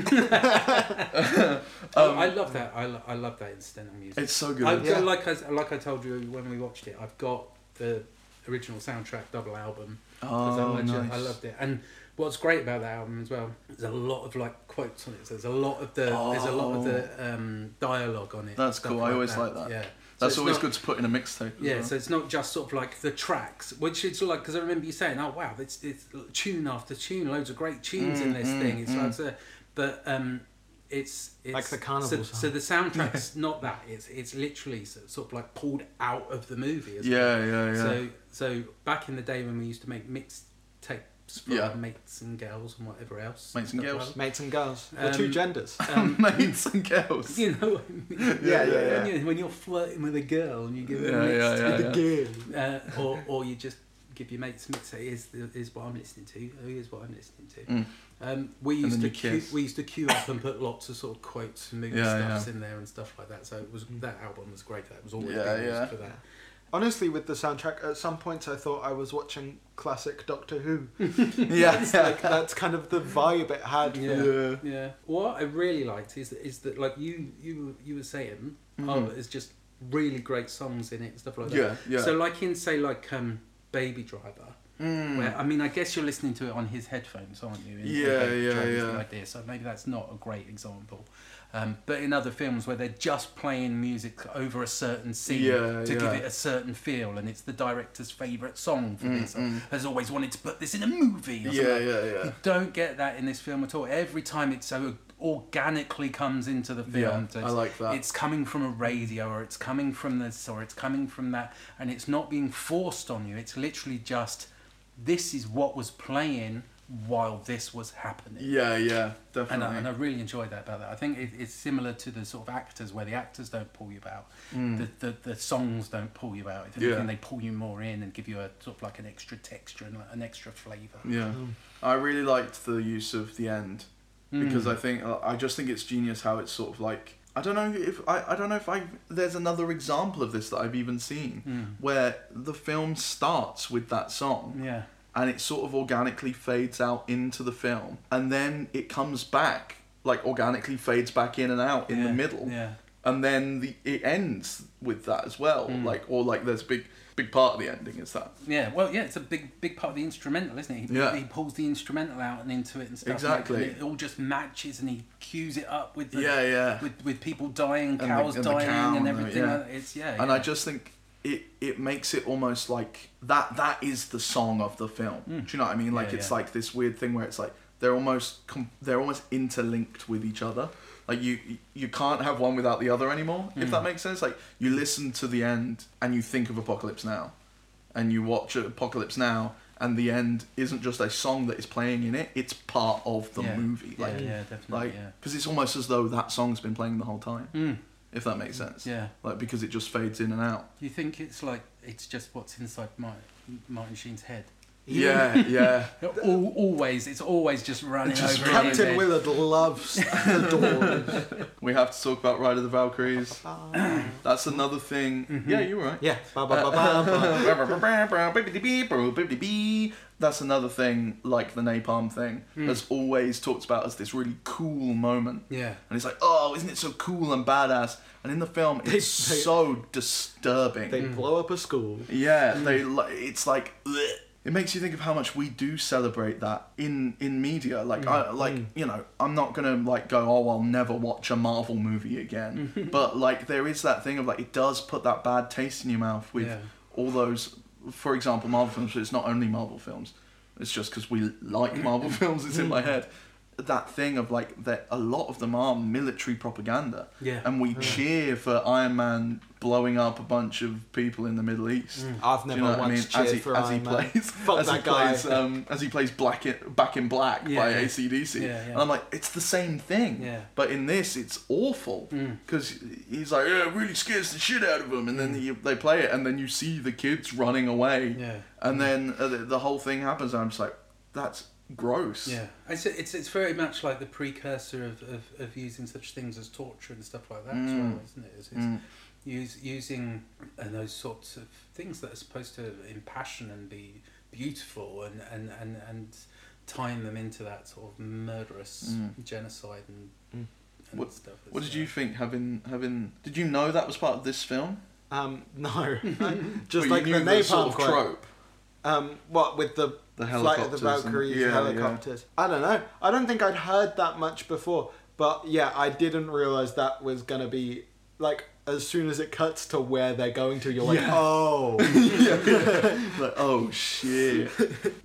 Speaker 4: Oh, I love that. I, lo- I love that incidental music.
Speaker 2: um, it's so good.
Speaker 4: I've
Speaker 3: Yeah.
Speaker 4: got, like I s- like I told you when we watched it. I've got the original soundtrack double album. 'cause
Speaker 2: Oh,
Speaker 4: I,
Speaker 2: nice.
Speaker 4: I loved it. And what's great about that album as well? There's a lot of like quotes on it. So there's a lot of the there's a lot of the um, dialogue on it.
Speaker 2: Oh. That's
Speaker 4: stuff
Speaker 2: cool, I always like that.
Speaker 4: Yeah,
Speaker 2: That's always
Speaker 4: good.
Speaker 2: good to put in a mixtape. as
Speaker 4: Yeah,
Speaker 2: well.
Speaker 4: so it's not just sort of like the tracks, which it's like because I remember you saying, "Oh wow, it's, it's tune after tune, loads of great tunes
Speaker 2: Mm,
Speaker 4: in this thing." It's like, so- but um, it's, it's
Speaker 3: Like the carnival
Speaker 4: So, so the soundtrack's not that. It's it's literally so- sort of like pulled out of the movie. Isn't
Speaker 2: yeah,
Speaker 4: It?
Speaker 2: yeah, yeah.
Speaker 4: So so back in the day when we used to make mixed tapes for
Speaker 2: Yeah.
Speaker 4: our mates and girls and whatever else,
Speaker 2: Mates and
Speaker 4: stuff
Speaker 2: girls.
Speaker 3: Mates and girls. The two
Speaker 4: Um,
Speaker 3: genders.
Speaker 4: rather, um,
Speaker 2: Mates and girls.
Speaker 4: you know, what I mean?
Speaker 3: Yeah, yeah, yeah.
Speaker 4: When, you, when you're flirting with a girl and you give them
Speaker 2: Yeah,
Speaker 4: mixed
Speaker 2: yeah, yeah,
Speaker 3: the
Speaker 2: yeah.
Speaker 3: girl.
Speaker 4: uh, or or you just give your mates mix say is is what I'm listening to. Oh, here's what I'm listening to.
Speaker 2: Mm.
Speaker 4: Um, we
Speaker 2: And
Speaker 4: used
Speaker 2: then
Speaker 4: to
Speaker 2: you
Speaker 4: queue,
Speaker 2: kiss.
Speaker 4: we used to queue up and put lots of sort of quotes and movie
Speaker 2: Yeah,
Speaker 4: stuffs
Speaker 2: yeah.
Speaker 4: in there and stuff like that. So it was that album was great. for That It was always
Speaker 2: Yeah,
Speaker 4: being used
Speaker 2: yeah.
Speaker 4: for that.
Speaker 3: Honestly, with the soundtrack, at some points I thought I was watching classic Doctor Who.
Speaker 2: yeah.
Speaker 3: It's like that's kind of the vibe it had.
Speaker 4: Yeah.
Speaker 2: Yeah.
Speaker 4: Yeah. What I really liked is that, is that like you you you were saying, oh, there's just really great songs in it and stuff like that.
Speaker 2: Mm-hmm. Yeah, yeah.
Speaker 4: So like in say like um, Baby Driver,
Speaker 2: Mm.
Speaker 4: where I mean I guess you're listening to it on his headphones, aren't you? in- in
Speaker 2: Yeah,
Speaker 4: Baby
Speaker 2: yeah,
Speaker 4: Driver's
Speaker 2: yeah.
Speaker 4: The idea. So maybe that's not a great example. Um, but in other films where they're just playing music over a certain scene
Speaker 2: Yeah,
Speaker 4: to
Speaker 2: yeah.
Speaker 4: give it a certain feel, and it's the director's favourite song for this, or has always wanted to put this in a movie. Or something
Speaker 2: Mm, Yeah,
Speaker 4: like
Speaker 2: yeah, yeah.
Speaker 4: you don't get that in this film at all. Every time it so organically comes into the
Speaker 2: Yeah,
Speaker 4: film. so
Speaker 2: I like that.
Speaker 4: It's coming from a radio, or it's coming from this, or it's coming from that, and it's not being forced on you. It's literally just this is what was playing while this was happening.
Speaker 2: Yeah, yeah,
Speaker 4: And
Speaker 2: definitely.
Speaker 4: I, and I really enjoyed that about that. I think it, it's similar to the sort of actors where the actors don't pull you out, the, the the songs don't pull you out. If
Speaker 2: Mm. Yeah.
Speaker 4: anything, they pull you more in and give you a sort of like an extra texture and like an extra flavour.
Speaker 2: yeah, I really liked the use of the end
Speaker 4: Hmm.
Speaker 2: because I think uh, I just think it's genius how it's sort of like I don't know if I, I don't know if I there's another example of this that I've even seen
Speaker 4: Hmm.
Speaker 2: where the film starts with that song
Speaker 4: Yeah.
Speaker 2: and it sort of organically fades out into the film and then it comes back like organically fades back in and out in the
Speaker 4: Yeah,
Speaker 2: middle
Speaker 4: yeah.
Speaker 2: and then the it ends with that as well
Speaker 4: Hmm.
Speaker 2: like or like there's a big big part of the ending is that
Speaker 4: Yeah, well, yeah, it's a big, big part of the instrumental, isn't it? He,
Speaker 2: Yeah.
Speaker 4: he pulls the instrumental out and into it and stuff. and it-
Speaker 2: Exactly.
Speaker 4: and it all just matches, and he cues it up with the,
Speaker 2: Yeah, yeah.
Speaker 4: with with people dying,
Speaker 2: the-
Speaker 4: cows
Speaker 2: and the
Speaker 4: dying,
Speaker 2: cow and
Speaker 4: and
Speaker 2: the-
Speaker 4: everything.
Speaker 2: yeah.
Speaker 4: like that. It's yeah,
Speaker 2: and
Speaker 4: yeah.
Speaker 2: I just think it it makes it almost like that that is the song of the film. Do you know what I mean? Like
Speaker 4: Hmm. Yeah,
Speaker 2: it's
Speaker 4: yeah.
Speaker 2: like this weird thing where it's like they're almost com- they're almost interlinked with each other. Like you you can't have one without the other anymore.
Speaker 4: Hmm.
Speaker 2: If that makes sense. Like you listen to the end and you think of Apocalypse Now, and you watch Apocalypse Now. And the end isn't just a song that is playing in it; it's part of the
Speaker 4: Yeah.
Speaker 2: movie.
Speaker 4: Yeah,
Speaker 2: Like,
Speaker 4: yeah, definitely,
Speaker 2: Like,
Speaker 4: yeah. Hmm.
Speaker 2: because it's almost as though that song's been playing the whole time. If that makes sense.
Speaker 4: Yeah.
Speaker 2: Like because it just fades in and out.
Speaker 4: you think it's like it's just what's inside Martin, Martin Sheen's head.
Speaker 2: Yeah, yeah.
Speaker 4: Al always, it's always just running
Speaker 2: Just
Speaker 4: over. in his
Speaker 3: Captain
Speaker 4: head.
Speaker 3: Willard loves the Doors.
Speaker 2: We have to talk about Ride of the Valkyries. That's another thing. Mm-hmm. Yeah, you're right.
Speaker 3: Yeah. Ba, ba, ba,
Speaker 2: Uh,
Speaker 3: ba, ba.
Speaker 2: That's another thing, like the napalm thing, that's always talked about as this really cool moment.
Speaker 4: Yeah.
Speaker 2: And it's like, oh, isn't it so cool and badass? And in the film, it's
Speaker 3: They- they-
Speaker 2: so disturbing.
Speaker 3: They blow up a school.
Speaker 2: Yeah, they li- it's like bleh. Mm. it makes you think of how much we do celebrate that in in media. Like I like you know I'm not gonna like go oh I'll never watch a Marvel movie again. but like there is that thing of like it does put that bad taste in your mouth with
Speaker 4: Yeah.
Speaker 2: all those. For example, Marvel films. But it's not only Marvel films. It's just because we like Marvel films. It's in my head. That thing of like that a lot of them are military propaganda.
Speaker 4: Yeah.
Speaker 2: And we cheer for Iron Man blowing up a bunch of people in the Middle East.
Speaker 3: I've
Speaker 2: Mm. Do
Speaker 3: never
Speaker 2: you know what I
Speaker 3: once
Speaker 2: mean?
Speaker 3: cheered
Speaker 2: as he,
Speaker 3: for
Speaker 2: as
Speaker 3: Iron
Speaker 2: he
Speaker 3: Man.
Speaker 2: plays,
Speaker 3: Fuck
Speaker 2: as he
Speaker 3: that guy.
Speaker 2: plays, um, as he plays Black in, Back in Black
Speaker 4: Yeah,
Speaker 2: by
Speaker 4: yeah.
Speaker 2: ACDC,
Speaker 4: Yeah, yeah.
Speaker 2: and I'm like, it's the same thing.
Speaker 4: Yeah.
Speaker 2: But in this, it's awful
Speaker 3: Mm.
Speaker 2: because he's like, yeah, it really scares the shit out of him, and
Speaker 3: Mm.
Speaker 2: then you, they play it, and then you see the kids running away,
Speaker 4: Yeah.
Speaker 3: Mm.
Speaker 2: and then uh, the, the whole thing happens, and I'm just like, that's gross.
Speaker 4: Yeah, it's it's, it's very much like the precursor of, of, of using such things as torture and stuff like that as well, isn't it? It's, it's
Speaker 2: Mm.
Speaker 4: use, using uh, those sorts of things that are supposed to impassion and be beautiful and, and, and, and tying them into that sort of murderous
Speaker 2: Mm.
Speaker 4: genocide and,
Speaker 3: Mm.
Speaker 4: and stuff.
Speaker 2: What did
Speaker 4: It's,
Speaker 2: you
Speaker 4: uh,
Speaker 2: think having having? Did you know that was part of this film?
Speaker 3: Um, no, just
Speaker 2: Well,
Speaker 3: like
Speaker 2: you
Speaker 3: the
Speaker 2: knew
Speaker 3: napalm
Speaker 2: sort of
Speaker 3: quote.
Speaker 2: trope.
Speaker 3: Um, what with the,
Speaker 2: The
Speaker 3: flight of the
Speaker 2: helicopters and-
Speaker 3: Valkyries
Speaker 2: yeah, yeah.
Speaker 3: helicopters? I don't know. I don't think I'd heard that much before, but yeah, I didn't realize that was gonna be like as soon as it cuts to where they're going to, you're like,
Speaker 2: Yeah.
Speaker 3: oh,
Speaker 2: like, oh shit.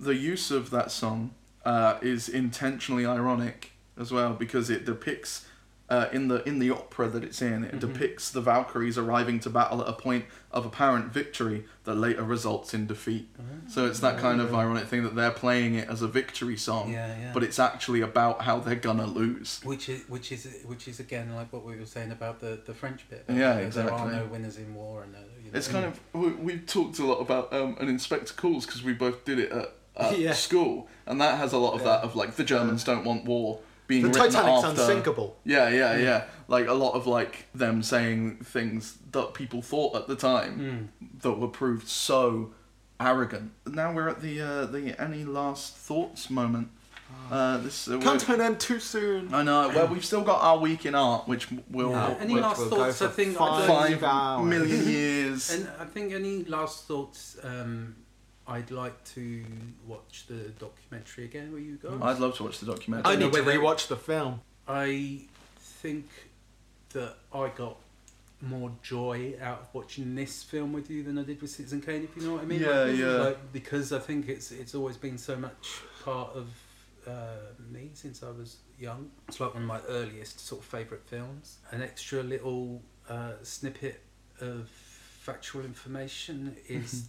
Speaker 2: the use of that song uh, is intentionally ironic as well because it depicts uh, in the in the opera that it's in, it depicts the Valkyries arriving to battle at a point of apparent victory that later results in defeat. So it's that kind of ironic thing that they're playing it as a victory song,
Speaker 4: Yeah, yeah.
Speaker 2: but it's actually about how they're gonna lose.
Speaker 4: Which is which is which is again like what we were saying about the, the French bit.
Speaker 2: Yeah,
Speaker 4: you know, There
Speaker 2: exactly.
Speaker 4: are no winners in war, and no, you know,
Speaker 2: It's kind of we, we've talked a lot about um, an Inspector Calls because we both did it at, at
Speaker 3: Yeah.
Speaker 2: school, and that has a lot of that of like the Germans don't want war being
Speaker 3: the
Speaker 2: written
Speaker 3: Titanic's
Speaker 2: after.
Speaker 3: unsinkable. Mm.
Speaker 2: Yeah, yeah, yeah. Like a lot of like them saying things that people thought at the time
Speaker 3: Mm.
Speaker 2: that were proved so arrogant. Now we're at the uh, the any last thoughts moment.
Speaker 3: Ah.
Speaker 2: Uh, this uh,
Speaker 3: Come
Speaker 2: we're-
Speaker 3: to an end too soon.
Speaker 2: I know. Well, we've still got our week in art, which will
Speaker 3: Yeah.
Speaker 4: Any
Speaker 3: Which
Speaker 4: last
Speaker 3: will go
Speaker 4: thoughts? I
Speaker 3: for
Speaker 4: think I
Speaker 3: five
Speaker 4: don't-
Speaker 2: five
Speaker 3: hours.
Speaker 2: million years.
Speaker 4: And I think any last thoughts? Um, I'd like to watch the documentary again. Where you go?
Speaker 2: I'd love to watch the documentary.
Speaker 3: I
Speaker 4: don't know
Speaker 3: need to
Speaker 4: whether-
Speaker 3: rewatch the film.
Speaker 4: I think that I got more joy out of watching this film with you than I did with Citizen Kane. If you know what I mean?
Speaker 2: Yeah,
Speaker 4: Like-
Speaker 2: yeah.
Speaker 4: like, because I think it's it's always been so much part of uh, me since I was young. It's like one of my earliest sort of favourite films. An extra little uh, snippet of factual information is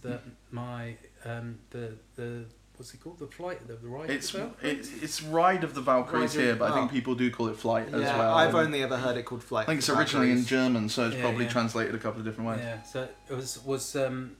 Speaker 4: that my um, the the what's it called the flight the, the ride
Speaker 2: It's
Speaker 4: itself?
Speaker 2: it's it's Ride of the Valkyries
Speaker 4: Ride of- Ah.
Speaker 2: here, but I think
Speaker 3: oh.
Speaker 2: people do call it Flight as
Speaker 3: yeah,
Speaker 2: well.
Speaker 3: I've
Speaker 2: and
Speaker 3: only ever heard it called Flight.
Speaker 2: I think
Speaker 3: of
Speaker 2: it's
Speaker 3: the
Speaker 2: originally in
Speaker 3: Valkyries.
Speaker 2: German, so it's
Speaker 4: Yeah,
Speaker 2: probably
Speaker 4: yeah.
Speaker 2: translated a couple of different ways.
Speaker 4: yeah so it was was um,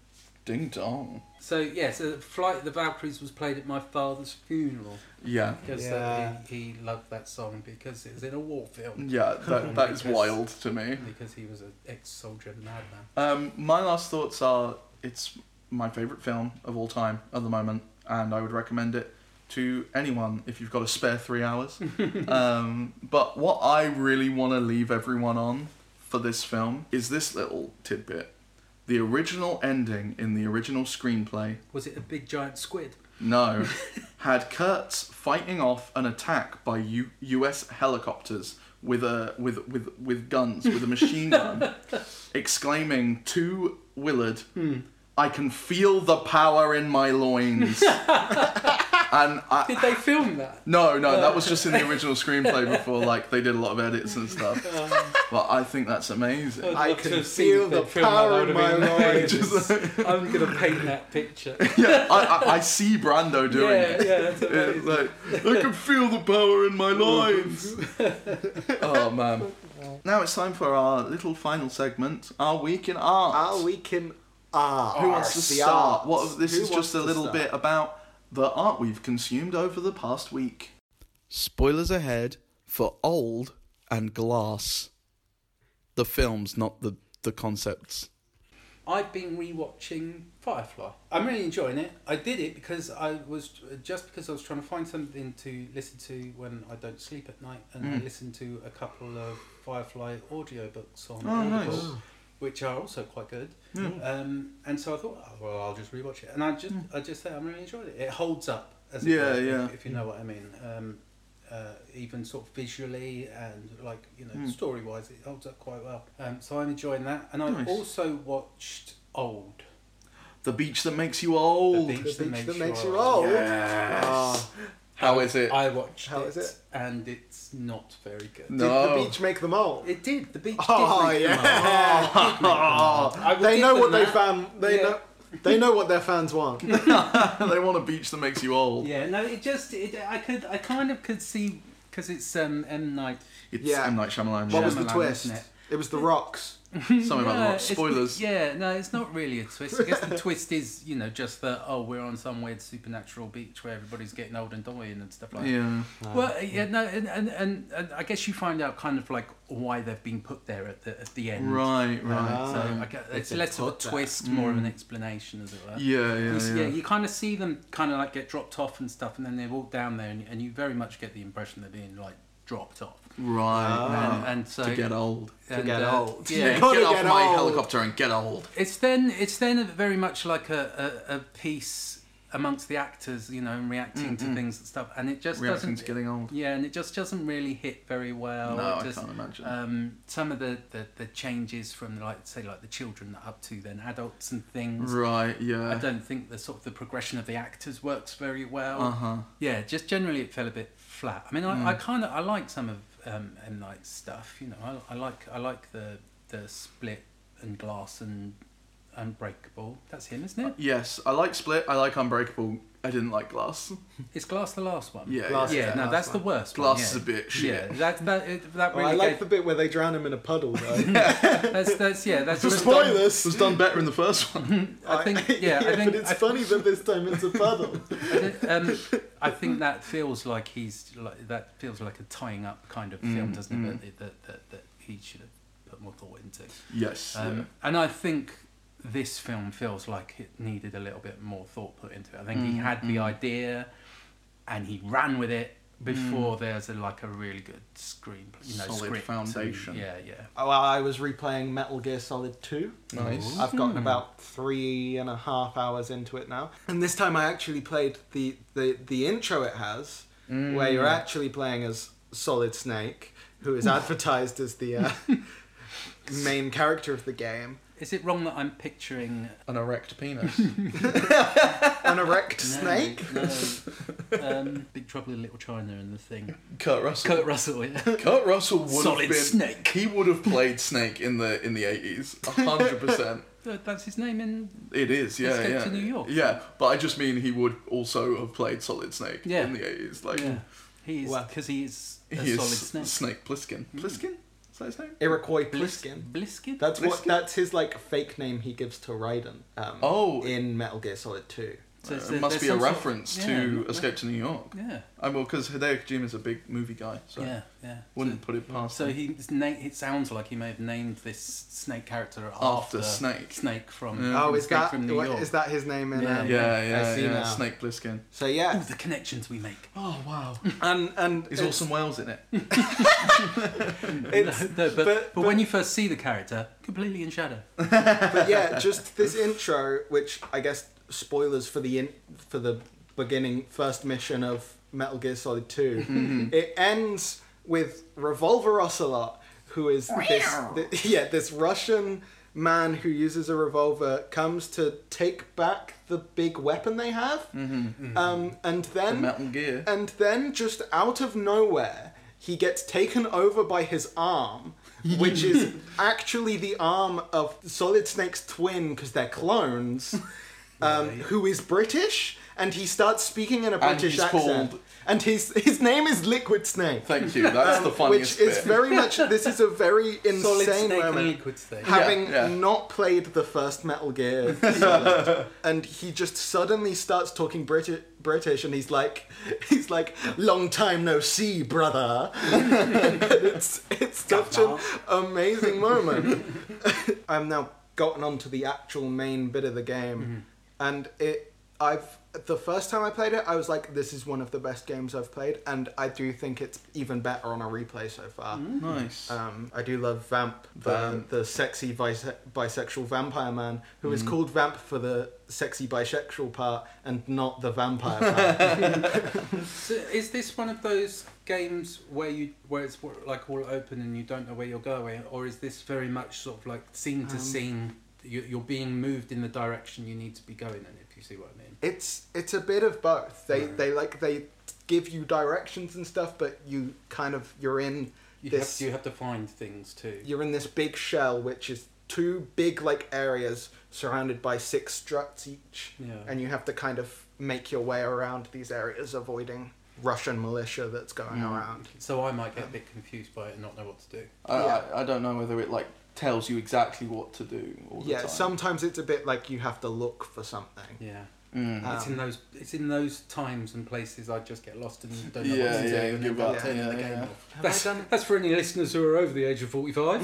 Speaker 2: Ding dong.
Speaker 4: So yeah, so Flight of the Valkyries was played at my father's funeral
Speaker 2: Yeah,
Speaker 4: because uh,
Speaker 3: Yeah.
Speaker 4: he, he loved that song because it was in a war film
Speaker 2: yeah, that, that is
Speaker 4: Because-
Speaker 2: wild to me.
Speaker 4: because he was an ex-soldier and madman.
Speaker 2: Um, my last thoughts are it's my favourite film of all time at the moment, and I would recommend it to anyone if you've got a spare three hours. um, but what I really want to leave everyone on for this film is this little tidbit. The original ending in the original screenplay
Speaker 4: Was it a big giant squid?
Speaker 2: No. had Kurtz fighting off an attack by U- U.S. helicopters with a with with with guns with a machine gun, exclaiming to Willard, "I can feel the power in my loins." and I,
Speaker 4: Did they film that?
Speaker 2: no, no, that was just in the original screenplay before like they did a lot of edits and stuff. But I think that's amazing.
Speaker 3: I
Speaker 4: love to
Speaker 3: can
Speaker 4: have seen
Speaker 3: feel
Speaker 4: if they'd
Speaker 3: the
Speaker 4: filmed that,
Speaker 3: power in
Speaker 4: that would
Speaker 3: my
Speaker 4: have been
Speaker 3: loins.
Speaker 4: amazing. I'm gonna paint that picture.
Speaker 2: Yeah, I, I, I see Brando doing it.
Speaker 4: yeah, yeah, that's
Speaker 2: It's
Speaker 4: amazing.
Speaker 2: like, I can feel the power in my loins. oh man. Now it's time for our little final segment, our week in art.
Speaker 3: Our week in art.
Speaker 2: Who wants to
Speaker 3: ah, The
Speaker 2: start?
Speaker 3: arts.
Speaker 2: What this
Speaker 3: Who
Speaker 2: is
Speaker 3: wants
Speaker 2: just a
Speaker 3: to
Speaker 2: little
Speaker 3: start?
Speaker 2: bit about the art we've consumed over the past week. Spoilers ahead for Old and Glass. The films, not the the concepts.
Speaker 4: I've been rewatching Firefly. I'm really enjoying it. I did it because I was just because I was trying to find something to listen to when I don't sleep at night, and
Speaker 2: Mm.
Speaker 4: I listened to a couple of Firefly audiobooks on Audible,
Speaker 2: Oh, nice.
Speaker 4: which are also quite good. Um, and so I thought, oh, well, I'll just rewatch it, and I just I just say I'm really enjoying it. It holds up, as it
Speaker 2: Mm. Yeah,
Speaker 4: were, if-
Speaker 2: yeah.
Speaker 4: If you know what I mean. Um, uh, even sort of visually and like you
Speaker 2: Hmm.
Speaker 4: know story wise, it holds up quite well. Um, so I'm enjoying that, and I
Speaker 2: Nice.
Speaker 4: also watched Old.
Speaker 2: The beach that makes you old.
Speaker 4: The beach
Speaker 3: The beach that makes you
Speaker 4: old.
Speaker 3: old.
Speaker 2: Yes.
Speaker 3: Ah,
Speaker 2: How is it?
Speaker 4: I watched
Speaker 3: How is
Speaker 4: it,
Speaker 3: it?
Speaker 4: and it's not very good.
Speaker 2: No.
Speaker 3: did the beach make them all?
Speaker 4: It did. The beach
Speaker 3: Oh,
Speaker 4: did make
Speaker 3: yeah.
Speaker 4: them up. It did make them up. I will
Speaker 3: they
Speaker 4: give
Speaker 3: know
Speaker 4: them
Speaker 3: what they
Speaker 4: that.
Speaker 3: fan. They
Speaker 4: Yeah.
Speaker 3: know. They know what their fans want.
Speaker 2: they want a beach that makes you old.
Speaker 4: Yeah, no, it just it, I could I kind of could see because it's um M Night
Speaker 2: It's
Speaker 3: Yeah.
Speaker 2: M Night Shyamalan.
Speaker 3: What
Speaker 2: yeah.
Speaker 3: was the
Speaker 4: Shyamalan,
Speaker 3: twist?
Speaker 4: isn't it?
Speaker 3: It was The Rocks.
Speaker 2: Something about the
Speaker 4: No,
Speaker 2: rock.
Speaker 4: it's-
Speaker 2: Spoilers.
Speaker 4: yeah, no, it's not really a twist. I guess the twist is, you know, just that oh, we're on some weird supernatural beach where everybody's getting old and dying and stuff like that.
Speaker 2: Yeah.
Speaker 4: Well,
Speaker 2: Um,
Speaker 4: yeah, no, and, and, and, and I guess you find out kind of like why they've been put there at the at the end.
Speaker 2: Right. Right.
Speaker 4: So I guess it's less of a
Speaker 3: put there.
Speaker 4: twist, more of an explanation, as it were.
Speaker 2: Yeah.
Speaker 4: You
Speaker 2: Yeah.
Speaker 4: s-
Speaker 2: Yeah.
Speaker 4: you kind of see them kind of like get dropped off and stuff, and then they walk down there, and, and you very much get the impression they're being like dropped off.
Speaker 2: Right.
Speaker 4: Ah. And, and so
Speaker 2: Ah, to get old.
Speaker 4: and,
Speaker 3: get
Speaker 4: uh,
Speaker 3: old.
Speaker 4: Yeah,
Speaker 2: get
Speaker 3: gotta
Speaker 2: off
Speaker 3: get
Speaker 2: my
Speaker 3: old.
Speaker 2: helicopter and get old.
Speaker 4: it's then it's then a- very much like a, a, a piece amongst the actors, you know, and reacting to things and stuff, and it just
Speaker 2: Reacting to
Speaker 4: doesn't.
Speaker 2: getting old.
Speaker 4: Yeah, and it just doesn't really hit very well.
Speaker 2: No,
Speaker 4: It
Speaker 2: I
Speaker 4: just-
Speaker 2: can't imagine.
Speaker 4: Um, some of the, the, the changes from like say like the children up to then adults and things.
Speaker 2: Right.
Speaker 4: I
Speaker 2: Yeah.
Speaker 4: don't think the sort of the progression of the actors works very well.
Speaker 3: Uh-huh.
Speaker 2: Uh huh.
Speaker 4: Yeah, just generally it fell a bit flat. I mean, I,
Speaker 3: Mm.
Speaker 4: I kind of I like some of um, M Night's stuff. You know, I, I like I like the the Split and Glass and Unbreakable. That's him, isn't
Speaker 3: Uh-huh.
Speaker 4: it?
Speaker 2: Yes, I like Split. I like Unbreakable. I didn't like Glass.
Speaker 4: Is Glass the last one?
Speaker 2: Yeah.
Speaker 3: Glass
Speaker 2: yeah.
Speaker 4: yeah.
Speaker 3: the
Speaker 4: No,
Speaker 3: last
Speaker 4: that's the
Speaker 3: one.
Speaker 4: worst.
Speaker 2: Glass
Speaker 4: one,
Speaker 2: is
Speaker 4: yeah.
Speaker 2: a bit shit.
Speaker 4: Yeah, that that it- that
Speaker 3: Oh,
Speaker 4: really.
Speaker 3: I like the
Speaker 4: gave-
Speaker 3: bit where they drown him in a puddle, though.
Speaker 4: that's that's yeah. That's
Speaker 3: For
Speaker 4: just done-
Speaker 2: It
Speaker 3: spoilers!
Speaker 2: was done better in the first one.
Speaker 4: I think yeah. I think
Speaker 3: but it's
Speaker 4: I-
Speaker 3: funny that this time it's a puddle.
Speaker 4: um, I think that feels like he's like that feels like a tying up kind of
Speaker 2: Mm,
Speaker 4: film, doesn't it? That, that, that, that he should have put more thought into.
Speaker 2: yes.
Speaker 4: Um,
Speaker 2: yeah.
Speaker 4: And I think this film feels like it needed a little bit more thought put into it. I think he
Speaker 2: Mm,
Speaker 4: had the idea, and he ran with it before there's a, like a really good screenplay, you know,
Speaker 2: Mm. Solid
Speaker 4: script and-
Speaker 2: foundation.
Speaker 4: yeah, yeah.
Speaker 3: Oh, Well, I was replaying Metal Gear Solid 2.
Speaker 2: Nice.
Speaker 3: I've
Speaker 4: Hmm.
Speaker 3: gotten about three and a half hours into it now. And this time I actually played the, the, the intro it has,
Speaker 2: Hmm.
Speaker 3: where you're actually playing as Solid Snake, who
Speaker 4: Hmm.
Speaker 3: is advertised as the uh, main character of the game.
Speaker 4: Is it wrong that I'm picturing
Speaker 2: An erect penis.
Speaker 3: An erect snake?
Speaker 4: No, um, Big Trouble in Little China and the thing.
Speaker 2: Kurt Russell.
Speaker 4: Kurt Russell. Yeah.
Speaker 2: Kurt Russell would
Speaker 4: Solid
Speaker 2: have been
Speaker 4: Snake.
Speaker 2: He would have played Snake in the in the eighties, hundred percent.
Speaker 4: Uh, That's his name in.
Speaker 2: It is, yeah,
Speaker 4: Escape
Speaker 2: yeah.
Speaker 4: to New York.
Speaker 2: Yeah, but I just mean he would also have played Solid Snake
Speaker 4: Yeah.
Speaker 2: in the eighties. Like
Speaker 4: Yeah, he is
Speaker 3: Well,
Speaker 4: because he is a
Speaker 2: Oh, he is Snake.
Speaker 4: solid snake. Mm.
Speaker 2: Plissken. Pliskin? Is that his name?
Speaker 3: Iroquois
Speaker 4: Blis-
Speaker 3: Pliskin.
Speaker 4: Bliskin.
Speaker 3: That's what.
Speaker 2: Bliskin?
Speaker 3: That's his like fake name he gives to Raiden. Um,
Speaker 2: Oh.
Speaker 3: in Metal Gear Solid Two.
Speaker 4: So it's-
Speaker 2: Uh, it must
Speaker 4: there's
Speaker 2: be a
Speaker 4: some sort of-
Speaker 2: reference
Speaker 4: yeah,
Speaker 2: to
Speaker 4: yeah.
Speaker 2: Escape to New York.
Speaker 4: Yeah,
Speaker 2: I well, because Hideo Kojima's a big movie guy, so
Speaker 4: yeah, yeah.
Speaker 2: wouldn't put it past
Speaker 4: So
Speaker 2: him.
Speaker 4: he his na- it sounds like he may have named this snake character after,
Speaker 2: Snake.
Speaker 4: Snake from
Speaker 2: Yeah.
Speaker 3: Oh,
Speaker 4: from
Speaker 3: is
Speaker 4: Snake
Speaker 3: that
Speaker 4: from New
Speaker 3: what-
Speaker 4: York.
Speaker 3: is that his name in?
Speaker 4: Yeah.
Speaker 3: um,
Speaker 2: Yeah,
Speaker 3: I
Speaker 2: yeah,
Speaker 3: see
Speaker 2: yeah.
Speaker 3: now.
Speaker 2: Snake Plissken.
Speaker 3: So
Speaker 4: All
Speaker 3: yeah,
Speaker 4: the connections we make.
Speaker 2: Oh wow.
Speaker 3: and and uh,
Speaker 2: Is
Speaker 3: it's-
Speaker 2: Orson Welles in it?
Speaker 3: it's-
Speaker 4: No, but, but,
Speaker 3: but-
Speaker 4: when you first see the character, completely in shadow.
Speaker 3: but yeah, just this intro, which I guess spoilers for the in, for the beginning first mission of Metal Gear Solid 2
Speaker 2: Mm-hmm.
Speaker 3: It ends with Revolver Ocelot, who is this th yeah this Russian man who uses a revolver comes to take back the big weapon they have, um,
Speaker 2: Mm-hmm.
Speaker 3: and
Speaker 2: The
Speaker 3: then
Speaker 2: Metal Gear.
Speaker 3: and then, just out of nowhere, he gets taken over by his arm, which is actually the arm of Solid Snake's twin because they're clones, um, who is British, and he starts speaking in a
Speaker 2: And
Speaker 3: British
Speaker 2: he's
Speaker 3: accent.
Speaker 2: called-
Speaker 3: And his his name is Liquid Snake,
Speaker 2: Thank you. That's the funniest
Speaker 3: which is
Speaker 2: bit.
Speaker 3: very much. This is a very
Speaker 4: Solid
Speaker 3: insane
Speaker 4: snake and
Speaker 3: moment
Speaker 4: liquid snake.
Speaker 3: having
Speaker 2: Yeah, yeah.
Speaker 3: not played the first Metal Gear, Solid, and he just suddenly starts talking British, British, and he's like, he's like, "Long time no see, brother." And it's it's such an amazing moment. I'm now gotten onto the actual main bit of the game,
Speaker 4: Mm-hmm.
Speaker 3: and it. I've the first time I played it, I was like, "This is one of the best games I've played," and I do think it's even better on a replay so far.
Speaker 4: Hmm. Uh,
Speaker 2: nice.
Speaker 3: Um, I do love Vamp, the, um,
Speaker 2: Vamp.
Speaker 3: the sexy bise- bisexual vampire man, who
Speaker 4: Hmm.
Speaker 3: is called Vamp for the sexy bisexual part and not the vampire part.
Speaker 4: So is this one of those games where you where it's wa- like all open and you don't know where you're going, or is this very much sort of like scene
Speaker 2: Um,
Speaker 4: to scene? You, you're being moved in the direction you need to be going in, if you see what I mean.
Speaker 3: it's it's a bit of both. They
Speaker 4: Right.
Speaker 3: they like they give you directions and stuff, but you kind of you're in
Speaker 4: You
Speaker 3: this
Speaker 4: have you have to find things too.
Speaker 3: you're in this big shell, which is two big like areas surrounded by six struts each,
Speaker 4: Yeah.
Speaker 3: and you have to kind of make your way around these areas, avoiding Russian militia that's going
Speaker 4: Mm.
Speaker 3: around.
Speaker 4: So I might get a
Speaker 2: um,
Speaker 4: bit confused by it and not know what to do.
Speaker 2: I,
Speaker 3: Yeah.
Speaker 2: I, I don't know whether it like tells you exactly what to do all the
Speaker 3: Yeah,
Speaker 2: time.
Speaker 3: sometimes it's a bit like you have to look for something.
Speaker 4: Yeah.
Speaker 2: Mm.
Speaker 3: Um,
Speaker 4: it's in those it's in those times and places I just get lost and don't know
Speaker 2: Yeah,
Speaker 4: what to
Speaker 2: yeah,
Speaker 4: do and
Speaker 2: give
Speaker 4: end up
Speaker 2: up,
Speaker 4: turning
Speaker 2: yeah,
Speaker 4: the game
Speaker 2: yeah.
Speaker 4: off.
Speaker 3: Have I
Speaker 4: That's,
Speaker 3: done-
Speaker 4: that's for any listeners who are over the age of forty five.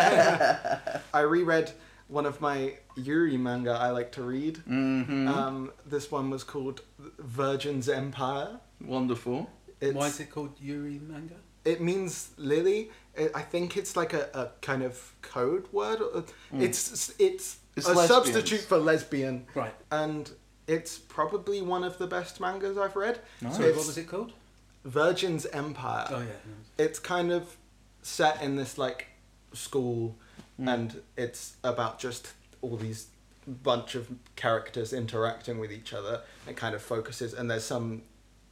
Speaker 3: I reread one of my Yuri manga I like to read.
Speaker 4: Mm.
Speaker 2: Mhm.
Speaker 3: Um, this one was called Virgin's Empire.
Speaker 2: Wonderful.
Speaker 3: It's,
Speaker 4: Why is it called Yuri manga?
Speaker 3: it means lily. It, I think it's like a, a kind of code word. or- It's it's,
Speaker 2: Hmm. It's
Speaker 3: a
Speaker 2: lesbians.
Speaker 3: substitute for lesbian,
Speaker 4: Right.
Speaker 3: and it's probably one of the best mangas I've read.
Speaker 2: Nice.
Speaker 4: Sorry,
Speaker 3: It's
Speaker 4: what was it called?
Speaker 2: Uh,
Speaker 3: Virgin's Empire.
Speaker 4: Oh yeah.
Speaker 3: It's kind of set in this like school, and it's about just all these bunch of characters interacting with each other. It kind of focuses, and there's some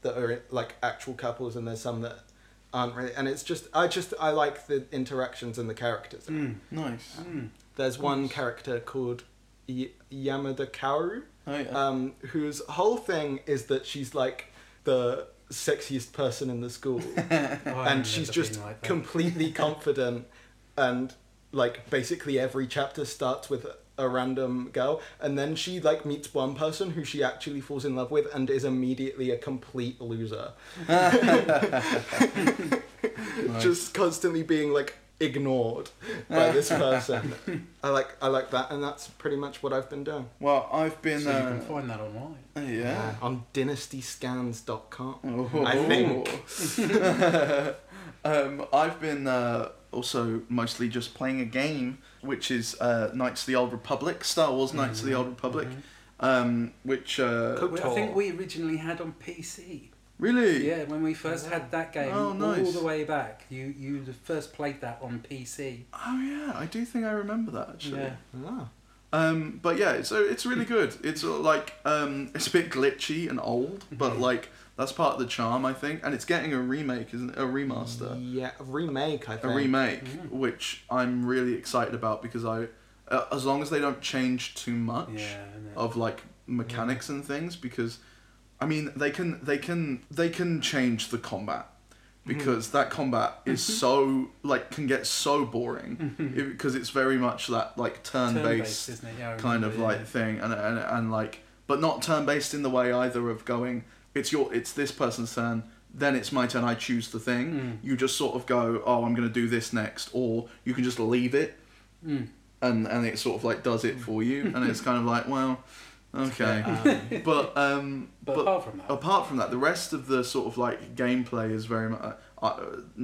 Speaker 3: that are like actual couples, and there's some that aren't really. And it's just I just I like the interactions and the characters.
Speaker 2: Nice.
Speaker 3: um, There's one character called y- Yamada Kaoru
Speaker 2: Oh, yeah.
Speaker 3: um, whose whole thing is that she's like the sexiest person in the school,
Speaker 4: Oh, I
Speaker 3: and
Speaker 4: haven't
Speaker 3: she's
Speaker 4: ever
Speaker 3: just
Speaker 4: been like that.
Speaker 3: completely confident, and like basically every chapter starts with a random girl, and then she like meets one person who she actually falls in love with, and is immediately a complete loser,
Speaker 2: Nice.
Speaker 3: just constantly being like ignored by this person. I like I like that, and that's pretty much what I've been doing.
Speaker 2: well, I've been.
Speaker 4: so you
Speaker 2: uh, oh,
Speaker 4: can find that online.
Speaker 2: yeah.
Speaker 3: on dynastyscans.com.
Speaker 2: Oh.
Speaker 3: I think.
Speaker 2: um, I've been uh, also mostly just playing a game, which is uh, Knights of the Old Republic, Star Wars Knights
Speaker 4: Mm-hmm.
Speaker 2: of the Old Republic, um, which uh,
Speaker 3: Cool.
Speaker 4: We- I think we originally had on PC.
Speaker 2: really,
Speaker 4: Yeah, when we first had that game
Speaker 2: Oh,
Speaker 4: all
Speaker 2: nice.
Speaker 4: the way back, you you first played that on PC.
Speaker 2: oh yeah, I do think I remember that actually.
Speaker 4: Yeah.
Speaker 3: Ah.
Speaker 2: Um, but yeah, so it's really good. It's sort of like um, it's a bit glitchy and old,
Speaker 4: Mm-hmm.
Speaker 2: but like that's part of the charm, I think. And it's getting a remake, isn't it? A remaster,
Speaker 3: Yeah, a remake, I
Speaker 2: a
Speaker 3: think.
Speaker 2: remake,
Speaker 4: Mm-hmm.
Speaker 2: which I'm really excited about because I, uh, as long as they don't change too much
Speaker 4: Yeah. I know.
Speaker 2: of like mechanics and things, because, I mean, they can they can they can change the combat.
Speaker 4: Mm-hmm.
Speaker 2: Because that combat is so like can get so boring it- because it's very much that like turn based
Speaker 4: Mm-hmm. isn't it? Yeah, I
Speaker 2: kind of
Speaker 4: remember,
Speaker 2: like thing and, and and like but not turn based in the way either of going it's your it's this person's turn then it's my turn i choose the thing
Speaker 4: Mm.
Speaker 2: you just sort of go oh i'm going to do this next or you can just leave it
Speaker 4: yeah. Mm.
Speaker 2: and and it sort of like does it for you and it's kind of like well okay
Speaker 3: Um,
Speaker 2: but um
Speaker 4: But,
Speaker 2: but
Speaker 4: apart from that,
Speaker 2: apart from that the rest of the sort of like gameplay is very much uh,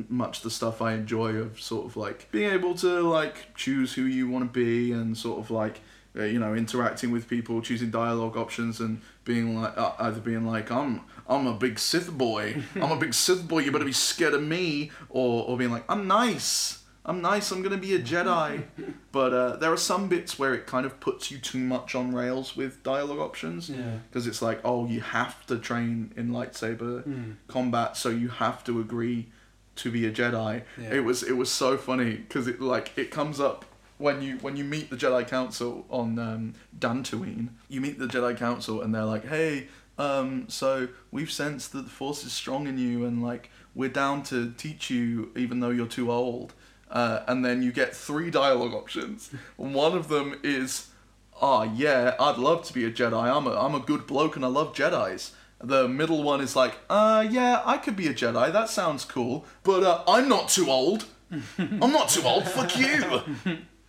Speaker 2: much the stuff i enjoy of sort of like being able to like choose who you want to be and sort of like uh, you know interacting with people choosing dialogue options and being like uh, either being like i'm i'm a big sith boy i'm a big sith boy you better be scared of me or or being like i'm nice i'm nice i'm gonna be a jedi but uh, there are some bits where it kind of puts you too much on rails with dialogue options
Speaker 4: yeah.
Speaker 2: because it's like oh you have to train in lightsaber
Speaker 4: Mm.
Speaker 2: combat so you have to agree to be a jedi
Speaker 4: Yeah.
Speaker 2: it was it was so funny because it like it comes up when you when you meet the jedi council on um, dantooine you meet the jedi council and they're like hey um, so we've sensed that the force is strong in you and like we're down to teach you even though you're too old uh, and then you get three dialogue options and one of them is ah yeah i'd love to be a jedi i'm a, I'm a good bloke and i love jedis the middle one is like uh yeah i could be a jedi that sounds cool but uh, i'm not too old i'm not too old fuck you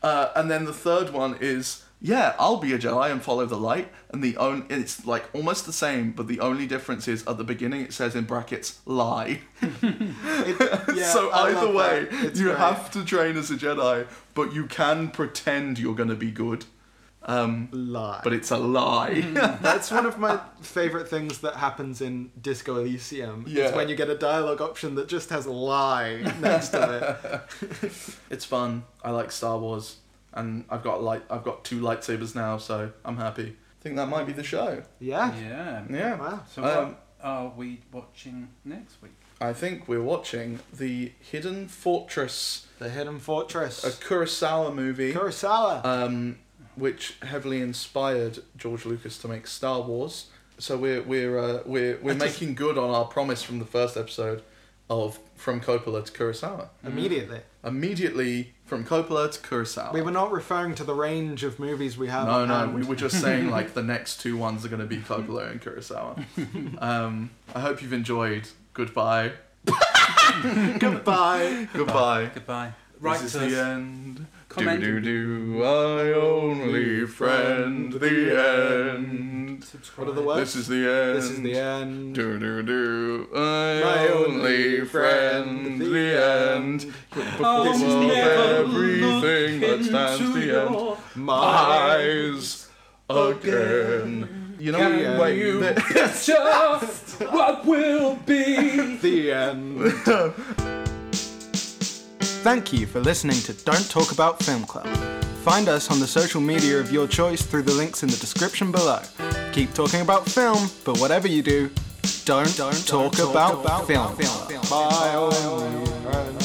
Speaker 2: uh, and then the third one is yeah i'll be a jedi and follow the light and the own it's like almost the same but the only difference is at the beginning it says in brackets lie
Speaker 3: It- yeah,
Speaker 2: so
Speaker 3: I
Speaker 2: either
Speaker 3: love
Speaker 2: way,
Speaker 3: that. It's
Speaker 2: you
Speaker 3: great.
Speaker 2: have to train as a Jedi, but you can pretend you're going to be good. Um,
Speaker 3: Lie.
Speaker 2: but it's a lie.
Speaker 3: That's one of my favourite things that happens in Disco Elysium. Is
Speaker 2: Yeah.
Speaker 3: when you get a dialogue option that just has lie next to it.
Speaker 2: it's fun. I like Star Wars, and I've got light. I've got two lightsabers now, so I'm happy. I think that might be the show.
Speaker 3: Yeah.
Speaker 4: Yeah.
Speaker 2: Yeah.
Speaker 3: Wow.
Speaker 4: So
Speaker 2: Um,
Speaker 4: what are we watching next week?
Speaker 2: I think we're watching the Hidden Fortress,
Speaker 3: The Hidden Fortress.
Speaker 2: a Kurosawa movie, Uh,
Speaker 3: Kurosawa.
Speaker 2: um, which heavily inspired George Lucas to make Star Wars. So we're we're uh, we're we're
Speaker 3: I just-
Speaker 2: making good on our promise from the first episode of from Coppola to Kurosawa.
Speaker 3: Immediately.
Speaker 2: mm. Immediately from Coppola to Kurosawa.
Speaker 3: We were not referring to the range of movies we have.
Speaker 2: no,
Speaker 3: on
Speaker 2: no,
Speaker 3: hand.
Speaker 2: we were just saying like the next two ones are going to be Coppola and Kurosawa. Um, I hope you've enjoyed. Goodbye.
Speaker 3: Goodbye.
Speaker 2: Goodbye.
Speaker 4: Goodbye. Right
Speaker 2: this
Speaker 4: to
Speaker 2: is
Speaker 4: us.
Speaker 2: the end.
Speaker 4: Comment.
Speaker 2: Do do do. I only friend the end.
Speaker 4: Subscribe.
Speaker 3: What are the words?
Speaker 2: This is the end.
Speaker 3: This is the end.
Speaker 2: Do do do. I
Speaker 3: My
Speaker 2: only friend the end.
Speaker 4: I'll
Speaker 2: This is the
Speaker 4: never
Speaker 2: everything
Speaker 4: look
Speaker 2: that stands
Speaker 4: into
Speaker 2: the end.
Speaker 4: your
Speaker 3: My
Speaker 2: Eyes again. You know,
Speaker 3: Can
Speaker 2: wait,
Speaker 4: you-
Speaker 2: the-
Speaker 4: Just what will be.
Speaker 3: the end. Thank you for listening to Don't Talk About Film Club. Find us on the social media of your choice through the links in the description below. Keep talking about film, but whatever you do, don't, don't talk, about, film. My only friend.